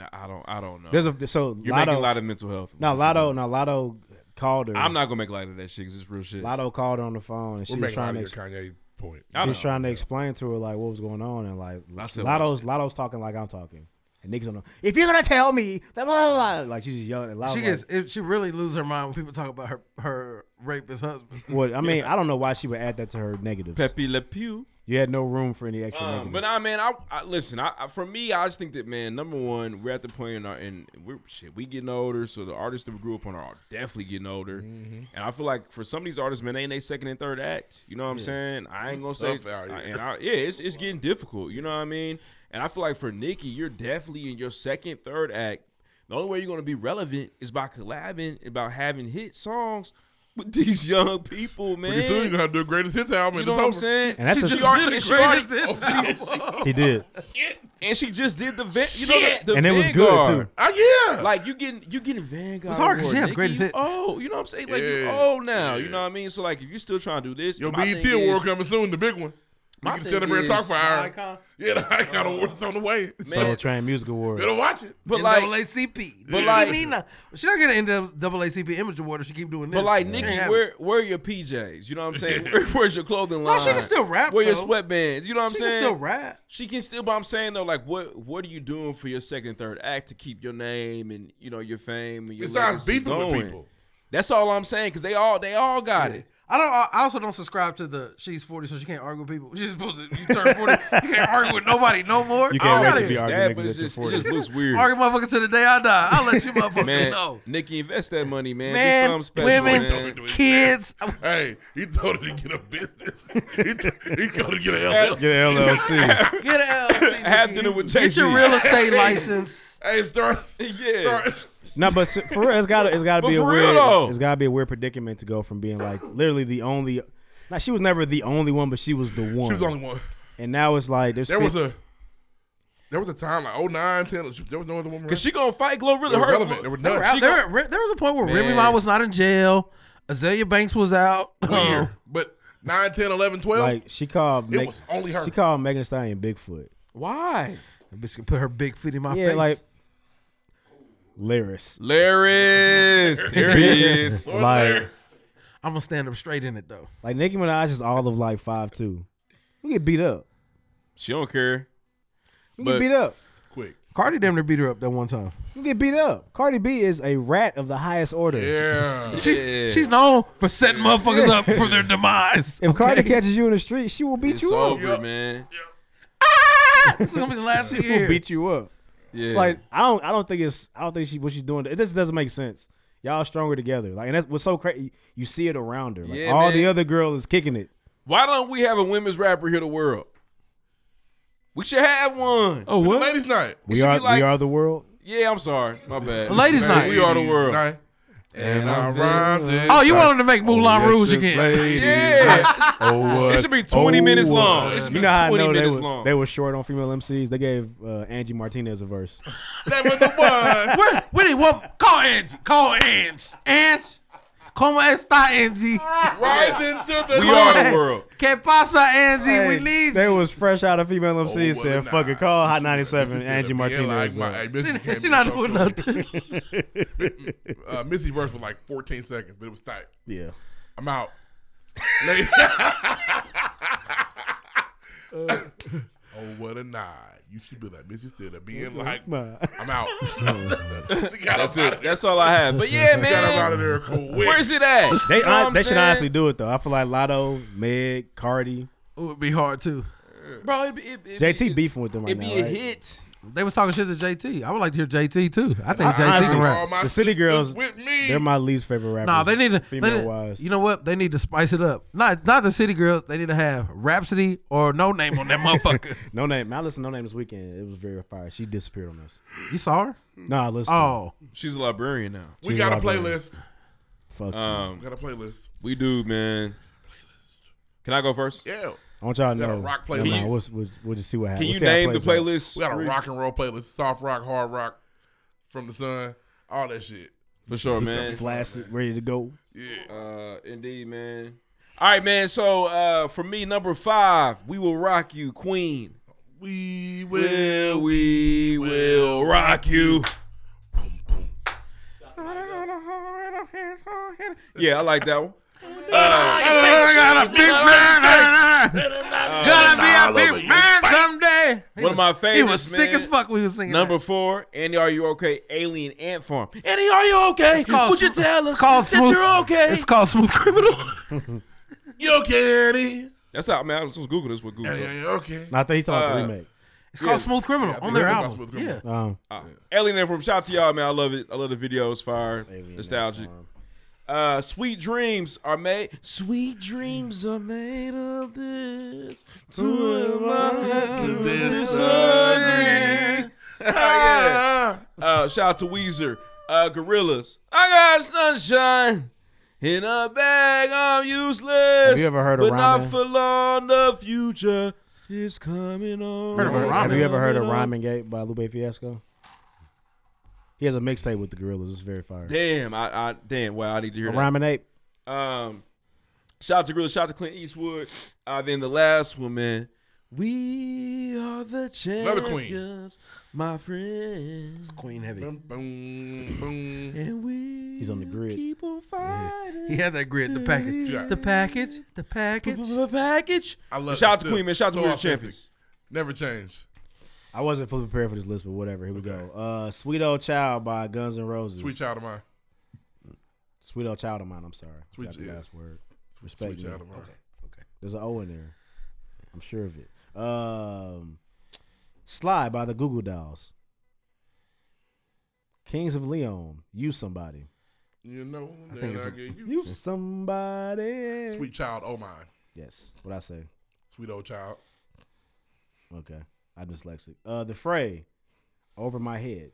I- I don't I don't know. There's a so you're Lotto, making a lot of mental health. No, Lotto, no Lotto called her. I'm not gonna make light of that shit because it's real shit. Lotto called her on the phone and she was We're making trying light to of your Kanye point. I She was know. trying to explain to her like what was going on and like I said what I Lotto's Lotto's talking like I'm talking and niggas on the if you're gonna tell me that blah, blah, blah, like she's just yelling. And Lotto's she like, gets if she really loses her mind when people talk about her her rapist husband. Well, I mean, I don't know why she would add that to her negatives. Pepe Le Pew. You had no room for any extra Um, negatives. but I man, I, I listen. I, I for me, I just think that man, number one, we're at the point in our and we're shit, we getting older. So the artists that we grew up on are definitely getting older. Mm-hmm. And I feel like for some of these artists, man, they in their second and third act. You know what I'm saying? I ain't It's gonna tough say, out here. I- and I, yeah, it's it's getting difficult. You know what I mean? And I feel like for Nikki, you're definitely in your second, third act. The only way you're gonna be relevant is by collabing, and by having hit songs. With these young people, man. Pretty soon you're gonna have to do a greatest hits album. You and know it's what I'm over. saying? And that's she, a- she already, She did she the already, greatest hits Oh, He did. and she just did the Van, you know, the, the And it was good, Vanguard. too. Oh yeah, like you getting you getting Vanguard. It's hard 'cause she award, has nigga. greatest You hits. old, you know what I'm saying? Like you Yeah. old now, you know what I mean? So like, if you still trying to do this, Your my BET thing E award is- coming soon, the big one. We My can stand up thing here and talk is- for Oh. an Icon. hour. Yeah, the Icon award is on the way. Soul Train Music Award. Better watch it. But like- NAACP. But But like- like, she's not gonna end up NAACP Image Award if she keep doing this. But like She Nikki, ain't having it. where where are your PJs? You know what I'm saying? Where, where's your clothing line? No, she can still rap, Where your though. sweatbands? You know what I'm She can saying? still rap. She can still. But I'm saying though, like what what are you doing for your second third act to keep your name and you know your fame and your Besides legacy beefing with going? people. That's all I'm saying because they all they all got it. I don't. I also don't subscribe to the she's forty, so she can't argue with people. She's supposed to. You turn forty, you can't argue with nobody no more. You can't I don't wait to gotta- be arguing That, niggas but at it's your just- it 40s. just looks weird. Argue motherfuckers to the day I die. I'll let you motherfuckers man, know. Nikki, invest that money, man. Man, Do something special, women, man. kids. Hey, he told her to get a business. He, t- he told her to get an Have- LLC. Get an LLC. Get an LLC. Have dinner with Jay-Z. Get your real estate license. Hey, start. Yeah. Start, No, but s- for real, it's gotta it's gotta But be a for real, weird though. it's gotta be a weird predicament to go from being like literally the only. Now she was never the only one, but she was the one. was the only one. And now it's like there's there fif- was a there was a time like oh, 09, 10, there was no other woman. Cause she gonna fight Glorilla. They were Her relevant. They were They done. were out- She they gon- were- there was a point where Remy Man. Ma was not in jail. Azalea Banks was out. Weird. but 9, 10, 11, 12. like she called It Meg- was only her. She called Megan Thee Stallion Bigfoot. Why? That bitch can put her big feet in my Yeah, face. like- Lyris. Laris, there he is. like I'm gonna stand up straight in it though. like Nicki Minaj is all of like five two. You get beat up. She don't care. You get beat up. Quick. Cardi damn near beat her up that one time. You get beat up. Cardi B is a rat of the highest order. Yeah. She's, she's known for setting motherfuckers up for their demise. If Cardi okay? catches you in the street, she will beat It's you up. over, man. this is gonna be the last She will year. beat you up. Yeah. It's like I don't I don't think it's I don't think she what she's doing. It just doesn't make sense. y'all stronger together. Like, and that's what's so crazy. You see it around her. Like, Yeah, all the man. other girl is kicking it. Why don't we have a women's rapper hit the world? We should have one. Oh, what? Ladies night. We are we are the world. Yeah, I'm sorry. My bad. Ladies' night. We are the world. Night. And I I'm rhymes feeling- it. Oh, you wanted to make Moulin Rouge again? Yeah. Oh, It should be 20 minutes long. It should be uh, You know how I 20 know they minutes were, long. they were short on female MCs. They gave uh, Angie Martinez a verse. Where, where they what? Call Angie. Call Angie. Angie. Como esta Angie? Rising to the We are the world. Que pasa Angie? we Hey, need They was fresh out of female MCs Oh, well, saying, nah. "Fuck it, call Hot 97 Missy Angie still be in Martinez." uh, Like my, hey, Missy She- came she not in doing something. uh, Missy verse was like 14 seconds, but it was tight. Yeah. I'm out. Uh. oh, what a nine. You should be like, Missy still being like, I'm out. That's it. That's all I have. But yeah, man. Got him out of there quick. Where's it at? They You know what hon- I'm they should saying? honestly do it though. I feel like Lotto, Meg, Cardi, It would be hard too. Bro, it, it, it, JT beefing with them right it'd now. be a right? hit. They was talking shit to JT. I would like to hear JT too. I think I- JT honestly, can all rap. my The City sisters Girls, with me. they're my least favorite rappers, Nah, they need to. female they need- wise. You know what? They need to spice it up. Not not the city girls. They need to have Rhapsody or No Name on that motherfucker. No name. I listened to No Name this weekend. It was very fire. She disappeared on us. You saw her? No, I listened. to her. Oh, She's a librarian now. We She's got a library. playlist. Fuck. you. Um, We got a playlist. We do, man. Can I go first? Yeah. I want y'all to we got a know. rock no, playlist. no, we'll, we'll, we'll just see what happens. We'll Can you see how it name the plays out. playlist? We got a rock and roll playlist, soft rock, hard rock, from the sun, all that shit. For sure, Get something man. Flaccid, ready to go. Uh, indeed, man. All right, man. So uh, for me, number five, we will rock you, Queen. We will, we will rock you. Yeah, I like that one. I got a big man. Gonna all be a over big your man someday. He One was- of my favorites. He was sick man. as fuck. We was singing. Number four, Andy, are you okay? Alien Ant Farm. Andy, are you okay? It's called Would you Smo- tell us it's called that Smooth- you're okay? It's called Smooth Criminal. You okay, Andy? That's how, man. I was just Google this with Google. Yeah, yeah, yeah, okay. No, I think he's talking about the Uh, remake. It's called Smooth Criminal on their album. Yeah. Um, Uh, Alien Ant Farm. Shout out to y'all, man. I love it. I love the videos. Fire. Nostalgic. Uh, sweet dreams are made. Sweet dreams are made of this. To uh, this again. yeah. Uh, shout out to Weezer. Uh, Gorillas. I got sunshine in a bag. I'm useless. Have you ever heard of But Ramen? not for long. The future is coming on. Have you ever heard of Coming on. Rhyming Gate by Lupe Fiasco? He has a mixtape with the Gorillas. It's very fire. Damn, I, I damn. Wow, I need to hear A that. Rhyming Ape. Um, shout out to Gorilla, shout out to Clint Eastwood. Uh, then the last one, man. We are the champions, Another queen. my friends. Queen heavy. Boom, boom, boom. And we He's on the grid. keep on fighting. He had that grid. The package. Yeah. The package. The package. The package. I love shout it out to still. Queen, man. Shout out to So World authentic. Champions. Never change. I wasn't fully prepared for this list, but whatever. Here we go. Uh, Sweet Old Child by Guns N' Roses. Sweet child of mine. Sweet Old Child of Mine. I'm sorry. Sweet- Got the yeah. last word. Respect Sweet me. child of mine. There's an O in there. I'm sure of it. Um, Sly by the Google Dolls. Kings of Leon. You somebody. You know, I then think it's I a- get you. you somebody. Sweet child, oh mine. Yes. What I say. Sweet old child. Okay. I'm dyslexic. Uh, the Fray. Over my head.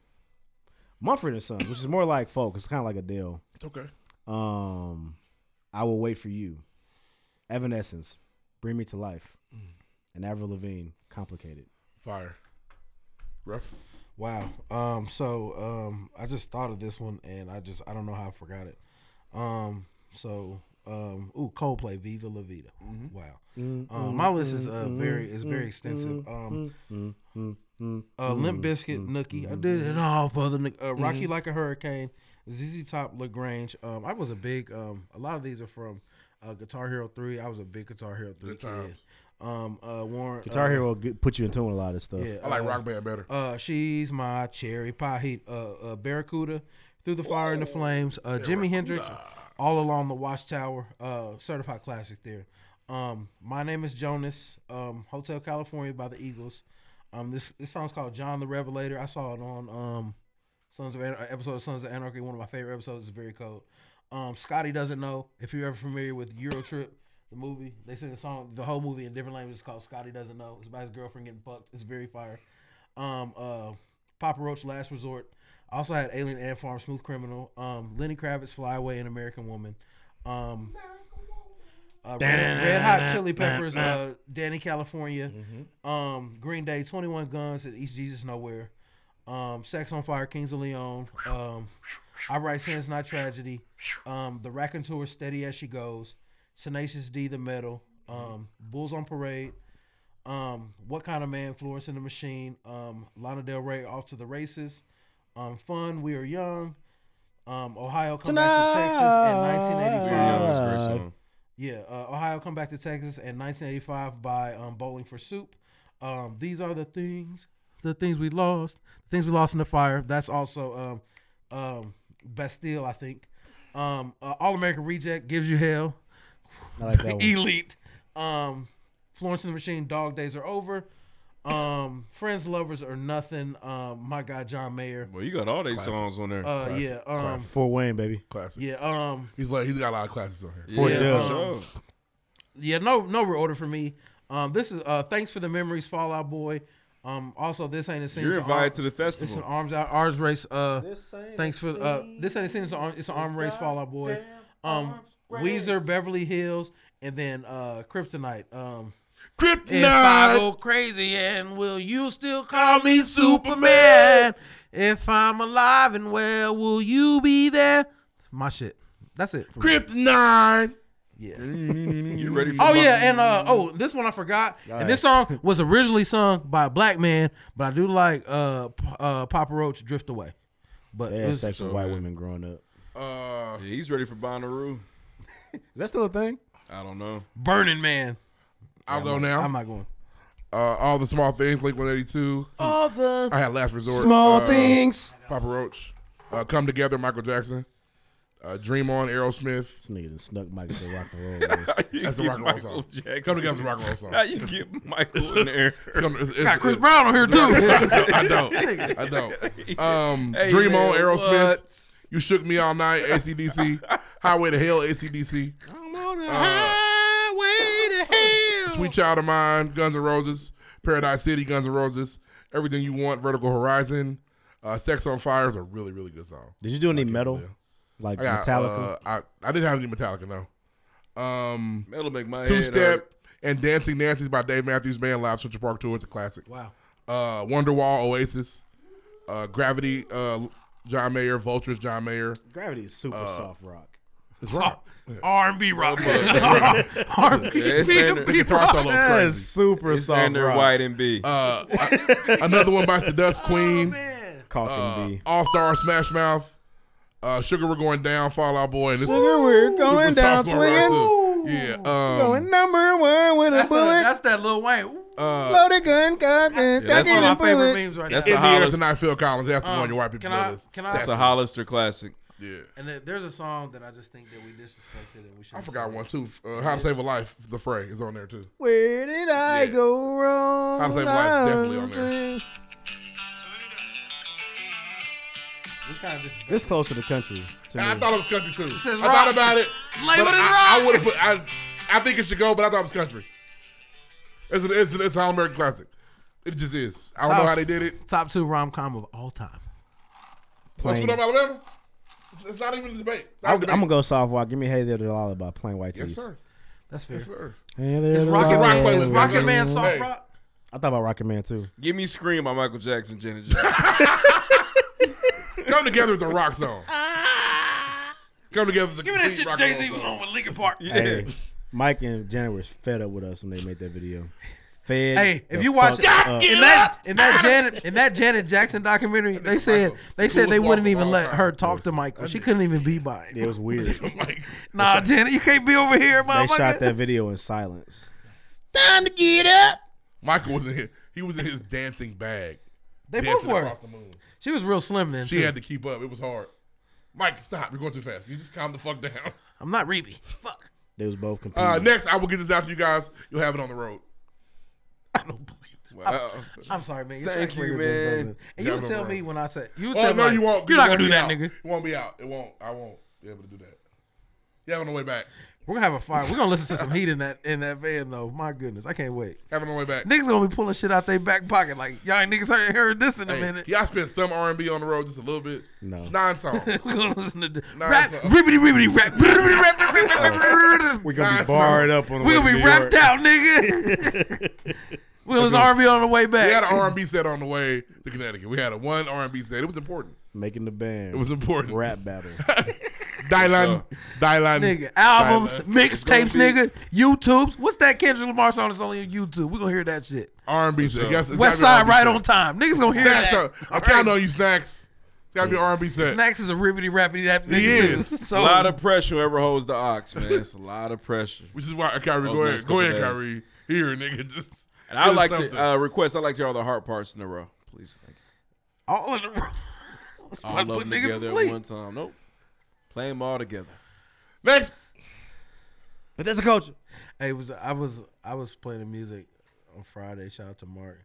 Mumford and Sons, which is more like folk. It's kind of like Adele. It's okay. Um, I will wait for you. Evanescence, bring me to life. And Avril Lavigne, complicated. Fire. Rough. Wow. Um. So um. I just thought of this one, and I just I don't know how I forgot it. Um. So um. Ooh, Coldplay, Viva La Vida. Wow. Um, my list is uh, very is very extensive. Um. Uh, Limp Biscuit, Nookie. I did it all for the Nook- uh, Rocky Like a Hurricane, ZZ Top, Lagrange. Um, I was a big. Um, a lot of these are from uh, Guitar Hero Three. I was a big Guitar Hero Three kid. Um, uh, Warren. Guitar uh, Hero get, put you in tune with a lot of stuff. Yeah, I like uh, rock band better. Uh, she's my cherry pie. He, uh, uh, Barracuda, through the fire and the flames. Uh, Jimi Hendrix, all along the watchtower. Uh, certified classic there. Um, my name is Jonas. Um, Hotel California by the Eagles. Um, this this song's called John the Revelator. I saw it on um, Sons of Anar- episode of Sons of Anarchy, one of my favorite episodes. is very cold. Um, Scotty doesn't know if you're ever familiar with Eurotrip, the movie. They sing a song, the whole movie in different languages called Scotty doesn't know. It's about his girlfriend getting fucked. It's very fire. Um, uh, Papa Roach, Last Resort. I also had Alien Ant Farm, Smooth Criminal. Um, Lenny Kravitz, Fly Away, and American Woman. Um, uh, Red, Red Hot Chili Peppers, uh, Danny California, um, Green Day, Twenty One Guns, and East Jesus Nowhere, um, Sex on Fire, Kings of Leon, um, I Write Sins Not Tragedy, um, The Raconteur, Steady as She Goes, Tenacious D, The Metal, um, Bulls on Parade, um, What Kind of Man, Florence and the Machine, um, Lana Del Rey, Off to the Races, um, Fun, We Are Young, um, Ohio Come Back to Texas, and Tonight. 1985. We Are Young is a Ah. great song. Yeah, uh, Ohio come back to Texas in 1985 by um, Bowling for Soup. Um, these are the things, the things we lost, the things we lost in the fire. That's also um, um, Bastille, I think. Um, uh, All American Reject gives you hell. I like that one. Elite. Um, Florence and the Machine. Dog Days are over. Um, Friends, lovers are nothing. Um, my guy John Mayer. Well, you got all they Classic. songs on there. Uh, yeah. Um, Fort Wayne, baby. Classic. Yeah. Um. He's like he's got a lot of classes on here. Yeah. um, yeah. No. No real order for me. Um. This is uh. Thanks for the memories, Fallout Boy. Um. Also, this ain't a scene. You're It's an invited arm- to the festival. It's an arms out arms race. Uh. This ain't Thanks a for uh. This ain't a scene. It's an arm, it's an arm race, Fallout Boy. Um. Weezer, Beverly Hills, and then uh Kryptonite. Um. Kryptonite. If I go crazy, and will you still call me Superman? If I'm alive and well, will you be there? My shit. That's it. for me. Kryptonite. Yeah. you ready Oh yeah, and uh, oh, this one I forgot. Alright. And this song was originally sung by a black man, but I do like uh, P- uh Papa Roach "Drift Away." But They it had was, sex with white women growing up. Uh, he's ready for Bonnaroo. Is that still a thing? I don't know. Burning Man. I'll Yeah, go I'm not- now. I'm not going. Uh, all the small things, Link 182. All the I had Last Resort. small Uh, things. Papa Roach. Uh, Come Together, Michael Jackson. Uh, Dream On, Aerosmith. This nigga done snuck Michael to rock and roll. That's a rock and roll song. Come Together is a rock and roll song. How you get Michael in there? Come- it's- it's- Ah, Got Chris Brown on here, too. I don't. I don't. Um, Hey, Dream man, On, Aerosmith. what? You shook me all night, ACDC. Highway to Hell, ACDC. Uh, Sweet Child of Mine, Guns N' Roses, Paradise City, Guns N' Roses, Everything You Want, Vertical Horizon, uh, Sex on Fire is a really, really good song. Did you do any metal? Like I got, Metallica? uh, I, I didn't have any Metallica, no. Um, Metal make my Two head Step and Dancing Nancy's by Dave Matthews Band Live Central Park Tour. It's a classic. Wow. Uh, Wonderwall, Oasis, uh, Gravity, uh, John Mayer, Vultures, John Mayer. Gravity is super Uh, soft rock. It's rock. R&B rock. R&B. Yeah, it's standard. The guitar solo is That crazy. is super It's soft standard rock. white and B. Uh, I- another one by Oh, Dust Queen. Caulk and B. All Star Smash Mouth. Uh, Sugar, we're going down. Fall Out Boy, and this Sugar, is we're going super down soft rock rock, swinging. too. Yeah, um, Going number one with a That's, a, bullet. that's that Lil Wayne. uh, Loaded gun, gun, and that's ducking one and of my favorite pulling. memes right That's in the the air Hollis- tonight, Phil Collins. That's the Um, one your white people can I- playlist. can I- That's a Hollister classic. Yeah, And there- there's a song that I just think that we disrespected and we should. I forgot one too. Uh, How to Save a Life, The Fray is on there too. Where did I go wrong? How to Save a Life is definitely on there. We kind of disrespected. This close to the country. To And I me. thought it was country too. says I thought rock. about it. Label but it I, rock. would have put. I, I think it should go, but I thought it was country. It's an it's an, it's an all American classic. It just is. I don't know Top- how they did it. Top two rom com of all time. Plus, Plain. from Alabama. It's, it's not even a debate. It's not I'm, a debate. I'm gonna go soft rock. Give me Hey There to the Lullaby, plain white tees. Yes, sir. That's fair. Yes, sir. Hey there Is to Rocket the Man, Rock is playlist. Rocket Man Hey. soft rock? I thought about Rocket Man too. Give me Scream by Michael Jackson, Janet Jackson. Come together is a rock song. Come together is a Ah. Give me that complete shit rock Jay Z song. was on with Linkin Park. Hey, Mike and Janet was fed up with us when they made that video. Fed. Hey, if the you watch in fuck up. that in that Janet in that Janet Jackson documentary, they said they said they coolest wouldn't walk of even all let time. her talk to Michael. She couldn't even be by him. it was weird. they Like, Nah, Janet, you can't be over here, shot motherfucker. that video in silence. Time to get up. Michael was in his, he was in his dancing bag. They both dancing were. across the moon. She was real slim then. She too. had to keep up. It was hard. Mike, stop. You're going too fast. You just calm the fuck down. I'm not Reeby. Fuck. They was both competing. Uh, next, I will get this out to you guys. You'll have it on the road. Wow. I'm, I'm sorry, man. Your Thank track you, record man. just doesn't- And you Y'all would tell gonna me run. when I say you would oh, tell no, me you won't. You're not gonna do be that, out. nigga. It won't be out. It won't. I won't be able to do that. Yeah, on the way back. We're gonna have a fire. We're gonna listen to some heat in that in that van though. My goodness, I can't wait. Have it on the way back. Niggas gonna be pulling shit out their back pocket like y'all ain't niggas heard, heard this in a Hey, minute. Y'all spent some R and B on the road just a little bit. No. It's nine songs. We're gonna listen to the Nine rap, songs. ribbity ribbity rap, ribbity rap, ribbity rap, ribbity rap. We're gonna Nah, be barred nah. up on. The We way gonna to be New wrapped York. out, nigga. we gonna listen to R&B on the way back. We had an R and B set on the way to Connecticut. We had a one R and B set. It was important. Making the band. It was important. Rap battle. Dylan, Dylan, Nigga, albums, Dylan. mixtapes, nigga, YouTubes. What's that Kendrick Lamar song that's only on YouTube? We're gonna hear that shit. R and B set. Yes, it's West gotta Side be right R&B on time. Niggas gonna hear Snacks, that. uh, I'm counting on you, snacks. It's gotta be R and B set. Snacks is a ribbity rappity rap nigga. He Too. is. So a lot of pressure whoever holds the ox, man. It's a lot of pressure. Which is why Kyrie, Over go Oh, the ahead, next go ahead, couple days. Kyrie. Here, nigga, just. And I give us like something. to uh, request. I like to hear all the hard parts in a row, please. Thank you. all in the room. All Fuck, of put them niggas to together at sleep. one time. Nope. Play them all together. Next. But that's a culture. Hey, it was I was I was playing the music on Friday. Shout out to Mark.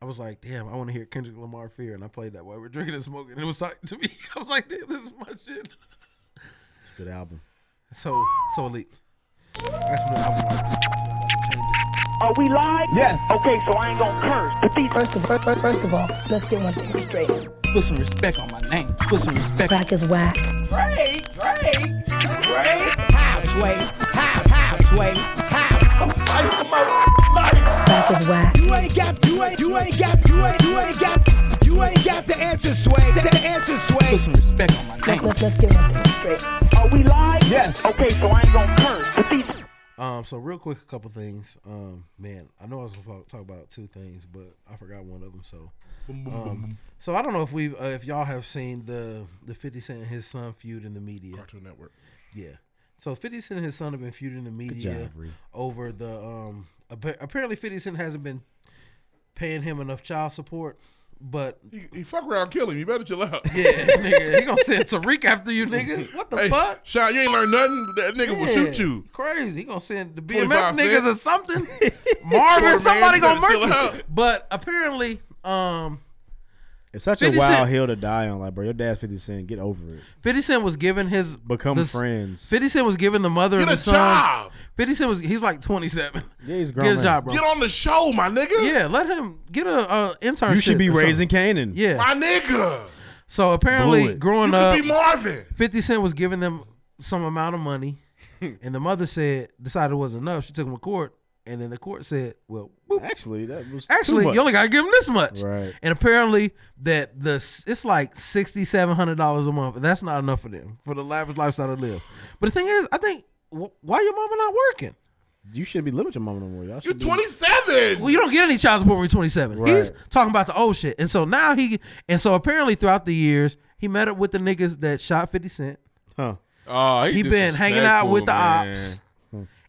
I was like, damn, I want to hear Kendrick Lamar Fear, and I played that while we we're drinking and smoking. And it was talking to me. I was like, damn, this is my shit. It's a good album. So so elite. That's what I Are we live? Yes. Okay, so I ain't gonna curse. But these first of first, first of all, let's get one thing straight. Put some respect on my name. Put some respect. Crack is whack. Great, great, great. Halfway, half, halfway, half. I'm fighting for my life. Crack is whack. You ain't got, you ain't, you ain't got, you ain't, you ain't got, you ain't got the answer, sway. The, the answer, sway. Put some respect on my Let's let's let's get one thing straight. Are we live? Yes. Okay, so I ain't gonna curse. But these Um, so real quick, a couple things. Um, man, I know I was gonna talk about two things, but I forgot one of them. So, Boom, boom, boom, boom, um, so I don't know if we, uh, if y'all have seen the the Fifty Cent and his son feud in the media. Cartoon Network. Yeah. So Fifty Cent and his son have been feuding in the media job, Ree. over the um. appa- Apparently, Fifty Cent hasn't been paying him enough child support, but he, he fuck around, kill him. You better chill out. Yeah, nigga, he gonna send Tariq after you, nigga. What the Hey, fuck? Sean, you ain't learned nothing. That nigga will shoot Yeah, you. Crazy. He gonna send the 25 BMF niggas cents. or something. Poor man, Marvin, somebody you gonna better murder chill you. But apparently, um, It's such a 50 wild Cent- hill to die on. Like, bro, your dad's fifty cent. Get over it. Fifty Cent was given his Become this- friends. Fifty Cent was given the mother Get and the a son. job. Fifty Cent was he's like twenty seven. Yeah, he's grown. Get a man. job, bro. Get on the show, my nigga. yeah, let him get a uh, internship. You should be or something. raising Canaan. Yeah, My nigga. So Blew apparently, it. growing You could up, be Marvin. Fifty Cent was giving them some amount of money, and the mother said decided it wasn't enough. She took him to court, and then the court said, "Well, boop. Actually, that was actually, too much. you only got to give him this much." Right. And apparently, that the it's like sixty seven hundred dollars a month. and That's not enough for them for the lavish lifestyle they live. But the thing is, I think wh- why your mama not working? You shouldn't be limiting your mama no more. Y'all You're should be- 27. Well, you don't get any child support when you're 27. Right. He's talking about the old shit, and so now he and so apparently throughout the years he met up with the niggas that shot Fifty Cent. Huh. Oh, he been hanging out with the ops,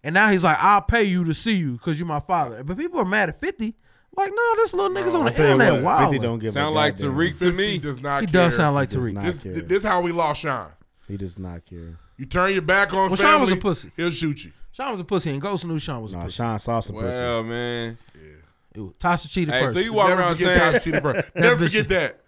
and now he's like, "I'll pay you to see you because you're my father." But people are mad at Fifty. Like, no, this little nigga's on I the tell you internet. what, Wow, 50 don't give a Sound like goddamn. Tariq to me. does not He care. does sound like He does Tariq. not This, care. this how we lost Sean. He does not care. You turn your back on Well, family. Sean was a pussy. He'll shoot you. Sean was a pussy, and Ghost knew Sean was a Nah, pussy. Sean saw some pussy. Well, man. It was Tasha cheated Hey, first. so you walk Never around forget saying Tasha cheated first. That Never bitch- forget that.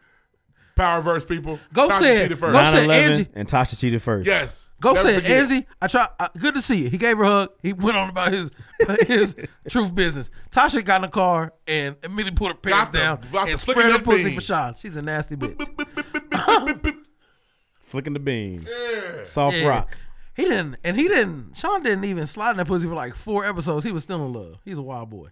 Power verse people. Go Tasha said- cheated first. Go said 9/11 Angie- and Tasha cheated first. Yes. Go Never said forget. Angie, I try. I, good to see you. He gave her a hug. He went on about his his truth business. Tasha got in the car and immediately put her pants Got the- down got the flick of and spread her that pussy bean. for Sean. She's a nasty bitch. Flicking the beam. Soft Yeah. rock. He didn't, and he didn't. Sean didn't even slide in that pussy for like four episodes. He was still in love. He's a wild boy.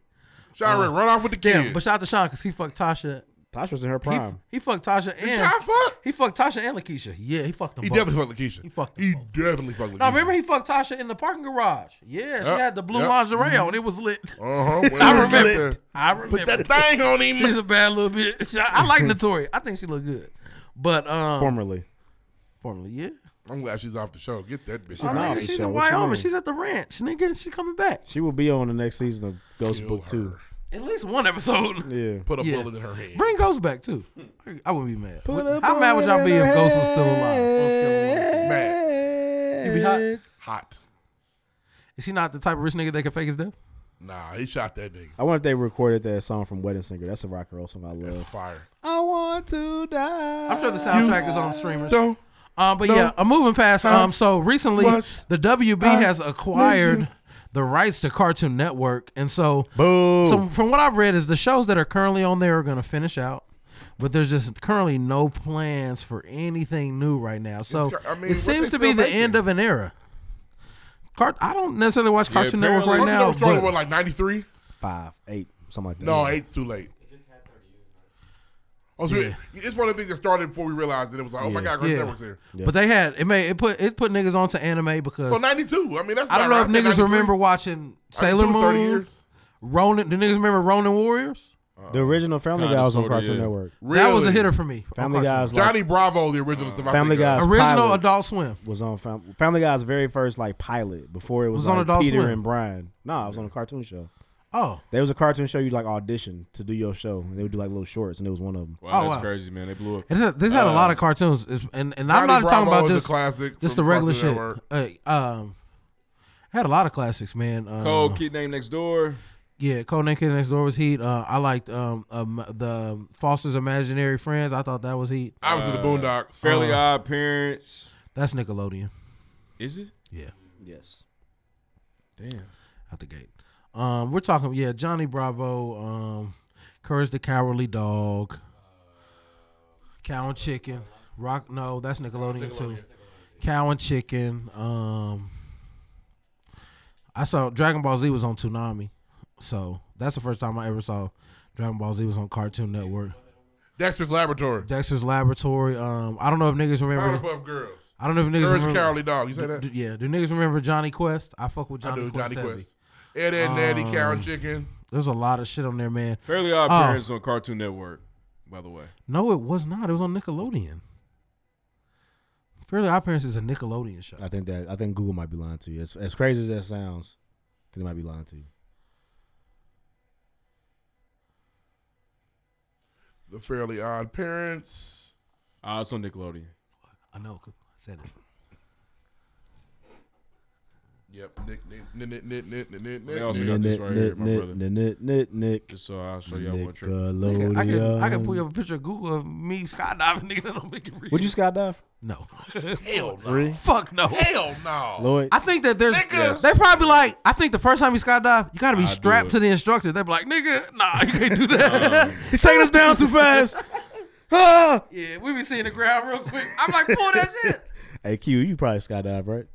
Sean Rick, run off with the kid. Uh, Damn, but shout out to Sean because he fucked Tasha. Tasha was in her He, prime. he fucked Tasha and Um, Sean fuck? he fucked Tasha and Lakeisha. Yeah, he fucked them. He both. definitely fucked Lakeisha. He fucked He definitely fucked Lakeisha. No, remember he fucked Tasha in the parking garage. Yeah, she Yep, had the blue yep. lingerie Mhm. on. It was lit. Uh-huh. Well, I it was remember. lit. I remember. Put that thing on him. She's a bad little bitch. I, I like Notori. I think she look good, but um, Formerly. formerly, yeah. I'm glad she's off the show. Get that bitch. Oh, out. nigga, not. she's Show, in what you Wyoming. mean? She's at the ranch, nigga. She's coming back. She will be on the next season of Ghost Kill Book Two. At least one episode. Yeah. Put a Yeah. bullet in her head. Bring Ghost back too. I wouldn't be mad. Put a How mad would y'all be bullet in if Ghost her was still alive? On a scale of one to ten. Mad. He'd be hot. Hot. Is he not the type of rich nigga that can fake his death? Nah, he shot that nigga. I wonder if they recorded that song from Wedding Singer. That's a rock and roll song I love. That's fire. I want to die. I'm sure the soundtrack is on streamers. Don't, um, but yeah, I'm moving past. uh, Um, so recently, Watch. the WB I has miss acquired the rights to Cartoon Network, and so Boo. so from what I've read is the shows that are currently on there are going to finish out. But there's just currently no plans for anything new right now. So It's- I mean, it what seems they to be still the making? end of an era. Cart- I don't necessarily watch Yeah, Cartoon Network right apparently- now. Cartoon Network started, but- what, like 93? Five, eight, something like that. No, eight's too late. Oh, so Yeah. it- it's one of the things that started before we realized that it was like, oh my God, Cartoon Network's here. But they had it made it put it put niggas onto anime because So 92. I mean, that's I don't know not- if I'd say niggas 93. remember watching Sailor 92 is 30 Moon, years. Ronin. Do niggas remember Ronin Warriors? The original Family Kinda, Guy was on sorta, Cartoon yeah. Network. That was a hitter for Uh, me. on Family Cartoon Guy's Network. Johnny Bravo, the original stuff. I Family think of. Guy's Original pilot Adult Swim. was on Fam- Family Guy's very first like pilot before it was, Was on like, Adult Peter Swim. and Brian. No, I was on a cartoon show. Oh. there was a cartoon show you like audition to do your show, and they would do like little shorts, and it was one of them. Oh, Wow, that's crazy, man. They blew up. And th- This had a Uh, lot of cartoons, It's- and and Johnny I'm not Bravo talking about is a just classic just the from regular shit. Cartoon Uh, um, had a lot of classics, man. Uh, Cold Kid Name Next Door. Yeah, Cold Naked Next Door was heat. Uh, I liked um, um the Foster's Imaginary Friends. I thought that was heat. Obviously, the Boondocks. Fairly Uh, Odd Parents. That's Nickelodeon. Is it? Yeah. Yes. Damn. out the gate. Um, we're talking, yeah, Johnny Bravo, um, Courage the Cowardly Dog, Cow and Chicken, Rock. No, that's Nickelodeon too. Cow and Chicken. Um, I saw Dragon Ball Z was on Toonami, so that's the first time I ever saw Dragon Ball Z was on Cartoon Network. Dexter's Laboratory. Dexter's Laboratory. Um, I don't know if niggas remember. Powerpuff Girls. I don't know if niggas Courage the remember. Cowardly Dog, you say that? Do- yeah. Do niggas remember Johnny Quest? I fuck with I Johnny do, Quest. Johnny heavy. Quest. Ed, Edd and Eddy, Cow and Um, Chicken. There's a lot of shit on there, man. Fairly Odd Oh, Parents on Cartoon Network, by the way. No, it was not. It was on Nickelodeon. Fairly Odd Parents is a Nickelodeon show. I think that I think Google might be lying to you. As, as crazy as that sounds, I think they might be lying to you. The Fairly Odd Parents. Ah, it's on Nickelodeon. I know. 'cause I said it. Yep. Nick, Nick, Nick, Nick, Nick, Nick, Nick, Nick, They also Nick. got this Nick, right here, my Nick, brother. Nick, Nick, Nick. Just so I'll show y'all one trick. Nickelodeon. I can I can pull you up a picture of Google of me skydiving. Nigga, that don't make it real. Would you skydive? No. Hell no. Really? Fuck no. Hell no. Lloyd. I think that there's Niggas. they probably like I think the first time you skydive you gotta be I do strapped it. to the instructor. They'd be like, nigga, nah, you can't do that. He's taking us down too fast. Ah! yeah, we be seeing the ground real quick. I'm like, pull that shit. Hey Q, you probably skydive, right?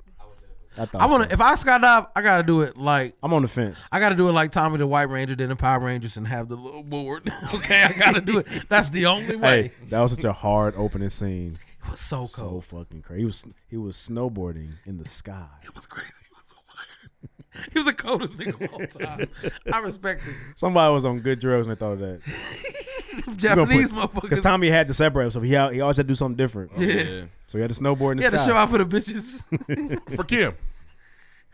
I thought I wanna so. if I skydive, I gotta do it like I'm on the fence. I gotta do it like Tommy the White Ranger did in Power Rangers and have the little board. okay, I gotta do it. That's the only way. Hey, that was such a hard opening scene. It was so cold. So fucking crazy. He was he was snowboarding in the sky. It was crazy. He was the coldest nigga of all time. I respect it. Somebody was on good drugs and they thought of that. Japanese Because motherfuckers. Tommy had to separate himself. He, al- he always had to do something different. Yeah. Yeah. So he had to snowboard in the Yeah, to sky. show out for the bitches. For Kim.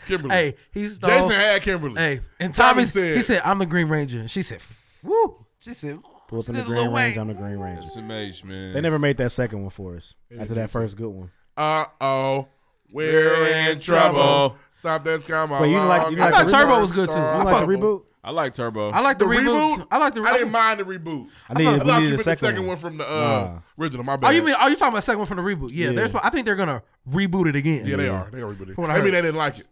Kimberly. Hey, he stole. Jason had Kimberly. Hey, and Tommy Tommy, said- said, he said, "I'm the Green Ranger," and she said, "Woo." She said, Pull up in she did a the Green Lil Range. Wayne. I'm the Green Ranger. That's amazing, man. They never made that second one for us Yeah, after they that first good one. Uh oh. We're We're in in trouble. trouble. Stop that comma. Wait, you Long like- you like time the reboot? You I like fuck the with- reboot? I like Turbo. I like the, reboot. I like the. I didn't mind the reboot. I needed- I thought you we needed a meant the second second one. one from the uh, original. My bad. Oh, you mean? Are you talking about the second one from the reboot? Yeah, Yeah. there's. I think they're gonna reboot it again. Yeah, they are. They are rebooted. From what I I mean, heard. they didn't like it.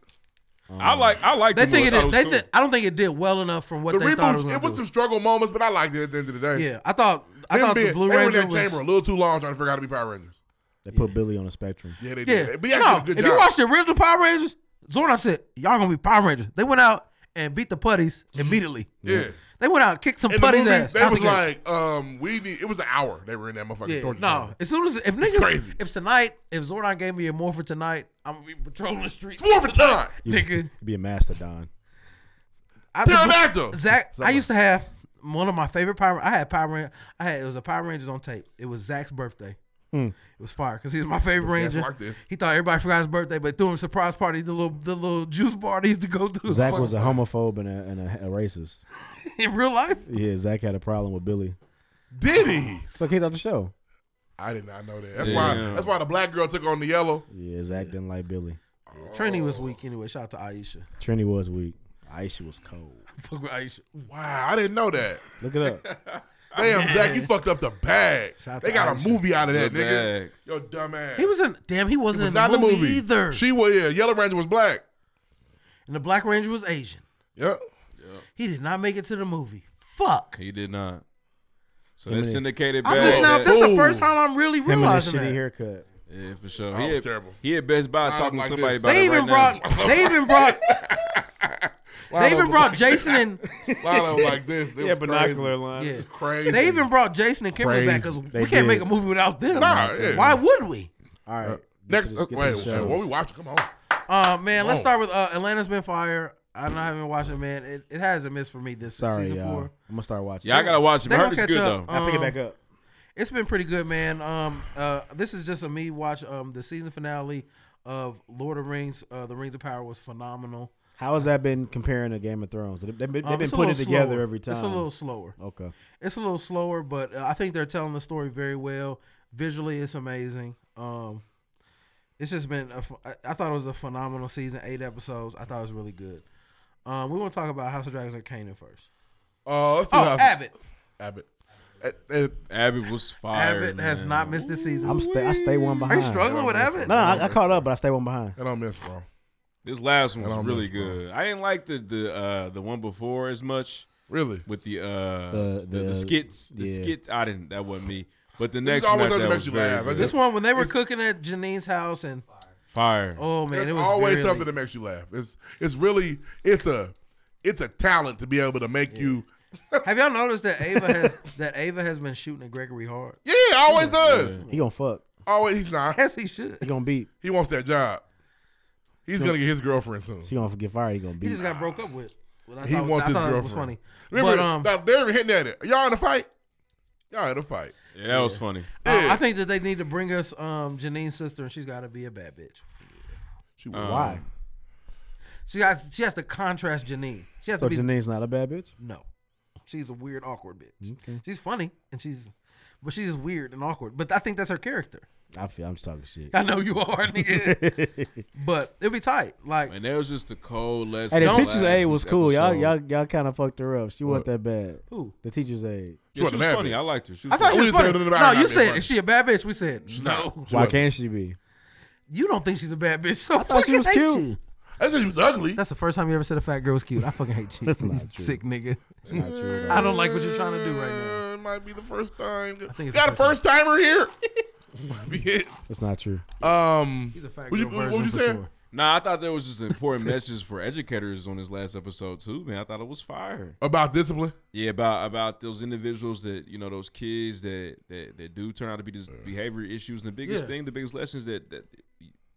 I like I like They the think it. movie. I Did, thought they it was thi- I don't think it did well enough from what The they thought it was reboot, gonna it was do. some struggle moments, but I liked it at the end of the day. Yeah, I thought. I Them thought being- the Blue they were in Ranger that was. chamber a little too long trying to figure out how to be Power Rangers. They put Billy on the spectrum. Yeah, they Yeah, did. But yeah, did a no. If good you job. watch the original Power Rangers, Zordon said, "Y'all gonna be Power Rangers." They went out and beat the putties immediately. Yeah. They went out and kicked some In the putties movie, ass. They out was the gate. like, um, we need. It was an hour. They were in that motherfucking Yeah, torture. no. chamber. As soon as if It's niggas, crazy. if tonight, if Zordon gave me a more for tonight, I'm gonna be patrolling the streets. It's more for time. You- nigga. you'd Be a mastodon. I, Tell that though. Zach, I used to have one of my favorite Power. I had Power. Ran- I had it was a Power Rangers on tape. It was Zach's birthday. Hmm. It was fire because he was my favorite Yeah, it's Ranger. like this. He thought everybody forgot his birthday, but threw him a surprise party. The little, the little juice bar they used to go to. Zach was a homophobe and a, and a, a racist. in real life. Yeah, Zach had a problem with Billy. Did he? Fuck, he's off the show. I did not know that. That's Yeah. why. That's why the black girl took on the yellow. Yeah, Zach didn't like Billy. Trini was weak anyway. Shout out to Aisha. Trini was weak. Aisha was cold. Fuck with Aisha. Wow, I didn't know that. Look it up. Damn, Zach, you fucked up the bag. Shout out They to got Aisha. a movie out of that, The nigga. bag. Yo, dumb ass. He was in. Damn, he He was wasn't in not the movie, either. She was. Yeah, Yellow Ranger was black. and the Black Ranger was Asian. Yep. He did not make it to the movie. Fuck. He did not. So Him that and- syndicated I'm bag. just now. that- That's the first time I'm really Him and his realizing shitty that. haircut. Yeah, for sure. That he was had, terrible. He had Best Buy I talking like to somebody this. about They it right even now. brought. They even brought. Lilo They even was brought like- Jason and. Lilo was like this. That Yeah, was binocular crazy. line. It's crazy. They even brought Jason and Kimberly back because Crazy. we They can't did. make a movie without them. Nah, yeah. Why would we? All right. Next, Get to uh, the- get to wait, the shows. what we watching? Come on. Uh, man, let's Whoa. start with uh, Atlanta's been fire. I don't- I haven't watched it, man. It, it has a miss for me this Sorry, season y'all. four. I'm gonna start watching. Yeah, I gotta watch it. They Heard gonna it's catch good, up. though. I'll pick it Um, back up. It's been pretty good, man. Um, uh, this is just a me watch. Um, the season finale of Lord of Rings, uh, The Rings of Power was phenomenal. How has that been comparing to Game of Thrones? They've been, they've Um, been it's a putting it little together slower. every time. It's a little slower. Okay. It's a little slower, but uh, I think they're telling the story very well. Visually, it's amazing. Um, it's just been. A, ph- I- I thought it was a phenomenal season. Eight episodes. I thought it was really good. Um, we want to talk about House of Dragons and Kanan first. Uh, let's do Oh, House- Abbott. Abbott. Uh, uh, Abbott was fire. Abbott has not missed this season. I'm sta- I stay one behind. Are you struggling with Abbott? No, I, I caught up, but I stay one behind. I don't miss, bro. This last one I was don't really miss, bro. good. I didn't like the the uh, the one before as much. Really, with the uh, The- the, the, the- skits, the yeah. skits. I didn't. That wasn't me. But the This next one always doesn't after that make was you very laugh. Like good. This one when they were cooking at Janine's house and fire. oh man, There's it was always really- something that makes you laugh. It's it's really it's a it's a talent to be able to make you. Have y'all noticed that Ava has that Ava has been shooting at Gregory hard? Yeah, always does. He gonna fuck. Always he's not. Yes, he should. He gonna beat. He wants that job. He's So- gonna get his girlfriend soon. She gonna get fired. He gonna beat. He just got broke up with. Well, I He thought, wants I his thought girlfriend. It was funny, Remember, but um, th- they're hitting at it. Y'all in a fight? Y'all in a fight? Yeah, that was funny. Uh, I- I think that they need to bring us um Janine's sister, and she's got to be a bad bitch. She Um, uh, Why? She has she has to contrast Janine. She has So to be Janine's not a bad bitch. no. She's a weird, awkward bitch. Okay. She's funny and she's, but she's weird and awkward. But I think that's her character. I feel I'm just talking shit. I know you are, nigga. but it'll be tight. Like And that was just the cold. Less Hey, the last teacher's aide was cool. Y'all, episode. y'all, y'all kind of fucked her up. She wasn't that bad. Who? The teacher's aide. Yeah, she was funny. I liked her. She was I thought she funny. was funny. No, you said is she a bad bitch? We said no. Why can't she be? You don't think she's a bad bitch? So I thought she was cute. I said she was ugly. That's the first time you ever said a fat girl was cute. I fucking hate you. That's not You true. Sick nigga. That's not true at all. I don't like what you're trying to do right now. Uh, it might be the first time. I think it's got the a first timer here. might be it. That's not true. Um, He's a fat would you, girl what would you version say? for sure. Nah, I thought that was just an important message for educators on this last episode too, man. I thought it was fire. About discipline? Yeah, about about those individuals that you know, those kids that that, that do turn out to be these behavior issues. And the biggest Yeah. thing, the biggest lessons that that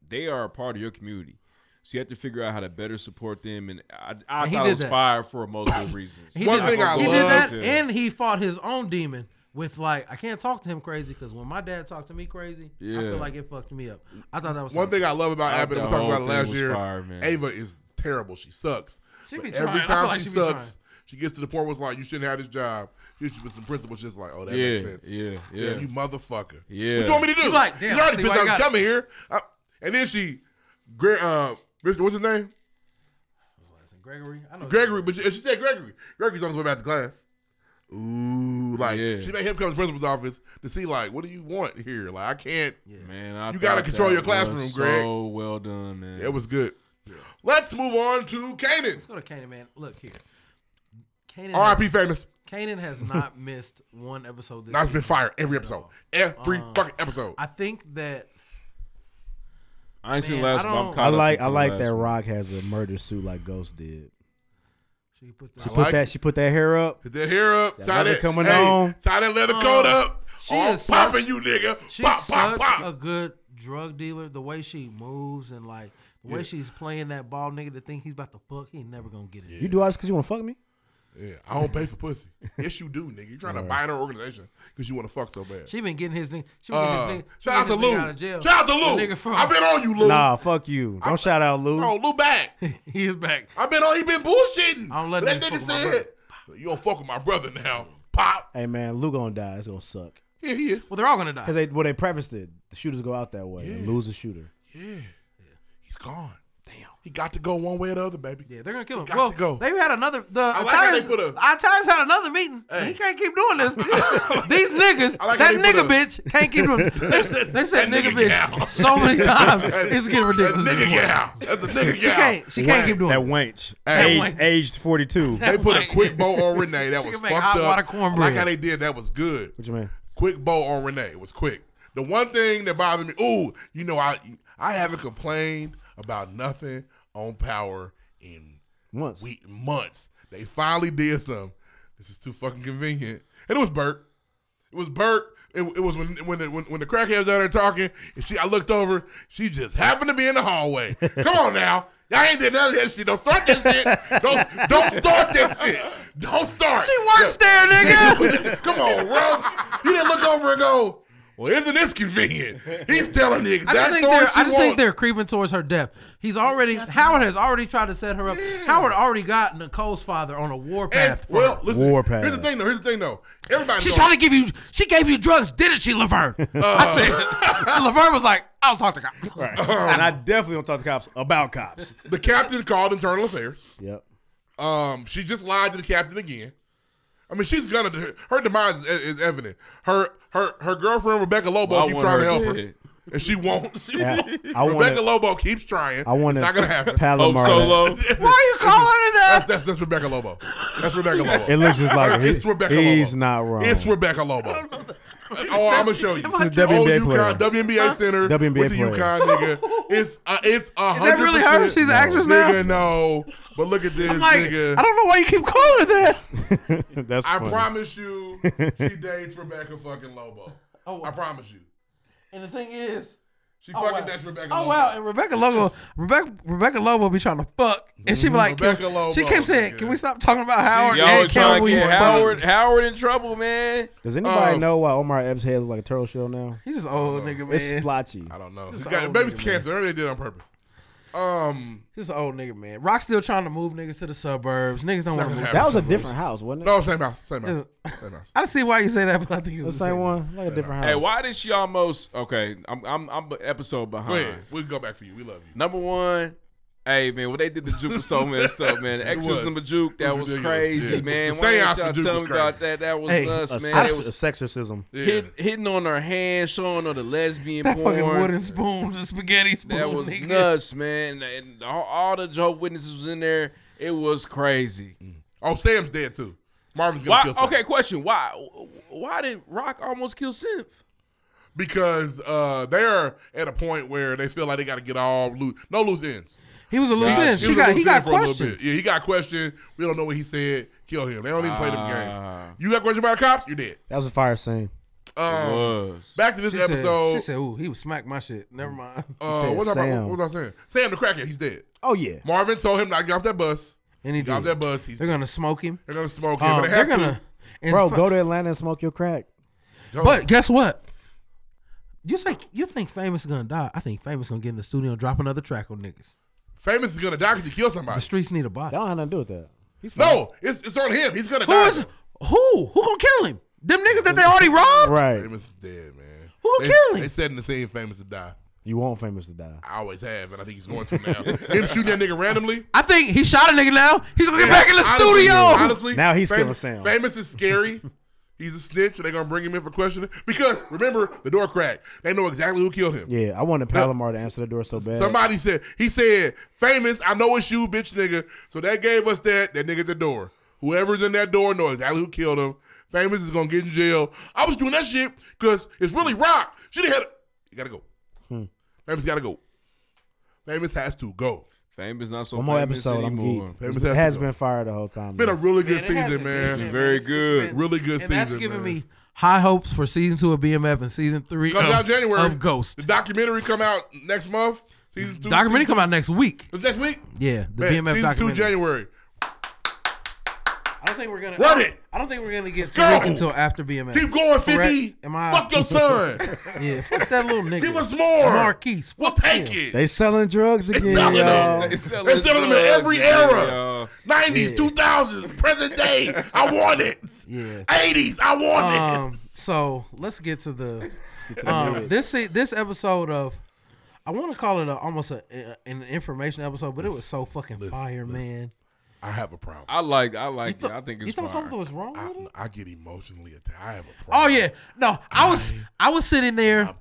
they are a part of your community. So you have to figure out how to better support them. And I, I And he thought did it was that. fire for multiple reasons. He One did, thing I he love- did that, Yeah. and he fought his own demon with like I can't talk to him crazy because when my dad talked to me crazy, I Yeah. feel like it fucked me up. I thought that was One thing I love about I Abbott, thought and we the talked about it whole last thing was year. fire, man. Ava is terrible. She sucks. She But be every trying. I feel time like she, she be sucks, she gets to the point where it's like you shouldn't have this job. You should- But some principal's just like, oh, that Yeah, makes sense. yeah, Damn, yeah. you motherfucker. Yeah. What you want me to do? You like, You damn, I see already why you pissed got off it. coming here. I- and then she, Gre- uh, Mr. what's his name? Gregory. I know Gregory, but she, she said Gregory. Gregory's on his way back to class. Ooh, like Yeah. she made him come to the principal's office to see, like, what do you want here? Like, I can't. man, I You gotta thought control that your classroom, was Greg. So well done, man. It was good. Let's move on to Kanan. Let's go to Kanan, man. Look here. Kanan R.I.P. has- famous. Kanan has not missed one episode this Now it's been season. fire every episode. Every Um, fucking episode. I think that I ain't seen Man, I last one. but I'm don't- caught I up like, I until the like last that one. Rock has a murder suit like Ghost did. she put She I put like that. it. She put that hair up. Put that hair up. That tie leather that coming hey, on. Tie that leather Uh, coat up. She All is popping such- you, nigga. She's Pop, pop, such pop. a good drug dealer. The way she moves and like the way Yeah. she's playing that ball, nigga, to think he's about to fuck, he ain't never gonna get it. You do all this because you want to fuck me? Yeah, I don't pay for pussy. yes, you do, nigga. You trying to buy an organization because you want to fuck so bad. She been getting his nigga. She been Uh, getting his nigga. she shout been out to getting his Lou. nigga Out of jail. Shout out to Lou. The Nigga from, I've been on you, Lou. Nah, fuck you. Don't shout out Lou. No, Lou back. he is back. I've been on. He been bullshitting. I don't let that nigga niggas fuck with my said, "You don't fuck with my brother now." Pop. Hey man, Lou gonna die. It's gonna suck. Yeah, he is. Well, they're all gonna die. Cause they well they prefaced it. The shooters go out that way. and Yeah. Lou's a shooter. Yeah, he's gone. Damn. He got to go one way or the other, baby. Yeah, they're gonna kill him. Got well, to go. Oh, they had another. The I like how they Italians, put a- Italians had another meeting. He can't keep doing this. These niggas, I like how that they put nigga a- bitch can't keep doing. They, they said That nigga, nigga bitch gal. so many times. It's getting ridiculous. That nigga gal. That's a nigga She gal. can't- she can't keep doing that. this. Wench, That aged, wench. aged forty two. They put a quick bow on Renee. That She was can make fucked hot water up. I cornbread. like how they did. That was good. What you mean? Quick bow on Renee. It was quick. The one thing that bothered me. Ooh, you know I I haven't complained about nothing on Power in months. We, months. They finally did some. This is too fucking convenient. And it was Bert. It was Bert. It, it was when when the, when, when the crackheads out there talking. And she, I looked over. She just happened to be in the hallway. Come on now. Y'all ain't did none of that shit. Don't start this shit. Don't don't start that shit. Don't start. She works there, nigga. Come on, Ruff. You didn't look over and go, well, isn't this convenient? He's telling the I just exact think story they're, she I just think wants. they're creeping towards her death. He's already Howard has already tried to set her up. Howard already got Nicole's father on a warpath. for well, her. listen. Warpath. Here's the thing, though. Here's the thing, though. Everybody She knows- tried to give you. She gave you drugs, didn't she, Laverne? I said. so Laverne was like, "I'll talk to cops." Right. and I definitely don't talk to cops about cops. The captain called internal affairs. Yep. Um, she just lied to the captain again. I mean, she's gonna her demise is, is evident. Her her her girlfriend Rebecca Lobo Well, I keeps want trying her to help dead. her, and she won't. She Yeah, won't. I wanna- Rebecca Lobo keeps trying. I wanna It's not gonna happen. Palomar- Hope Solo. Why are you calling her that? That's, that's that's Rebecca Lobo. That's Rebecca Lobo. It looks just like it's he- Rebecca he's Lobo. not wrong. It's Rebecca Lobo. Oh, I'm gonna show you. She's a WNBA Oh, player. UConn, WNBA center. WNBA with the player. UConn nigga. It's uh, it's a Is hundred. that really her? She's an no, actress now? nigga, No, but look at this I'm like, nigga. I don't know why you keep calling her that. That's I funny. promise you, she dates Rebecca fucking Lobo. Oh, I promise you. And the thing is, she oh, fucking wow. dates Rebecca. Oh Lobo. wow, and Rebecca Lobo, Rebecca Rebecca Lobo be trying to fuck, and she be like, can- Rebecca Lobo, she kept saying, "Can we stop talking about Howard?" Y'all and always trying Campbell, to you get fuck?" Howard, Howard in trouble, man. Does anybody Um, know why Omar Epps' head is like a turtle shell now? He's just old nigga, man. It's splotchy. I don't know. This He's is got, old baby's nigga, cancer. Everything they did on purpose. Um, This is an old nigga, man. Rock still trying to move niggas to the suburbs. Niggas don't not want gonna to move. happen. That was a Absolutely. different house, wasn't it? no, same house, same house, It's- same house. I don't see why you say that, but I think it The was the same same one, like a different Hey, house. why did she almost? Okay, I'm I'm I'm an episode Go behind. ahead. We'll go back for you. We love you. Number one, hey man, what they did the Juke was so messed up, man. The It was. exorcism of Juke, that It was, was ridiculous. crazy, Yeah. man. The Why ain't seance for y'all Juke tell me was crazy. about that? That was Hey, us, a, man. sex- It was a sexorcism. hit, hitting on her hand, showing her the lesbian That porn. fucking wooden spoon, the spaghetti spoon. that was nigga. nuts, man. And all, all the Jehovah's Witnesses was in there. It was crazy. Oh, Sam's dead too. Marvin's gonna Why, kill Sam okay, question. Why? Why did Rock almost kill Simp? because uh, they are at a point where they feel like they got to get all loose, no loose ends. He was a loose Nah, end. he She was a got, loose he got end for a little questioned. bit. Yeah, he got questioned. We don't know what he said. Kill him. They don't even play them Ah. games. You got questioned by the cops. You're dead. That was a fire scene. Um, was. Back to this She said- episode. she said, "Ooh, he was smack my shit. Never mind." Uh, said what, was I, Sam. what was I saying? Sam the crackhead, he's dead. Oh yeah. Marvin told him not to get off that bus. And he Get off did. that bus. He's They're gonna smoke him. they're gonna smoke him. Um, but they they're have gonna, and Bro, fu- go to Atlanta and smoke your crack. to. oh, But guess what? You think you think Famous is gonna die? I think Famous gonna get in the studio and drop another track on niggas. famous is gonna die because he killed The somebody. streets need a body. That don't have nothing to do with that. He's fine. No, it's it's on him. He's gonna Who die. is who? Who gonna kill him? Them niggas that they already robbed. Right. Famous is dead, man. Who they, gonna kill him? They said in the scene, famous to die. You want famous to die. I always have, and I think he's going to now. him shooting that nigga randomly. I think he shot a nigga now. He's gonna get back in the Honestly, studio. Honestly, Now he's Fam- killing Sam. Famous is scary. He's a snitch, and they're gonna bring him in for questioning because remember the door cracked. They know exactly who killed him. Yeah, I wanted Palomar to answer the door so bad. Somebody said he said, "Famous, I know it's you, bitch, nigga." So that gave us that that nigga at the door. Whoever's in that door knows exactly who killed him. Famous is gonna get in jail. I was doing that shit because it's really rock. Should have had. A, you gotta go. Hmm. Famous gotta go. Famous has to go. Famous not so One more famous episode. I'm anymore. geeked. Famous It has has to go. been fired the whole time. Been a man. really good Man, it season, hasn't- man. it's been- Very it's- it's good. been- Really good and that's season, giving man. me high hopes for season two of BMF and season three Comes of, out January. of Ghost. The documentary come out next month. Season two. documentary season- come out next week. It's next week. Yeah, the Man, BMF season documentary. two January. I don't think we're gonna Run I- it. I don't think we're gonna get go. Tariq until after BMF. Keep going, Correct? Fifty. Am I? Fuck your son. Yeah, fuck that little nigga. Give us more. Marquise. We'll take it. They selling drugs again, selling it. y'all. They They sell them in drugs, every man, era. y'all. Nineties, two thousands, present day. I want it. Yeah. Eighties, I want Um. So let's get to the. um, this se- this e, episode of I want to call it a, almost a, a- an information episode, but it was so fucking fire, man. I have a problem. I like. I like it. I think it's. you thought fire. something was wrong with it? I get emotionally attacked. I have a Oh yeah, no, I was I was sitting there,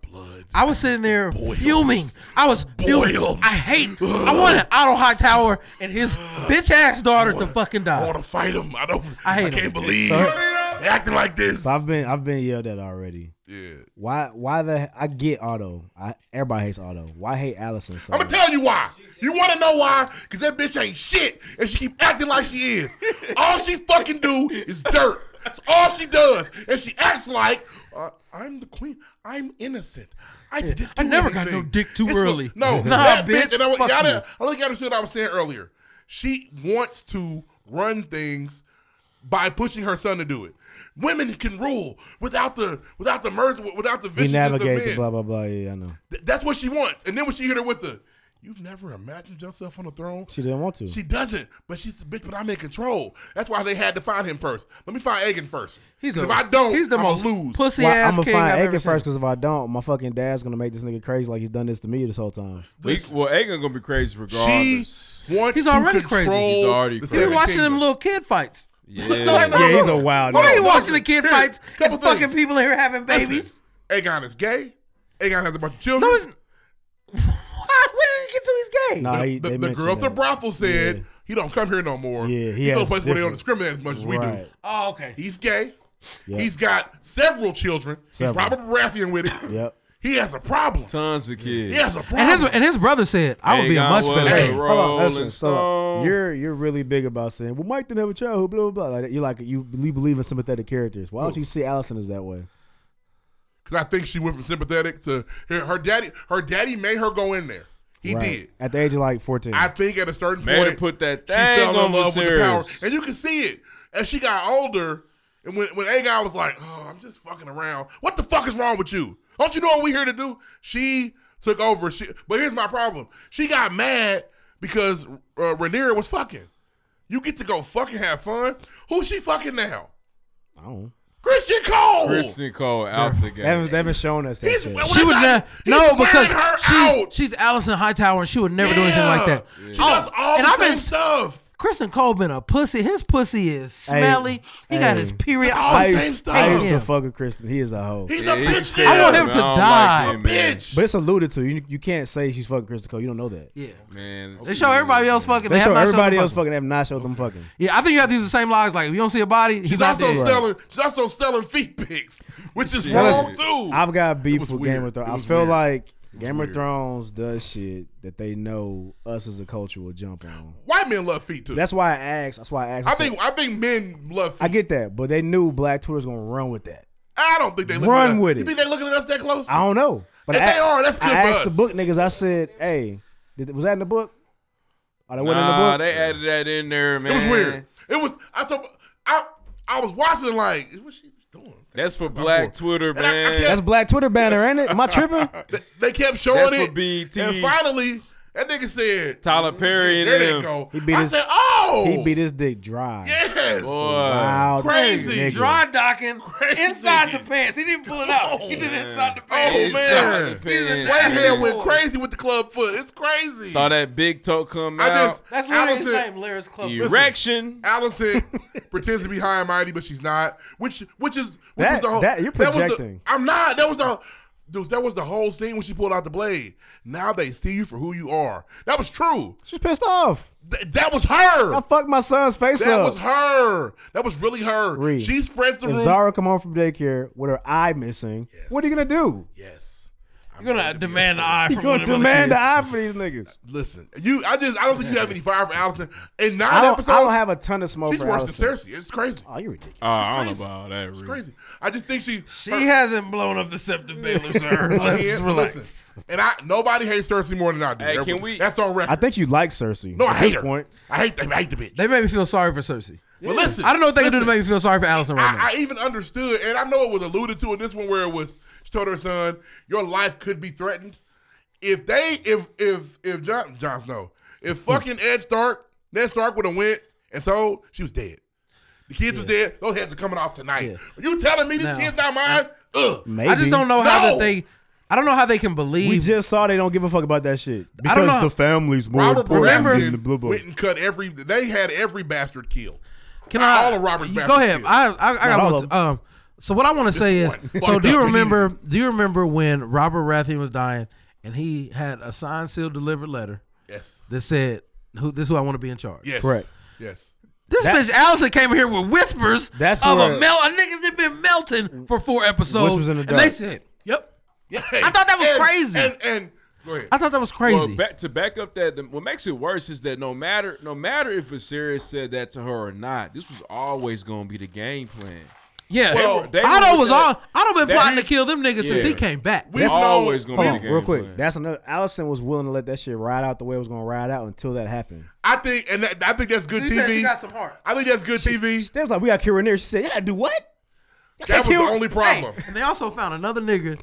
I was sitting there fuming. I was fuming. Boils. I hate. I wanted Otto Hightower and his bitch ass daughter to fucking die. I want to fight him. I don't. I hate can't him. believe they acting like this. So I've been I've been yelled at already. Yeah. Why why the I get Auto. I everybody hates Auto. Why hate Allison so? I'm gonna tell you why. You want to know why? Cause that bitch ain't shit, and she keep acting like she is. All she fucking do is dirt. That's all she does, and she acts like uh, I'm the queen. I'm innocent. I did. I never got no dick too early. No, Nah, that bitch, bitch. And I, fuck y'all you. didn't- I look at the shit I was saying earlier. She wants to run things by pushing her son to do it. Women can rule without the without the mercy without the We viciousness of navigate the men. blah blah blah. Yeah, I know. Th- That's what she wants. And then when she hit her with the, you've never imagined yourself on the throne. She didn't want to. She doesn't, but she's a bitch. But I'm in control. That's why they had to find him first. Let me find Aegon first. He's 'Cause a- if I don't, he's the I'ma most lose. pussy Why- ass I'm king gonna find I've ever Aiken seen. first because if I don't, my fucking dad's gonna make this nigga crazy like he's done this to me this whole time. We, well, Aegon gonna be crazy She regardless. wants He's to already control crazy. He's already the crazy. You Seven watching Kingdoms. them little kid fights? Yeah. Yeah, he's a wild Why are you nigga. watching the kid fights and things. fucking people here having Listen, babies? Aegon is gay. Aegon has a bunch of children. Where did he get to he's gay? Nah, the, he- the- they the girl at mentioned the that. brothel said he don't come here no more. Yeah, he he goes has places where they don't different- discriminate as much as we do. Right. Oh, okay. He's gay. Yeah. He's got several children. He's Several. Robert Baratheon with it. Yep. He has a problem. Tons of kids. He has a problem. And his and his brother said, "I would be a Aegon much was better." a Hey, Hold on, listen, Rolling so, like, Stone. you're you're really big about saying, well, Mike didn't have a childhood, blah blah blah. Like, you're like you, you believe in sympathetic characters. Why don't Who? you see Allison as that way? Because I think she went from sympathetic to her, her daddy. Her daddy made her go in there. He Right. did. at the age of like 14. I think at a certain Made her point, put that she thing fell on in love with the power, Viserys. and you can see it as she got older. And when when a guy was like, "Oh, I'm just fucking around. What the fuck is wrong with you? Don't you know what we here to do?" She took over. She, but here's my problem: she got mad because uh, Rhaenyra was fucking. You get to go fucking have fun. Who's she fucking now? I don't. know. Christian Cole. Kristen Cole out the They haven't, game. they haven't shown us that. He's- yet. well, She would not- never. he's No, wearing because her she's out. she's Allison Hightower, and she would never do anything like that. Oh, Yeah. She does all the same stuff. Kristen Cole been a pussy. His pussy is smelly. he got hey. his period. It's all the I same used- stuff. I I used used to to f- fuck with Kristen. He is a hoe. He's a Yeah, he bitch. straight now. I want up, him to I don't die. like A him, man. bitch. But it's alluded to. You you can't say she's fucking Kristen Cole. You don't know that. Yeah, man. They show everybody else fucking. They, They have show not shown everybody them else fucking. They have not showed them fucking. Yeah, I think you have to use the same logic. Like if you don't see a body, he's She's not also dead. selling. She's also selling feet pics, which is Now wrong listen, too. I've got It beef was with weird. Game of Thrones. It I was feel weird. like was Game weird. of Thrones does shit that they know us as a culture will jump on. white men love feet too. That's why I asked. That's why I asked. I said- think I think men love. I Feet. get that, but they knew Black Twitter's gonna run with that. I, don't think they look Run at us. with You it. think they looking at us that close? I don't know, but If I, they are, that's good I for asked us. the book niggas. I said, "Hey, did, was that in the book? Oh, that wasn't in the Nah, book. they added that in there, man. It was weird. It was. I so I I was watching like what's she doing? That's for Black Twitter, And I- I man. can't- That's Black Twitter banner, ain't it? Am I tripping? They kept showing That's E it, for BET. and finally that nigga said Tyler Perry and There they them. go. He beat I his, said, oh, he beat his dick dry. yes, Wow, Crazy nigga. dry docking inside the pants. He didn't pull it out. He did it inside the pants. Oh man, Inside the pants. Whitehead went crazy with the club foot. It's crazy. Saw that big toe come I out. just That's literally his Allison- name, Larry's Club. You Erection. Allison pretends to be high and mighty, but she's not. Which which is which That- was the whole that- you're was the- projecting. I'm not. That was the dudes. That was the whole scene when she pulled out the blade. Now they see you for who you are. That was true. She's pissed off. Th- that was her. I fucked my son's face that up. was her. That was really her. Reed, She spreads the if room. Zara come home from daycare with her eye missing, what are you gonna do? You're gonna demand an eye from You one gonna of them demand the kids. eye for these niggas? Listen, you. I just. I don't think you have any fire for Allison. In nine I don't, episodes, I don't have a ton of smoke. she's for worse Allison. than Cersei. It's crazy. Oh, you're ridiculous. Oh, I don't know about all that. It's Reed. crazy. I just think she. She hasn't blown up the septum Baylor, sir. Let's Again, relax. listen, and I nobody hates Cersei more than I do. Hey, can Everybody- we- That's on record. I think you like Cersei. No, at I hate this her. point. I hate. I hate the bitch. They made me feel sorry for Cersei. But listen, I don't know what they can do to listen. make me feel sorry for Allison right now. I, I even understood, and I know it was alluded to in this one where it was she told her son, "Your life could be threatened if they if if if John John Snow if Hmm. fucking Ed Stark Ned Stark would have went and told she was dead. The kids was dead. Those heads are coming off tonight. You telling me this Now, kid's not mine? Ugh. Maybe. I just don't know how No. that they I don't know how they can believe. We just saw they don't give a fuck about that shit I because don't know. the family's more Robert important Baratheon than the blue boy. went and cut every. They had every bastard killed. Can Not I all of Robert's you- Go bastards ahead. killed. I I, I Not all got of one. too. Um, so what I want to say is, one. so Fucked do you up. remember? Do you remember when Robert Rathie was dying and he had a signed, sealed, delivered letter? Yes. That said, "Who this is who I want to be in charge." Yes. Correct. Yes. This That- bitch Allison came in here with whispers That's of where- a melt a nigga that been melting for four episodes, Whispers in the and dark. they said, "Yep." Yeah. I thought that was And- crazy. And, and go ahead. I thought that was crazy. Well, back, to back up that, the, what makes it worse is that no matter no matter if Viserys said that to her or not, this was always going to be the game plan. Yeah, They well, were- they Otto were was with on. that- Otto been that- plotting to kill them niggas since Yeah. he came back. We That's always gonna Hold be on, the real game quick. plan. That's another. Allison was willing to let that shit ride out the way it was gonna ride out until that happened. I think, and that, I think that's good She TV. said she got some heart. I think that's good TV. She was like, "We got Kira near." She said, "Yeah, do what?" That was the only problem. Hey, and they also found another nigga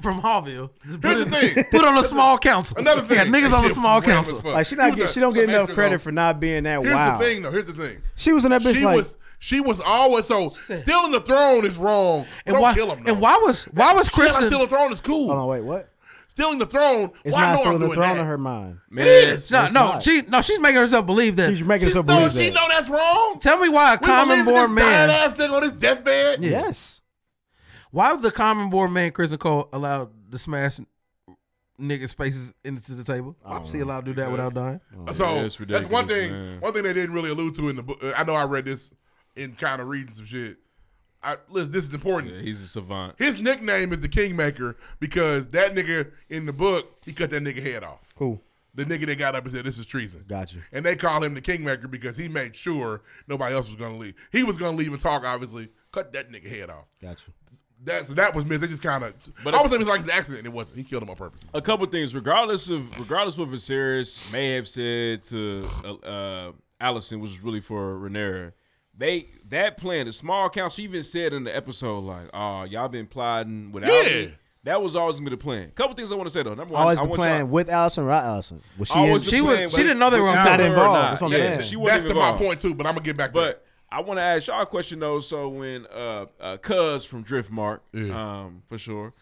from Hallville. Here's the thing. Put on a small council. Another thing. Yeah, niggas on a It's small random council. as fuck. Like she not He was get, a- she don't a get enough major credit hoe. for not being that Here's wild. the thing, though. Here's the thing. She was in that bitch She like- was. She was always so. Stealing the throne is wrong. And don't why- kill him. Though. and why was why was Shit, like Kristen? stealing the throne is cool. Hold on, "Oh, wait, what? Stealing the throne. It's why not know I'm stealing the doing throne that? in her mind. It is. No, It's no, not. she no, she's making herself believe that. She's making herself No, she know that's wrong. Tell me why a We common believing this born man. dying ass nigga on his deathbed. Yeah. Yes. Why would the common born man Chris Cole allowed to smash niggas' faces into the table? Why was he allowed to do that without dying? So That's that's, one ridiculous, thing. man. One thing they didn't really allude to in the book. I know I read this in kind of reading some shit. I, listen, this is important. Yeah, he's a savant. His nickname is the Kingmaker because that nigga in the book he cut that nigga head off. Cool. The nigga that got up and said this is treason. Gotcha. And they call him the Kingmaker because he made sure nobody else was gonna leave. He was gonna leave and talk. Obviously, cut that nigga head off. Gotcha. That's that was missed. They just kind of. But- I was thinking it was like an accident. It wasn't. He killed him on purpose. a couple things, regardless of regardless what Viserys may have said to uh, uh, Allison, which is really for Rhaenyra, they that plan, the small council even said in the episode, like, "Oh, y'all been plotting without Yeah. me." That was always gonna be the plan. Couple things I want to say though. Number one, Always I the want plan y'all- with Allison, right? Allison. Was she? Always in- the plan, but- She's but not were or involved. not. That's what I'm Yeah, saying. she wasn't That's to my involved. point too. But I'm gonna get back to that. But I want to ask y'all a question though. So when uh, uh Cuz from Driftmark, um, for sure,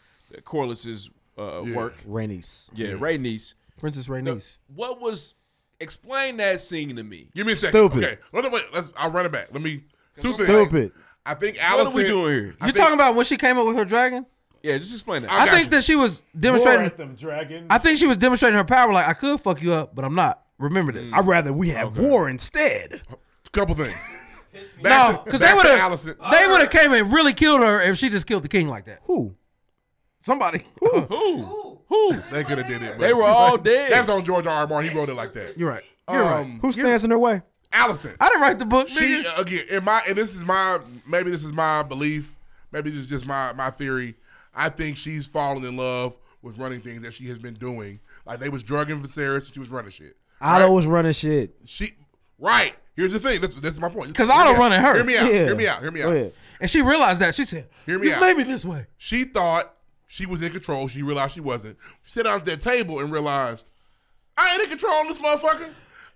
Corliss's uh, Yeah. work, Rhaenys. yeah, Yeah. Ray Niece, Princess Rhaenys. What was? Explain that scene to me. Give me a second. Stupid. Okay, let me, let's. I'll run it back. Let me. Two things. Stupid. I think are Allison. we doing here? I You're think- talking about when she came up with her dragon? Yeah, just explain that. I, think that she was demonstrating. I think she was demonstrating her power. Like I could fuck you up, but I'm not. Remember Mm. this. I'd rather we have war instead. Couple things. no, because they would have. Allison. They would have came and really killed her if she just killed the king like that. Who? Somebody. Who? Who? They could have did it. They were all dead. That's on George R. R. Martin. He wrote it like that. You're right. You're right. Who stands in her way? Allison. I didn't write the book. She uh, again. In my and this is my maybe this is my belief. Maybe this is just my my theory. I think she's fallen in love with running things that she has been doing. Like they was drugging Viserys and she was running shit. Otto was running shit. She right. Here's the thing. This, this is my point. Because Hear me Otto out. running her. Hear me out. Hear me out. Hear me out. And she realized that. She said, Hear me you out. made me this way. She thought she was in control. She realized she wasn't. She sat down at that table and realized, I ain't in control of this motherfucker.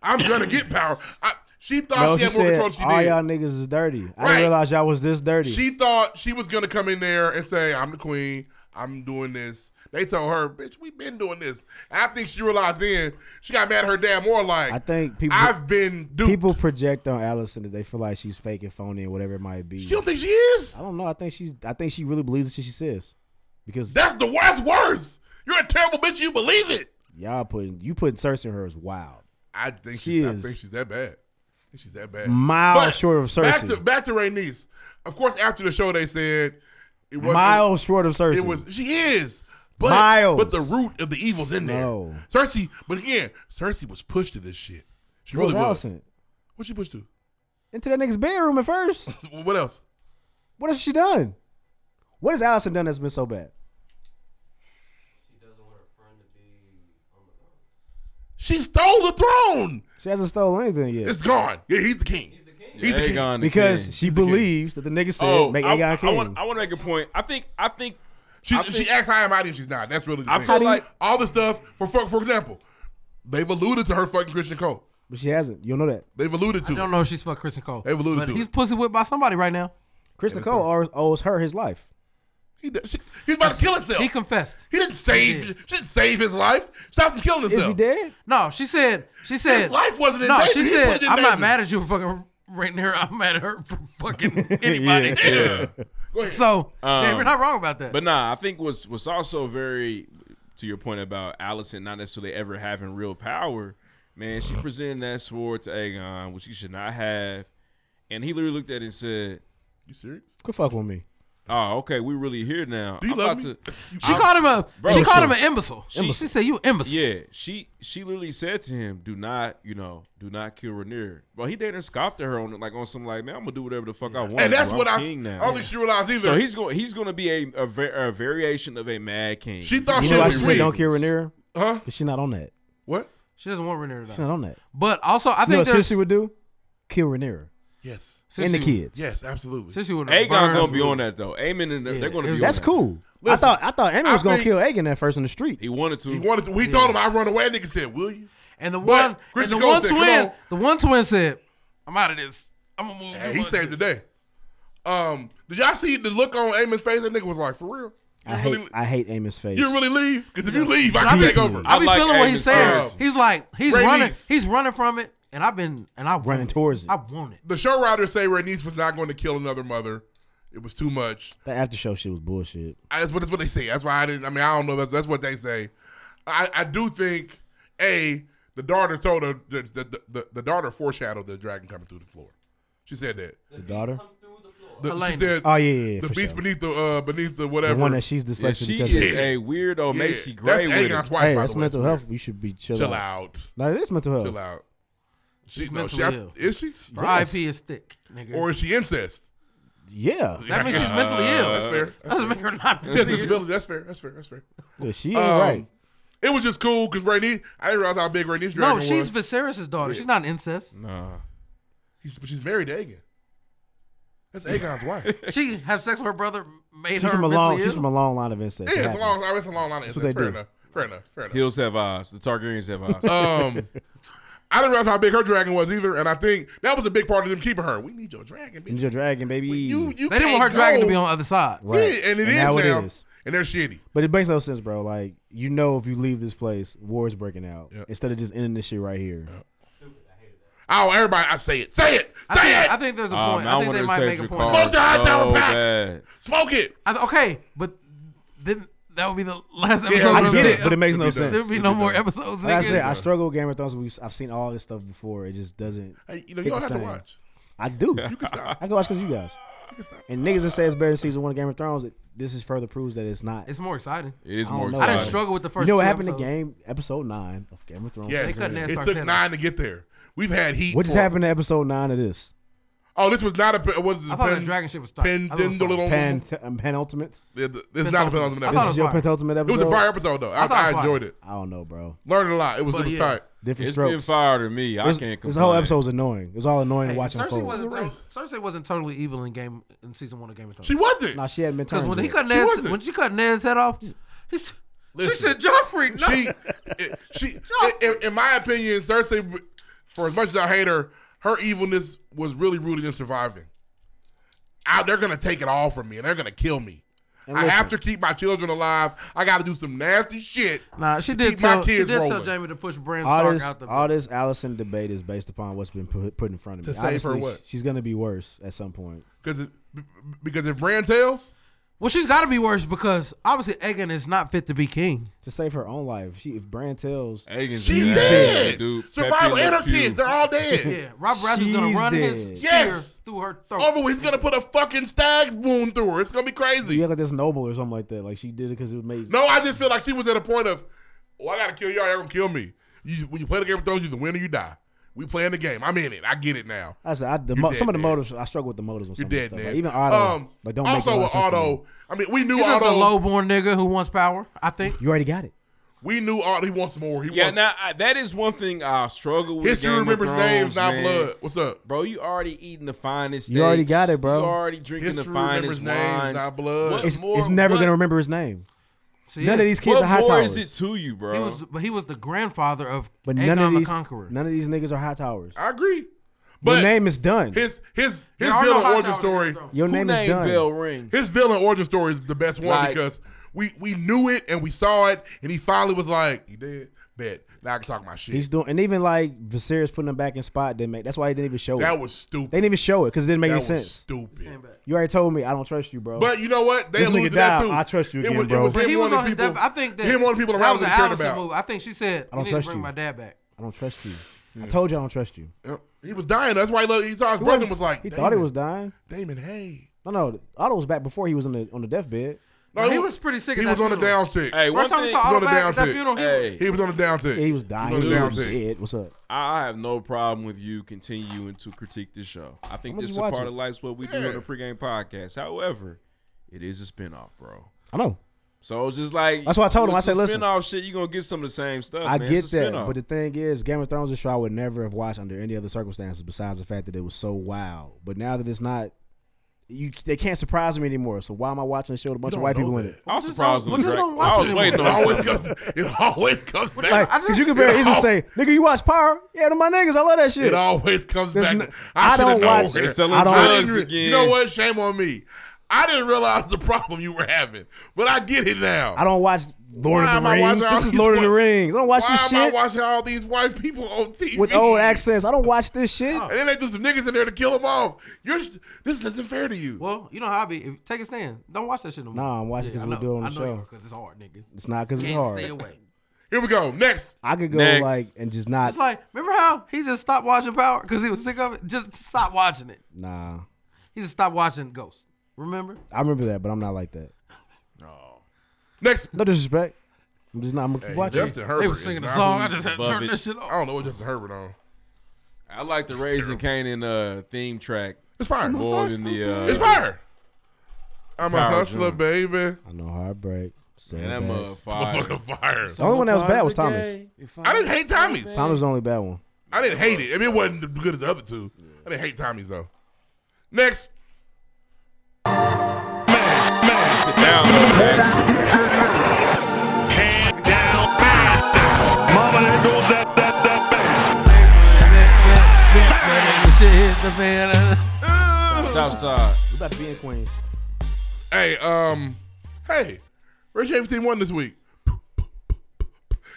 I'm gonna get power. I, she thought No, she she had more said, control than she all did. y'all niggas is dirty. I Right. didn't realize y'all was this dirty. She thought she was gonna come in there and say, "I'm the queen. I'm doing this." They told her, "Bitch, we've been doing this." And I think she realized then she got mad at her dad more. Like I think people. I've been. Duped. People project on Allison that they feel like she's fake and phony or whatever it might be. You don't think she is? I don't know. I think she's. I think she really believes the shit she says, because That's the worst. Worse. You're a terrible bitch. You believe it. y'all putting you putting Cersei in her is wild. I think She she's. I is- think she's that bad. I think she's that bad. Miles short of Back Cersei. to back to Rhaenys. Of course, after the show, they said it wasn't- Miles short of Cersei. It was she is. But, Miles. but the root of the evil's in there. No. Cersei, but again, Cersei was pushed to this shit. She Rose really was. Allison. What she pushed to? into that nigga's bedroom at first. What else? What has she done? What has Allison done that's been so bad? She stole the throne. She hasn't stolen anything yet. It's gone. Yeah, he's the king. He's the king. He's the king. Aegon the because king. she believes that the nigga said Oh, make I, Aegon I, king. want, I want to make a point. I think. I think. She's, I think- she acts high and mighty and she's not. That's really the I thing. feel How do you- like- all the stuff for fuck for example, they've alluded to her fucking Christian Cole. but she hasn't. You don't know that. They've alluded to I don't know if she's fucked Kristen Cole. They've alluded But to He's it. pussy whipped by somebody right now. Chris Cole owes her his life. it. He, did- she, he was about to kill himself. He confessed. He didn't save. He She didn't save his life. Stop him killing himself. dead? No, she said. She His said life wasn't in No, danger. she He said put it in I'm not danger." mad at you for fucking right her. I'm mad at her for fucking anybody. Yeah, yeah. So yeah, Um, you're not wrong about that. But nah, I think what's what's also very to your point about Allison not necessarily ever having real power. Man, she presented that sword to Aegon, which he should not have, and he literally looked at it and said, "You serious? Quit fuck with me. Oh, okay, we really here now. Do you I'm love about me? to- She I'm- called him a- Bro, she called him an imbecile. She- she said, "You imbecile." Yeah, she she literally said to him, "Do not, you know, do not kill Rhaenyra." Well, he didn't scoffed at her on like on some like, man, I'm gonna do whatever the fuck I want. And that's to. what I'm I- king now. I don't think she realized either. So he's going he's gonna be a a, va- a variation of a mad king. She You know why she said don't kill Rhaenyra? Huh? Cause she not on that. What? She doesn't want Rhaenyra to She's die. not on that. But also, I You think know what there's Cersei would do? Kill Rhaenyra. Yes. and the kids. Yes, absolutely. Cersei would Aegon gonna be on that though. Aemon and they're gonna be. That's on that. cool. I Listen, thought I thought Anna I was gonna think- kill Aegon at first on the street. He wanted to. He wanted. To, he told him, "I run away." Nigga said, "Will you?" And the one, and the one twin, the one twin said, "I'm out of this. I'm gonna move." he saved the day. Um, did y'all see the look on Amon's face? That nigga was like, "For real." I hate I hate Amos' face. You really leave? Because if you leave, I But can I take mean- over. I be I like feeling what he's saying. he's like he's Ray running. Neese. He's running from it, and I've been and I running towards it. I want it. The show writers say Rhaenys was not going to kill another mother. It was too much. That after show shit was bullshit. I- That's what, that's what they say. That's why I didn't. I mean, I don't know. That's, that's what they say. I, I do think a the daughter told her the the, the, the, daughter foreshadowed the dragon coming through the floor. She said that. The daughter. The, she Elena. said, Oh, yeah, yeah, yeah, the for beast beneath the uh, beneath the whatever. The one that she's Yeah, dyslexic she because is of. a weirdo Macy Yeah, Gray. that's with Aegon's it. wife, Hey, by that's the way. mental health. You should be chill, Chill out. No, it is mental health. Chill out. She, She's no, she, mentally I- ill. is she? Her Yes. IP is thick, nigga. Or is she incest? Uh, Yeah. That means she's mentally ill. That's fair. That's Doesn't fair. make her not She has mentally ill. disability. That's fair. That's fair. That's fair. Yeah, she ain't right. It was just cool because Rhaenys. I didn't realize how big Rhaenys' dragon No, was. she's Viserys' daughter. She's not an incest. Nah. He's- but she's married to Aegon. That's Aegon's wife. she has sex with her brother. Made She's her from a long. mentally She's ill. from a long line of incest. It Yeah, it's a happens. long. It's a long line. of That's what incest. they Fair do. enough. Fair enough. Fair enough. Hills have eyes. The Targaryens have eyes. Um, I didn't realize how big her dragon was either, and I think that was a big part of them keeping her. We need your dragon. Ninja Dragon, baby. You, you They didn't can't want her dragon to go. be on the other side. Right. Yeah, and it And is now it now, is. and they're shitty. But it makes no sense, bro. Like you know, if you leave this place, war is breaking out. Instead of just ending this shit right here. Oh, everybody, I say it. Say it. I Say think, it. I think there's a Um, point. I I think wanted they to might say make a point. Dracarys Smoke the hot tower so pack. bad. Smoke it. I th- okay, but then that would be the last Yeah, episode. I of get the- it, but it makes no There'd sense. be It'd no be more done. episodes. Like I nigga. said, I struggle with Game of Thrones. We've, I've seen all this stuff before. It just doesn't. Hey, you know, you hit don't the have to same. watch. I do. You can stop. I have to watch because you guys. And niggas that say it's better than season one of Game of Thrones, it- this is further proves that it's not. It's more exciting. It is I don't more know. exciting. I didn't struggle with the first You know what two happened to episodes. game episode nine of Game of Thrones? Yes, couldn't it ask took Arteta. nine to get there. We've had heat. What just for- happened to episode nine of this? Oh, this was not a. pe- Was I thought the dragon shit was tight. Pen, I thought it was fun. Pan, um, penultimate. Yeah, th- this is not a penultimate This episode. is your penultimate episode. It was a fire episode though. I, I thought it I, was fire. enjoyed it. I don't know, bro. Learned a lot. It was But it was yeah. tight. Different It's been strokes. fire to me. I This- can't complain. This whole episode was annoying. It was all annoying to Hey, watch Cersei unfold. wasn't tot- Cersei wasn't totally evil in game in season one of Game of Thrones. She wasn't. Nah, she hadn't been Because turned when he yet. cut She Ned's wasn't. when she cut Ned's head off, he s- she Listen. said, "Joffrey, no." She, it- she, in, in my opinion, Cersei, for as much as I hate her, her evilness was really rooted in surviving. I, they're gonna take it all from me, and they're gonna kill me. And I have to listen. keep my children alive. I got to do some nasty shit. nah, she to did keep my tell she kids did tell rolling. Jamie to push Bran all Stark this, out the. all this Allison debate is based upon what's been put, put in front of To me. save her Obviously, what? She's gonna be worse at some point. because because if Bran tells, well, she's got to be worse because obviously Aegon is not fit to be king. To save her own life, she if Bran tells, Aegon's She's dead. dead. Dude, Survival Pepe and Le her Pew. kids, they're all dead. Yeah, Rob Baratheon's gonna She's run dead. his spear Yes. through her throat. Over, with. he's gonna put a fucking stag wound through her. It's gonna be crazy. You act like this noble or something like that. Like she did it because it was amazing. No, I just feel like she was at a point of, oh, I gotta kill y'all. Y'all gonna kill me. You, when you play the Game of Thrones, you either win or you die. We playing the game. I'm in it. I get it now. I said I, the You're mo- dead, some of the man. motives. I struggle with the motives. On You're some of the dead, stuff. man. Like, even Otto, Um, like don't also make a lot with of sense to me. Otto. I mean, we knew He's just a Otto. lowborn nigga who wants power. I think. You already got it. we knew Otto. He wants more. He Yeah, wants. now I, that is one thing I struggle with. History Game of remembers Thrones, names, not man. blood. What's up, bro? You already eating the finest. You already steaks. got it, bro. You already drinking History the remembers finest names, wines. not blood. What It's, more, it's never what, gonna remember his name. None of these kids what are high more towers. is it to you, bro? He was, but he was the grandfather of but Aegon none of the these, Conqueror. none of these niggas are high towers. I agree. Your name is done. Uh, His his his Y'all know villain how I origin know story. Your Who name is named done. bell ring. His villain origin story is the best one Like- because we we knew it and we saw it and he finally was like, "You did, bet now I can talk my shit." He's doing, and even like Viserys putting him back in spot didn't make. That's why he didn't even show it. That was stupid. They didn't even show it because it didn't make That any was sense. Stupid. You already told me I don't trust you, bro. But you know what? They this alluded nigga to that died. too. I trust you It again, was- it bro. was him He was wanting on his people- death. I think that him wanting people that around was him an he cared Allison about. Move. I think she said, I "You don't need to trust bring you. my dad back." I don't trust you. I told you I don't trust you. He was dying. That's why he, lo- he saw his He brother wasn't- was like, he thought he "Damon, was dying. Damon, hey. No, no, Otto was back before he was on the on the deathbed. No, he was pretty sick. He at was that on the funeral. down tick. Hey, one First time we thing- saw He was all on the back at down that tick. funeral. he- Hey. He was on the down tick. He was dying. He He was on was the down tick. dead. What's up? I have no problem with you continuing to critique the show. I think I'ma just this is a watch part it. of life's what we do on the pregame podcast. However, it is a spinoff, bro. I know. So it's just like That's why I told him, I with said, some "Listen." spinoff shit. You are gonna get some of the same stuff. I man. get It's a that, spinoff. but the thing is, Game of Thrones is a show I would never have watched under any other circumstances, besides the fact that it was so wild. But now that it's not, you they can't surprise me anymore. So why am I watching a show with a bunch of don't white know people in that. it? I was Well, just surprised don't- when well, just Drake- don't watch I was it waiting anymore. on Always something. comes, it always comes back. Like, because you can very easily say, "Nigga, you watch Power? Yeah, to my niggas, I love that shit." It always comes There's back. no- I, I should have don't known. watch better. it. They're selling I didn't drugs re- again. You know what? Shame on me. I didn't realize the problem you were having, but I get it now. I don't watch Lord Why of am the I Rings. watching all This is these Lord of the white- Rings. I don't watch Why this am I shit watching all these white people on TV with old accents. I don't watch this shit. And then they threw some niggas in there to kill them off. You're this isn't fair to you. Well, you know how I be. If, take a stand. Don't watch that shit no more. Nah, I'm watching Yeah, because I we know. do it on the I know you show. are, 'cause it's hard, nigga. It's not because it's Can't hard. Stay away. Here we go. Next. I could go Next. like and just not. It's like, remember how he just stopped watching Power because he was sick of it? Just stop watching it. nah, He just stopped watching Ghost. Remember? I remember that, but I'm not like that. Next, no disrespect. I'm just not. I'm gonna keep watching. it. Justin Herbert. They was is singing a not song. who I just had to Above turn it. this shit off. I don't know what Justin Herbert on. I like the It's Raising Canaan uh, theme track. It's fire. More than the uh, it's fire. I'm a Power hustler, Junior. baby. I know heartbreak. Man, that setbacks. motherfucker fire. Motherfucker fire. The only one that was bad was Thomas. I didn't hate Tommy's. Thomas was the only bad one. I didn't hate it. I mean, it wasn't as good as the other two. I didn't hate Tommy's though. Next. Southside. We about to be in Queens. Hey, um, hey, Rich James team won this week.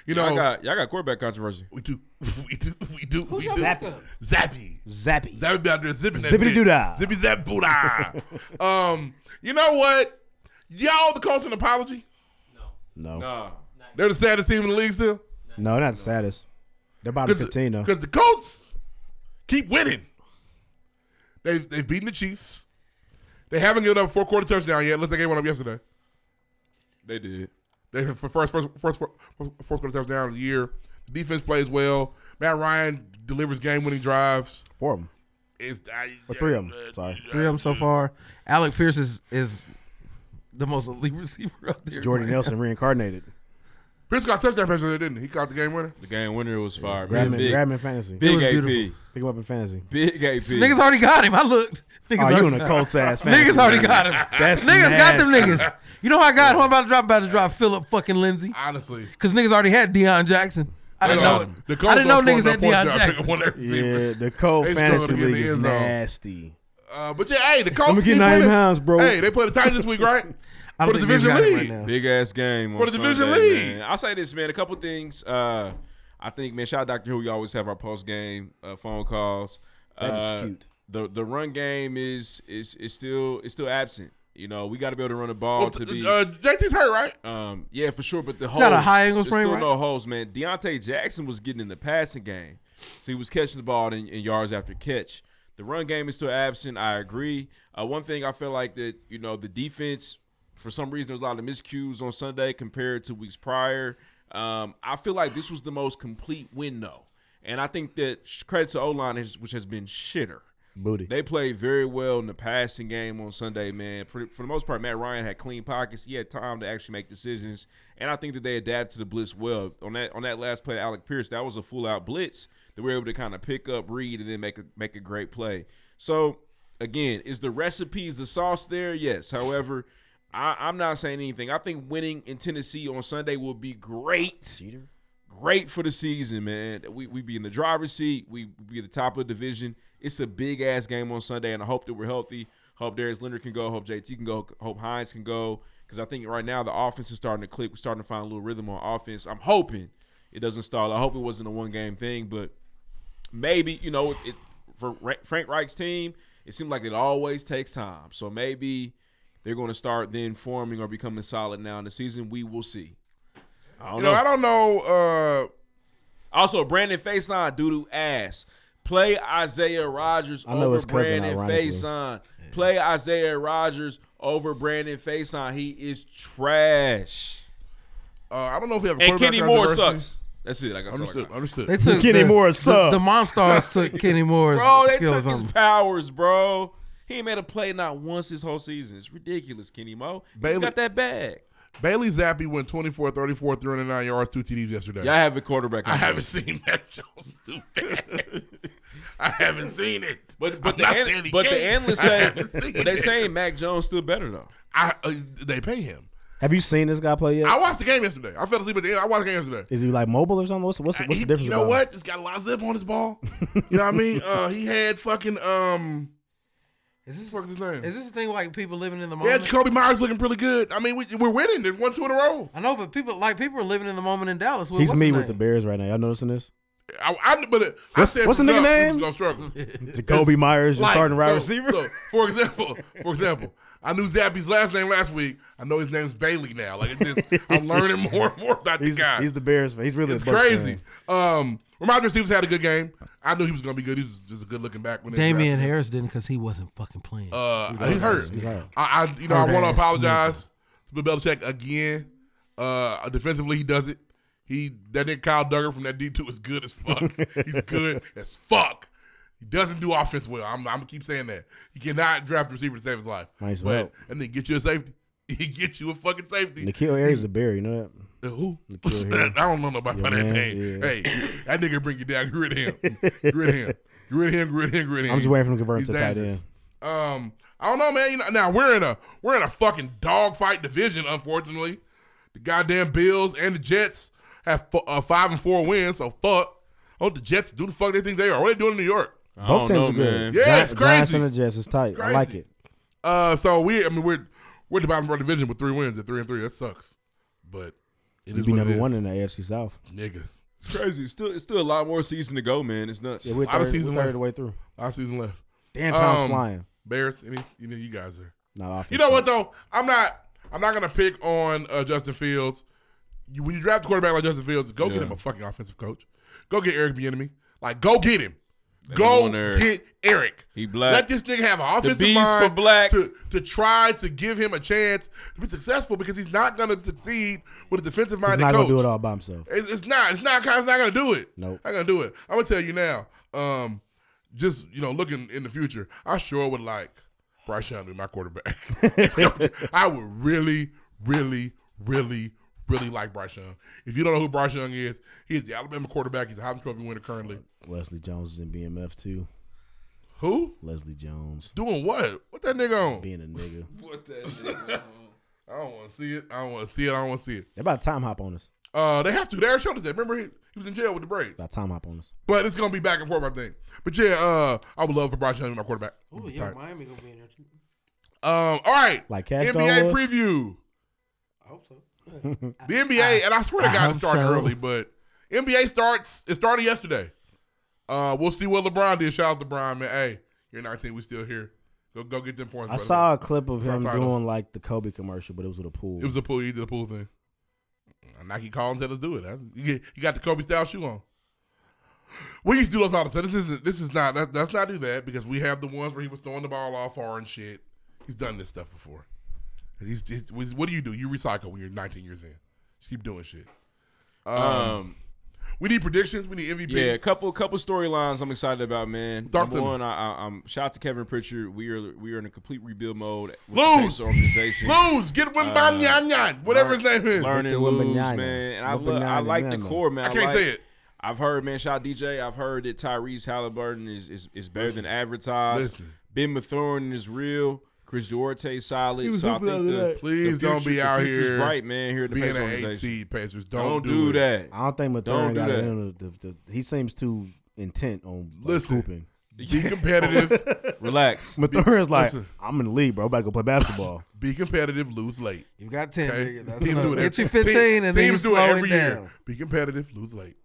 You know, y'all got, y'all got quarterback controversy. We do. We do. We do. we do. Zappy? Zappy. Zappy. Zappy be out there zipping that Zippity bitch. doo-dah. Zippy zap boodah. um, you know what? Y'all the Colts an apology? No, Nah. They're the saddest team in the league still. no, not the saddest. They're about to 15 though. Because the Colts keep winning. They they've beaten the Chiefs. They haven't given up a four quarter touchdown yet, unless they gave one up yesterday. They did. They for first first first first quarter touchdown of the year. The defense plays well. Matt Ryan delivers game winning drives. Four of them. It's I, uh, Or three of them. Sorry. Three of them so far. Alec Pierce is is the most elite receiver out there. Jordy Nelson reincarnated. Pierce got a touchdown pass today, didn't he? He caught the game winner. The game winner was fire. Grab him, big, grab him in fantasy. Oh, Big AP. Pick him up in fantasy. Big AP. Niggas already got him. I looked. Niggas Oh, you already in a got Colts him. ass fantasy Niggas already league. got him. That's niggas got them nasty. niggas. You know how I got who I'm about to drop? I'm about to drop Philip fucking Lindsay. Honestly. Because niggas already had Deion Jackson. I didn't know. The it. Colts I didn't know don't score niggas no had points, Deion y'all pick up Jackson. one of the Yeah, receivers. the Cole They fantasy struggled to get in league the is end zone. nasty. Uh, but yeah, hey, the Colts. Let me get keep nine winning. pounds, bro. Hey, they play the Titans this week, right? I For don't the think niggas division got him league. right now. Big ass game on For the division Sunday, league. man. I'll say this, man. A couple things. Uh, I think, man. Shout out Doctor Who. You always have our post game uh, phone calls. That is Uh, cute. The the run game is is is still is still absent. You know, we got to be able to run the ball Well, to t- be. uh, JT's hurt, right? Um, yeah, for sure. But the He's got a holes- high angle there's sprain, still right? no holes, man. Deontay Jackson was getting in the passing game, so he was catching the ball in, in yards after catch. The run game is still absent. I agree. Uh, one thing I feel like that you know the defense, for some reason, there's a lot of miscues on Sunday compared to weeks prior. Um, I feel like this was the most complete win though, and I think that sh- credit to O line, which has been shitter. Booty. They played very well in the passing game on Sunday, man. For, for the most part, Matt Ryan had clean pockets. He had time to actually make decisions, and I think that they adapted to the blitz well. On that on that last play, to Alec Pierce, that was a full out blitz. They were able to kind of pick up, read, and then make a make a great play. So again, is the recipes the sauce there? Yes. However, I, I'm not saying anything. I think winning in Tennessee on Sunday will be great. great for the season, man. We we be in the driver's seat. We we be at the top of the division. It's a big ass game on Sunday, and I hope that we're healthy. Hope Darius Leonard can go. Hope JT can go. Hope Hines can go. Because I think right now the offense is starting to click. We're starting to find a little rhythm on offense. I'm hoping it doesn't stall. I hope it wasn't a one game thing, but maybe you know it, it for Ra- Frank Reich's team. It seems like it always takes time. So maybe they're going to start then forming or becoming solid now in the season. We will see. I don't You know, I don't know. Uh, also, Brandon Faison, doo ass. Play Isaiah Rogers I know over his cousin, Brandon ironically. Faison. Play Isaiah Rogers over Brandon Faison. He is trash. Uh, I don't know if we have a and quarterback Kenny Moore controversy. sucks. That's it. Like I Understood, understood. They took Kenny the- Moore the- sucks. the Monstars took Kenny Moore's bro, they skills on took his him. powers, bro. He ain't made a play not once this whole season. It's ridiculous, Kenny Mo. Bailey, Bailey- got that bag. Bailey Zappi went 24, 34, 309 yards, two TDs yesterday. Y'all have a quarterback. I haven't seen Mac Jones do that. I haven't seen it. But I'm but the not an- saying he but the can't. analysts I say haven't seen but they it. saying Mac Jones still better though. I uh, they pay him. Have you seen this guy play yet? I watched the game yesterday. I fell asleep at the end. I watched the game yesterday. Is he like mobile or something? What's what's, what's the difference? You know about him? what? It's got a lot of zip on his ball. You know what I mean? Uh, he had fucking um. Is this fuck's his name? Is this the thing like people living in the Yeah, moment? Jacoby Myers looking pretty good. I mean, we, we're winning. There's one, two in a row. I know, but people like people are living in the moment in Dallas. With, He's what's me his with the name? Bears right now. Y'all noticing this? I, I but uh, What's- I said what's the from nigga jump, he name? was gonna struggle. Jacoby Myers, your Like, starting wide so- receiver. so, for example, for example, I knew Zappy's last name last week. I know his name's Bailey now. Like it's just, I'm learning more and more about the he's, guy. He's the Bears fan. He's really it's a Bucks crazy. fan. Um, Ramondre Stevens had a good game. I knew he was gonna be good. He was just a good looking back when they Damian drafted him. Harris didn't because he wasn't fucking playing. Uh, he hurt. He's out. I, I, you know, I Hurt want to ass apologize to Belichick again. Uh, defensively, he does it. He that nigga Kyle Duggar from that D two is good as fuck. He's good as fuck. He doesn't do offense well. I'm, I'm gonna keep saying that. He cannot draft a receiver to save his life. Might as But- well. And then get you a safety. He get you a fucking safety. Nikhil Harry's a Bear. You know that? Who? Nikhil I Harry. don't know nobody Your by that man, name. yeah. Hey, that nigga bring you down. Get rid of him. Get rid of him. Get rid of him. Get rid of him. Get rid of him. I'm just waiting for him to convert He's to tight dangerous. end. Um, I don't know, man. You know, now we're in a we're in a fucking dogfight division. Unfortunately, the goddamn Bills and the Jets have f- uh, five and four wins. So fuck. I hope the Jets do the fuck they think they are. What they doing in New York? Both teams are good. Yeah, Gi- it's Giants crazy. and the Jets is tight. I like it. Uh, so we, I mean, we're we're at the bottom of our division with three wins at three and three. That sucks, but it You is be what number it is. one in the AFC South. nigga. It's crazy. It's still it's still a lot more season to go, man. It's nuts. Yeah, we're Lot of third, we're season third left. of the way through. Our season left. Um, Damn, time's flying. Bears, any, you know, you guys are Not offense. You know what though? I'm not. I'm not gonna pick on uh, Justin Fields. You, when you draft a quarterback like Justin Fields, go Yeah. get him a fucking offensive coach. Go get Eric Bieniemy. Like, go get him. They don't go want Eric. get Eric. He black. Let this nigga have an The offensive beast mind for black. To, to try to give him a chance to be successful because he's not gonna succeed with a defensive He's minded not coach. gonna do it all by himself. It's, it's not. It's not. It's not gonna do it. Nope. Not gonna do it. I'm gonna tell you now. Um, just you know, looking in the future, I sure would like Bryce Young to be my quarterback. I would really, really, really, really like Bryce Young. If you don't know who Bryce Young is, he is the Alabama quarterback. He's a Heisman Trophy winner currently. Wesley Jones is in BMF too. Who? Leslie Jones. Doing what? What that nigga on? Being a nigga. What that nigga on? I don't want to see it. I don't want to see it. I don't want to see it. They're about to time hop on us. Uh, they have to. They already showed us that. Remember, he, he was in jail with the braids. About time hop on us. But it's gonna be back and forth, I think. But yeah, uh, I would love for Bryce Young to be my quarterback. Ooh, yeah, Miami gonna be in there. too. Um, all right. Like Cash NBA Doll was? preview. I hope so. The NBA, and I swear to I God, hope it started so. early, but NBA starts. It started yesterday. Uh, we'll see what LeBron did. Shout out to LeBron, man. Hey, you're 19. We still here. Go, go get them points. I brother. saw a clip of For our him title. doing like the Kobe commercial, but it was with a pool. It was a pool. You did a pool thing. Nike Collins had us do it. That- You, get- you got the Kobe style shoe on. We used to do those all the time. This isn't. This is not. That, let's not do that because we have the ones where he was throwing the ball off far and shit. He's done this stuff before. He's, he's- what do you do? You recycle when you're 19 years in. Just keep doing shit. Um, Um, we need predictions. We need MVP. Yeah, a couple couple storylines I'm excited about, man. Talk to Number me. one, I, I, I'm shout out to Kevin Pritchard. We are we are in a complete rebuild mode. With the Lose. Pacers organization. Lose. Get Wembanyama, whatever his name is. Uh, Learn and Victor lose, Wembanyama. man. And I, love, I Wembanyama. like the core, man. I can't like- say it. I've heard, man. Shout out DJ. I've heard that Tyrese Halliburton is is, is better Listen. than advertised. Listen. Ben Mathurin is real. Chris Duarte solid. He was so I hooping the think other the, day. Please the don't future- be out the future's here bright, man. Here at the being Pacers an organization. eight seed Pacers. don't do that. I don't think Mathurin Don't do got that. it in him. The- the- He seems too intent on like, Listen, hooping. be competitive. Relax. Mathurin's like, Listen. I'm in the league, bro. I'm about to go play basketball. Be competitive, lose late. You got 10, nigga. That's Teams enough. do it Get every- you 15 and then teams you do it slow it every down. year. Be competitive, lose late.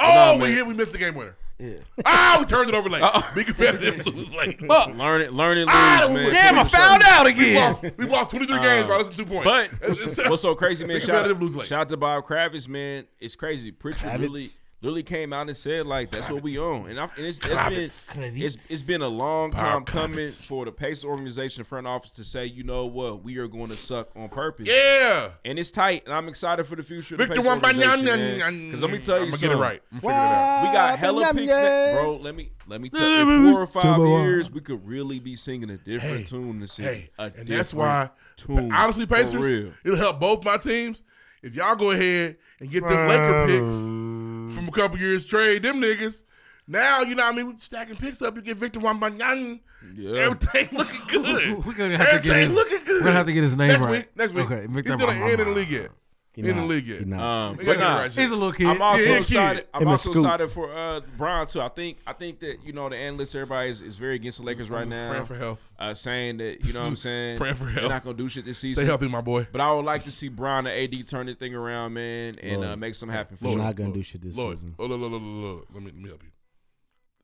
Nah, Oh, we man. hit, we missed the game winner. Yeah. Ah, we turned it over late. Uh-oh. Be competitive, lose late. Learn it, learn it, lose, Ah, we- man. damn, I Twenty fouled something. out again. We've lost- we've lost 23 games by less than two points. It's- Um, But what's so crazy, man? Be Shout, competitive, lose late. shout out to Bob Kravitz, man. It's crazy. Pritchard Kravitz. really, literally came out and said like, "That's what we own," and, I, and it's, it's been Kravitz. it's, it's been a long time Bob coming Kravitz. for the Pacers organization front office to say, you know what, we are going to suck on purpose. Yeah. and it's tight, and I'm excited for the future. Victor Wembanyama. mm, because let me tell you, I'ma get it something. right. I'ma We figure it out. got hella picks, Wembanyama. ne- bro. Let me let me tell Let you, me- four or five Tomorrow. years, we could really be singing a different Hey, tune this year. Hey, A and that's different why, tune. honestly, For Pacers, real. it'll help both my teams if y'all go ahead and get them Laker picks from a couple years, trade them niggas. Now, you know what I mean? We're stacking picks up. You get Victor Wambanyang. Yeah. Everything looking good. We're gonna have to get Everything his- looking good. we're gonna have to get his name next right. Week, next week. Okay, Victor He's still ain't in the Wembanyama. league yet. He He in the not. league yet. He not. Um, They gotta get but it nah, right, He's a little kid. I'm also Yeah, he a kid. excited. I'm Him and also Scoot. excited for uh, Brian too. I think I think that you know the analysts, everybody is, is very against the Lakers right just now. praying for health. Uh, saying that you know what I'm saying. Praying for They're health. not gonna do shit this Stay season. healthy, my boy. But I would like to see Brian and AD turn this thing around, man, and uh, make something happen. For Lord, sure. not gonna Lord, do shit this Lord, season. Lord, Lord, Lord, Lord, Lord, Lord. Let me let me help you.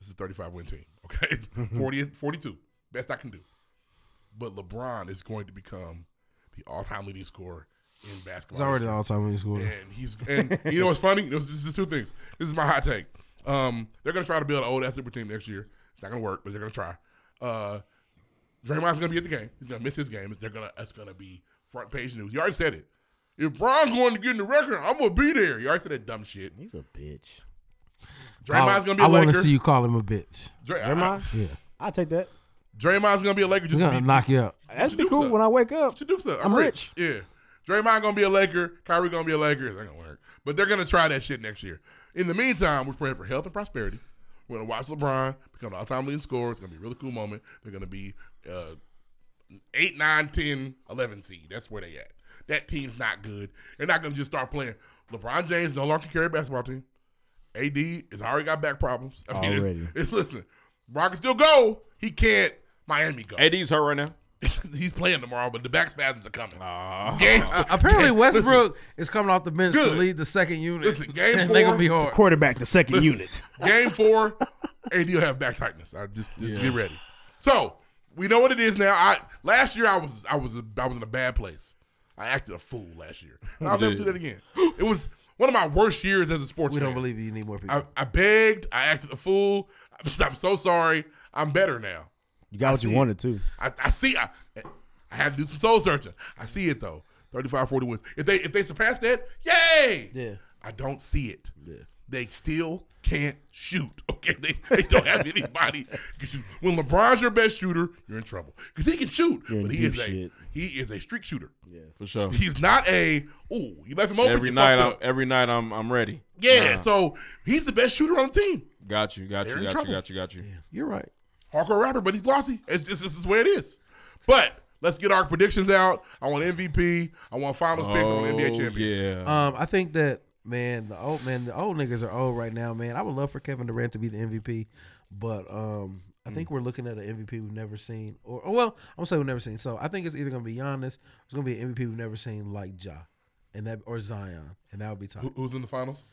This is a 35 win team. Okay, it's 40 and 42. Best I can do. But LeBron is going to become the all-time leading scorer in basketball. He's already history. the all-time leading scorer. And he's and you know what's funny? This is just two things. This is my hot take. Um, they're gonna try to build an old ass super team next year. It's not gonna work, but they're gonna try. Uh, Draymond's gonna be at the game. He's gonna miss his games. They're gonna it's gonna be front page news. You already said it. If Bron's going to get in the record, I'm gonna be there. You already said that dumb shit. He's a bitch. Draymond's gonna be I a Laker. to see you call him a bitch. Dray- Draymond? Yeah. I'll take that. Draymond's gonna be a Laker. Just He's gonna be- knock you out. That's Be cool when I wake up. What you do, sir? I'm rich. Yeah. Draymond gonna be a Laker. Kyrie gonna be a Laker. It's not gonna work. But they're gonna try that shit next year. In the meantime, we're praying for health and prosperity. We're gonna watch LeBron become the all-time leading scorer. It's gonna be a really cool moment. They're gonna be uh, 8, 9, 10, 11 seed. That's where they at. That team's not good. They're not gonna just start playing. LeBron James no longer can carry a basketball team. AD has already got back problems. I mean, Already. It's, it's listen. LeBron can still go. He can't. Miami go. AD's hurt right now. He's playing tomorrow, but the back spasms are coming. Uh, apparently, game- Westbrook is coming off the bench to Good. lead the second unit. Listen, game and they four- gonna be hard. Quarterback, the second Listen, unit. Game four, AD will have back tightness. I just, just get ready. So we know what it is now. I last year I was I was a, I was in a bad place. I acted a fool last year. And I'll never do that again. It was one of my worst years as a sports. We don't fan. believe you. You need more people. I, I begged. I acted a fool. I'm so sorry. I'm better now. You got what you see it. wanted to. I, I see. I, I had to do some soul searching. I see it though. 35, 40 wins. If they if they surpass that, yay! Yeah. I don't see it. Yeah. They still can't shoot. Okay, they, they don't have anybody. 'Cause you- When LeBron's your best shooter, you're in trouble because he can shoot, You're in but he deep is shit. a he is a streak shooter. Yeah, for sure. He's not a ooh. You left him open Every you night, fucked I'm, up." every night I'm I'm ready. Yeah, Nah. so he's the best shooter on the team. got you, got They're you, in got trouble. you, got you, got you. You're right. Hardcore rapper, but he's glossy. It's just this is where it is. But let's get our predictions out. I want MVP. I want finals picks. I want NBA Oh, champion. yeah. Um, I think that man, the old man, the old niggas are old right now, man. I would love for Kevin Durant to be the MVP, but um, I Mm. think we're looking at an MVP we've never seen, or, or well, I'm gonna say we've never seen. So I think it's either gonna be Giannis, or it's gonna be an MVP we've never seen like Ja, and that or Zion, and that would be Who- top. who's in the finals?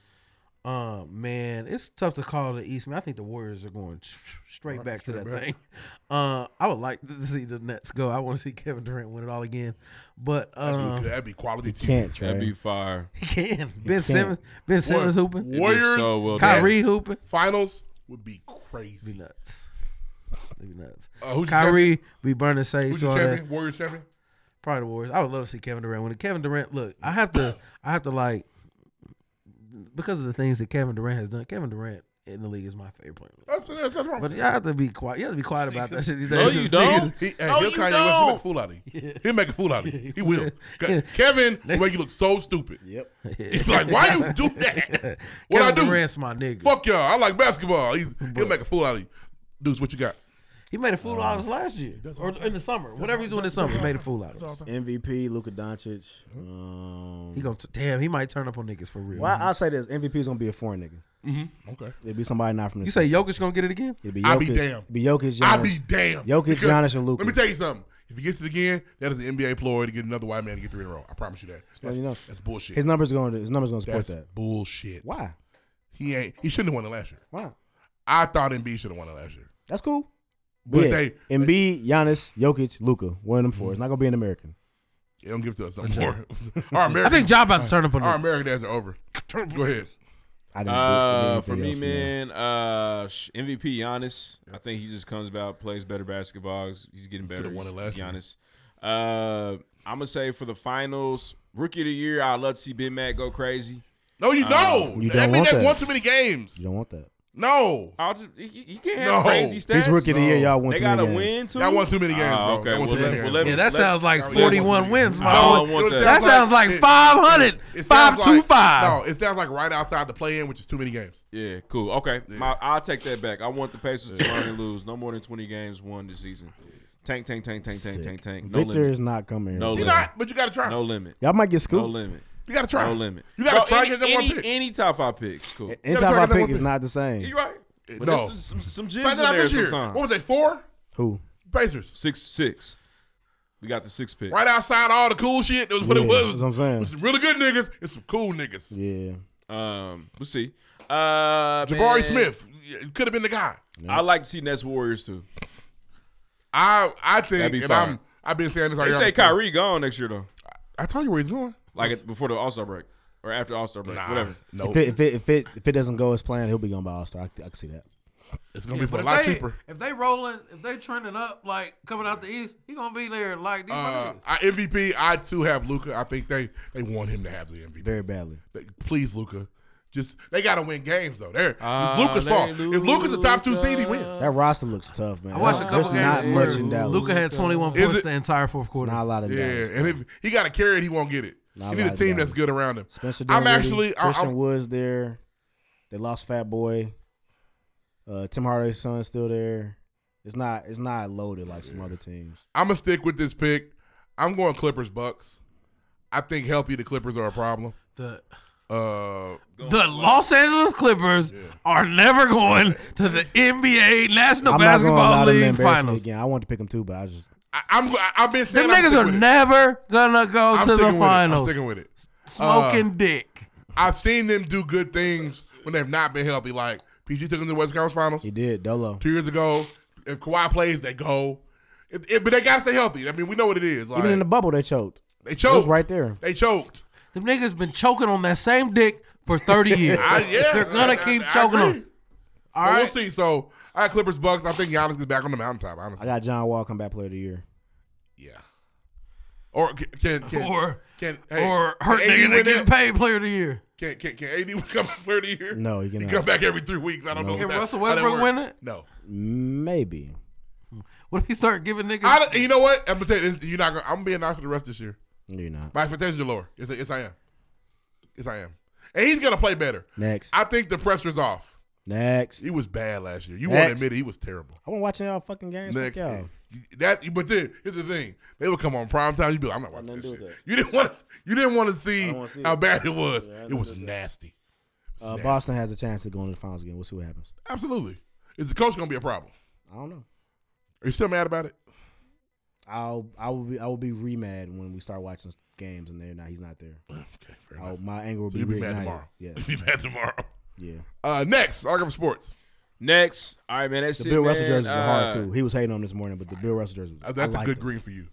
Um, man, it's tough to call the East. Man, I think the Warriors are going s- straight back to Straight that back. thing. Uh, I would like to see the Nets go. I want to see Kevin Durant win it all again, but That'd be- um, that'd be quality TV. can't, That'd be fire. he can. Ben can't. Simmons, Ben Simmons War- hooping. Warriors, so well done. Kyrie Nets hooping. Finals would be crazy. Be nuts. It'd be nuts. Uh, who'd you Kyrie be burning sage Who's to your all that. champion? Warriors champion? Probably the Warriors. I would love to see Kevin Durant win. it. Kevin Durant, look, I have to, I have to like, because of the things that Kevin Durant has done. Kevin Durant in the league is my favorite player. That's, that's, that's wrong. But y'all have to be quiet. You have to be quiet about that shit these No, days. you These don't. niggas- He, hey, No, he'll Oh, you Kanye West, he'll make don't. a fool out of you. He'll make a fool out of you. He will. Yeah. Kevin will make you look so stupid. Yep. He's like, why you do that? What I Kevin do? Durant's my nigga. Fuck y'all. I like basketball. He's, he'll make a fool out of you. Dudes, what you got? He made a fool out of us last year, or in the summer, whatever he's doing this summer. Made a fool out of us. MVP Luka Doncic. Um, He gonna t- damn. He might turn up on niggas for real. Well, I- I'll say this: MVP is gonna be a foreign nigga. Mm-hmm. Okay. It'll be somebody not from the. You say Jokic gonna get it again? It'll be Jokic. I be damn. It'll be Jokic. I Giannis- be damn. Jokic, Because Giannis, and Luka. Let me tell you something. If he gets it again, that is an NBA ploy to get another white man to get three in a row. I promise you that. That's, you know. that's bullshit. His numbers going. To, his numbers going to support That's that. bullshit. Why? He ain't. He shouldn't have won it last year. Why? I thought Embiid should have won it last year. That's cool. But yeah. they Mm-hmm. it Embiid, Giannis, Jokic, Luka. One of them four. It's not gonna be an American. don't give it to us no Return. more. our American, I think Ja about to turn up on our this. American days are over. Go ahead. I Uh, for me, else, man, uh, sh- MVP Giannis. I think he just comes about, plays better basketball. He's, he's getting better. Coulda won He's- it last he's Giannis. Uh, I'm gonna say for the finals, rookie of the year, I'd love to see Big Mac go crazy. No, you Um, don't. You that don't means want they that. won too many games. You don't want that. No. I'll just, he, he can't have No. crazy He's stats. rookie of the year, No. y'all won They too gotta many games. win too. Y'all won too many games, Ah, bro. okay, Y'all won well, too many let- games. well, let- Yeah, that let- sounds like I don't 41 want wins, that. my I don't boy. want That sounds like 500, it sounds 525. No, it sounds like right outside the play in, which is too many games. Yeah, cool. Okay, My, I'll take that back. I want the Pacers to win and lose. No more than twenty games won this season. Tank, tank, tank, tank, tank, Sick. tank, tank. No Victor limit. is not coming. here. No You're limit. not, but you got to try. No limit. Y'all might get No scooped. limit. You gotta try. No limit. You gotta try any, to get that one any- pick. Any top five picks, cool. Any time I pick is not the same. You're right. But Eh, no. there's some, some, some Try gems that in out there this year. sometimes. What was that, four? Who? Pacers. Six, six. We got the six pick. Right outside all the cool shit. That was what Yeah, it was. that's what I'm saying. It was some really good niggas and some cool niggas. Yeah. Um, we'll see. Uh, Jabari man, Smith yeah, could have been the guy. I like to see Nets Warriors too. I I That'd think, be and fire. I'm I've been saying this. They already, say I'm- Kyrie gone next year though, I told you where he's going. like it's before the All Star break or after All Star break, Nah, whatever. No, If it, if it if it if it doesn't go as planned, he'll be gone by All Star. I, c- I can see that. It's gonna Yeah, be for but a if lot they- cheaper. If they rolling, if they trending up, like coming out the east, he gonna be there like these. Uh, motherfuckers. I- MVP. I too have Luca. I think they they want him to have the MVP Very badly. They- please, Luca. Just they gotta win games though. There, Uh, Ah, it's Luca's they fault. If Luca's the top two seed, he wins. That roster looks tough, man. I watched a There's- couple there's games. Not much where in Dallas. Luka had 21 Is points it- the entire fourth quarter. Not a lot of Yeah, Dallas. and if he got to carry it, he won't get it. Not he need a like team that. that's good around him. Spencer I'm Dinwiddie, actually, I- Christian I'm, Woods there. They lost Fat Boy. Uh, Tim Hardaway's son still there. It's not it's not loaded like some other teams. I'm gonna stick with this pick. I'm going Clippers Bucks. I think healthy the Clippers are a problem. The uh, The Los Angeles Clippers are never going to the NBA National Basketball allow them to League embarrass me Finals. Again, I wanted to pick them too, but I just I, I'm I- I've been Them saying I'm niggas sticking are with it. never gonna go I'm to the sticking with it. I'm finals. sticking with it. Uh, Smoking dick. I've seen them do good things when they've not been healthy. Like PG took them to the West Conference Finals he did Dolo. two years ago. If Kawhi plays, they go. If- if- but they gotta stay healthy. I mean, we know what it is. Like Even in the bubble, they choked. they It was choked right there. They choked. Them niggas been choking on that same dick for 30 years. I- yeah, They're gonna I- keep I choking agree. on it. All But right. we'll see. So I got Clippers Bucks. I think Giannis is back on the mountaintop. I Honestly, got John Wall comeback player of the year. or c- can can Or- can hey, or can hurt AD nigga win that getting that? paid player of the year. Can can can AD come back player of the year? No, he he cannot. come back every three weeks. I don't No. know. Can that- Russell how that Westbrook works. win it? No. Maybe. What if he start giving niggas? I, don't- you know what? I'm gonna tell you, this, you're not. Gonna, I'm gonna be a nice for the rest of this year. You're not. My expectations are lower. Yes, yes, I am. Yes, I am. And he's gonna play better. Next. I think the pressure's off. Next. He was bad last year. You won't Next. admit it. He was terrible. I wasn't watching y'all fucking games. Fuck Next, y'all. that. But then here's the thing: they would come on prime time. You'd be like, I'm not watching this shit. You didn't want. To, you didn't want to see wanna see how it. bad it was. Yeah, I it know was that. nasty. It was Uh, nasty. Boston has a chance to go into the finals again. We'll see what happens. Absolutely. Is the coach gonna be a problem? I don't know. Are you still mad about it? I'll I will be I will be re mad when we start watching games and there now he's not there. Okay, fair I'll, my anger will So be, you'll be mad reignited. tomorrow. Yeah. You'll be mad tomorrow. Yeah. Uh, next, Arkham Sports. Next, all right, man. That's The it, Bill Russell man. jerseys are Uh, hard too. He was hating on this morning, but the Bill Russell jerseys. Uh, That's I a like good them. green for you.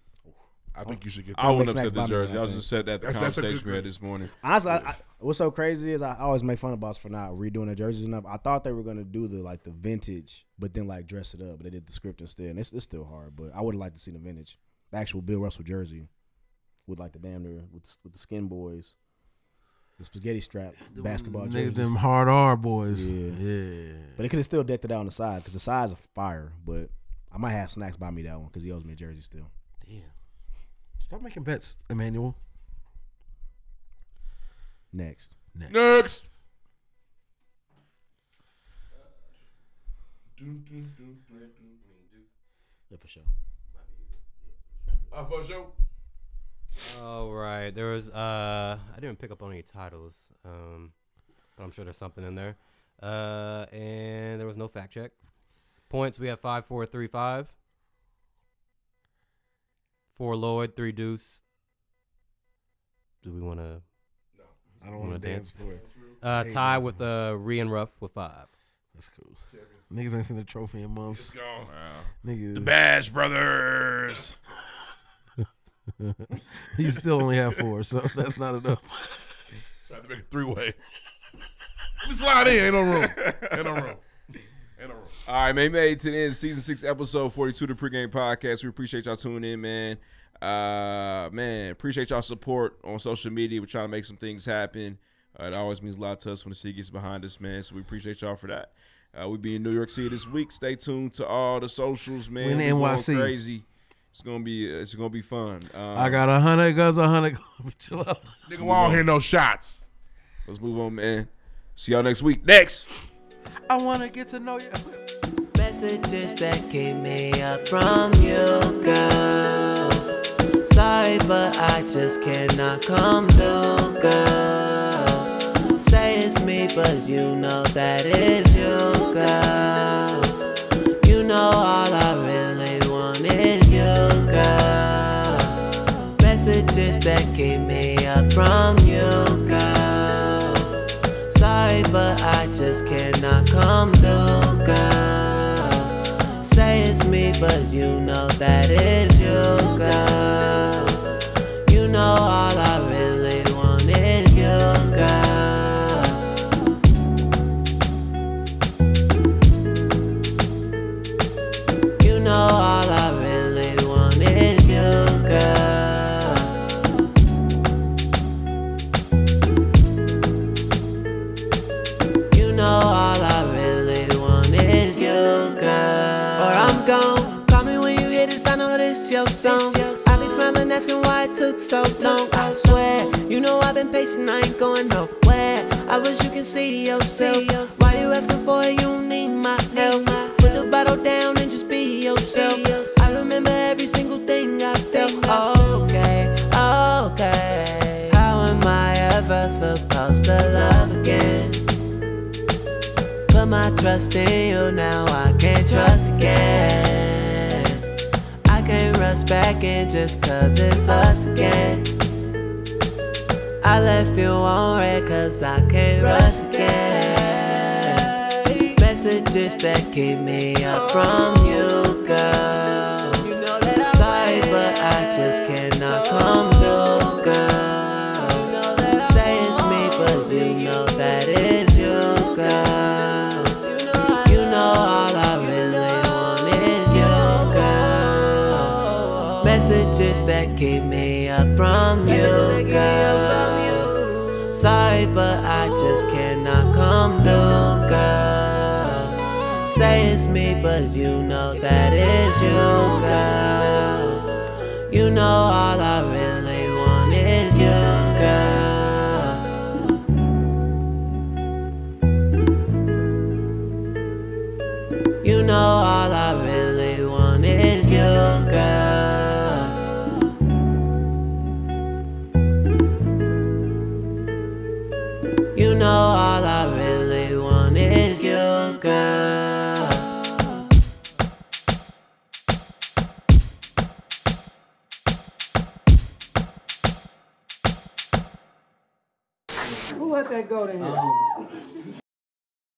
I think you should get. that. I wouldn't Next upset the night, jersey. I was I just upset at the That's- that's a conversation good we had grade. this morning. Honestly, I, I, what's so crazy is I always make fun of Boss for not redoing the jerseys enough. I thought they were gonna do the like the vintage, but then like dress it up. But they did the script instead, and it's, it's still hard. But I would have liked to see the vintage, the actual Bill Russell jersey, with like the damn near with the, with the skin boys, the spaghetti strap basketball Nigga, jerseys. them hard R boys. Yeah, yeah. But they could have still decked it out on the side because the sides are fire. But I might have snacks buy me that one because he owes me a jersey still. Stop making bets, Emmanuel. Next, next. Next. Yeah, for sure. Uh, for sure. All right. There was uh I didn't pick up on any titles. Um but I'm sure there's something in there. Uh and there was no fact check. Points we have five, four, three, five. Four Lloyd, three deuce. Do we wanna No. I don't wanna dance for it. Uh Hey, tie dance with uh Ree and Ruff with five. That's cool. Niggas ain't seen a trophy in months. It's gone. Niggas. The Bash Brothers. you still only have four, so that's not enough. Tried to make it three way. We slide in. Ain't no room. Ain't no room. Ain't no room. All right, man. Made it to the end, of season six, episode forty-two, of the pregame podcast. We appreciate y'all tuning in, man. Uh, man, appreciate y'all support on social media. We're trying to make some things happen. Uh, it always means a lot to us when the city gets behind us, man. So we appreciate y'all for that. Uh, we'll be in New York City this week. Stay tuned to all the socials, man. When We going NYC? crazy. It's gonna be it's gonna be fun. Um, I got a hundred guns, a hundred. Chill out. Nigga, we don't hear no shots. Let's move on, man. See y'all next week. Next. I wanna get to know you. Messages that came me up from you, girl. Sorry, but I just cannot come through, girl. Say it's me, but you know that it's you, girl. You know all I really want is you, girl. Messages that came me up from you, girl. Sorry, but I just cannot come through, girl. Say it's me, but you know that it's you, girl. You know all I really want is you, girl. You know all I really want is you, girl. You know all I really want is you, girl. Or I'm gone. Call me when you hear this, I know this your song. I be smiling, asking why it took so long. I swear, you know I've been patient, I ain't going nowhere. I wish you can see yourself. Why you asking for it? You need my help. Put the bottle down and just be yourself. I remember every single thing I felt. Okay, okay. How am I ever supposed to love again? Put my trust in you now, I can't trust again. I can't rush back in just cause it's us again. I left you on red cause I can't rush again. Messages that keep me up from you, girl. Sorry, but I just cannot come through, girl. Say it's me, but you know that it's you, girl. You know all I really want is you, girl. Messages that keep me up from you, girl. Sorry, but I just cannot come through, girl. Say it's me, but you know that it's you, girl. You know all I really want is you, girl. You know all I really want is you, girl. You know all I really want is you, girl. Who let that go to him?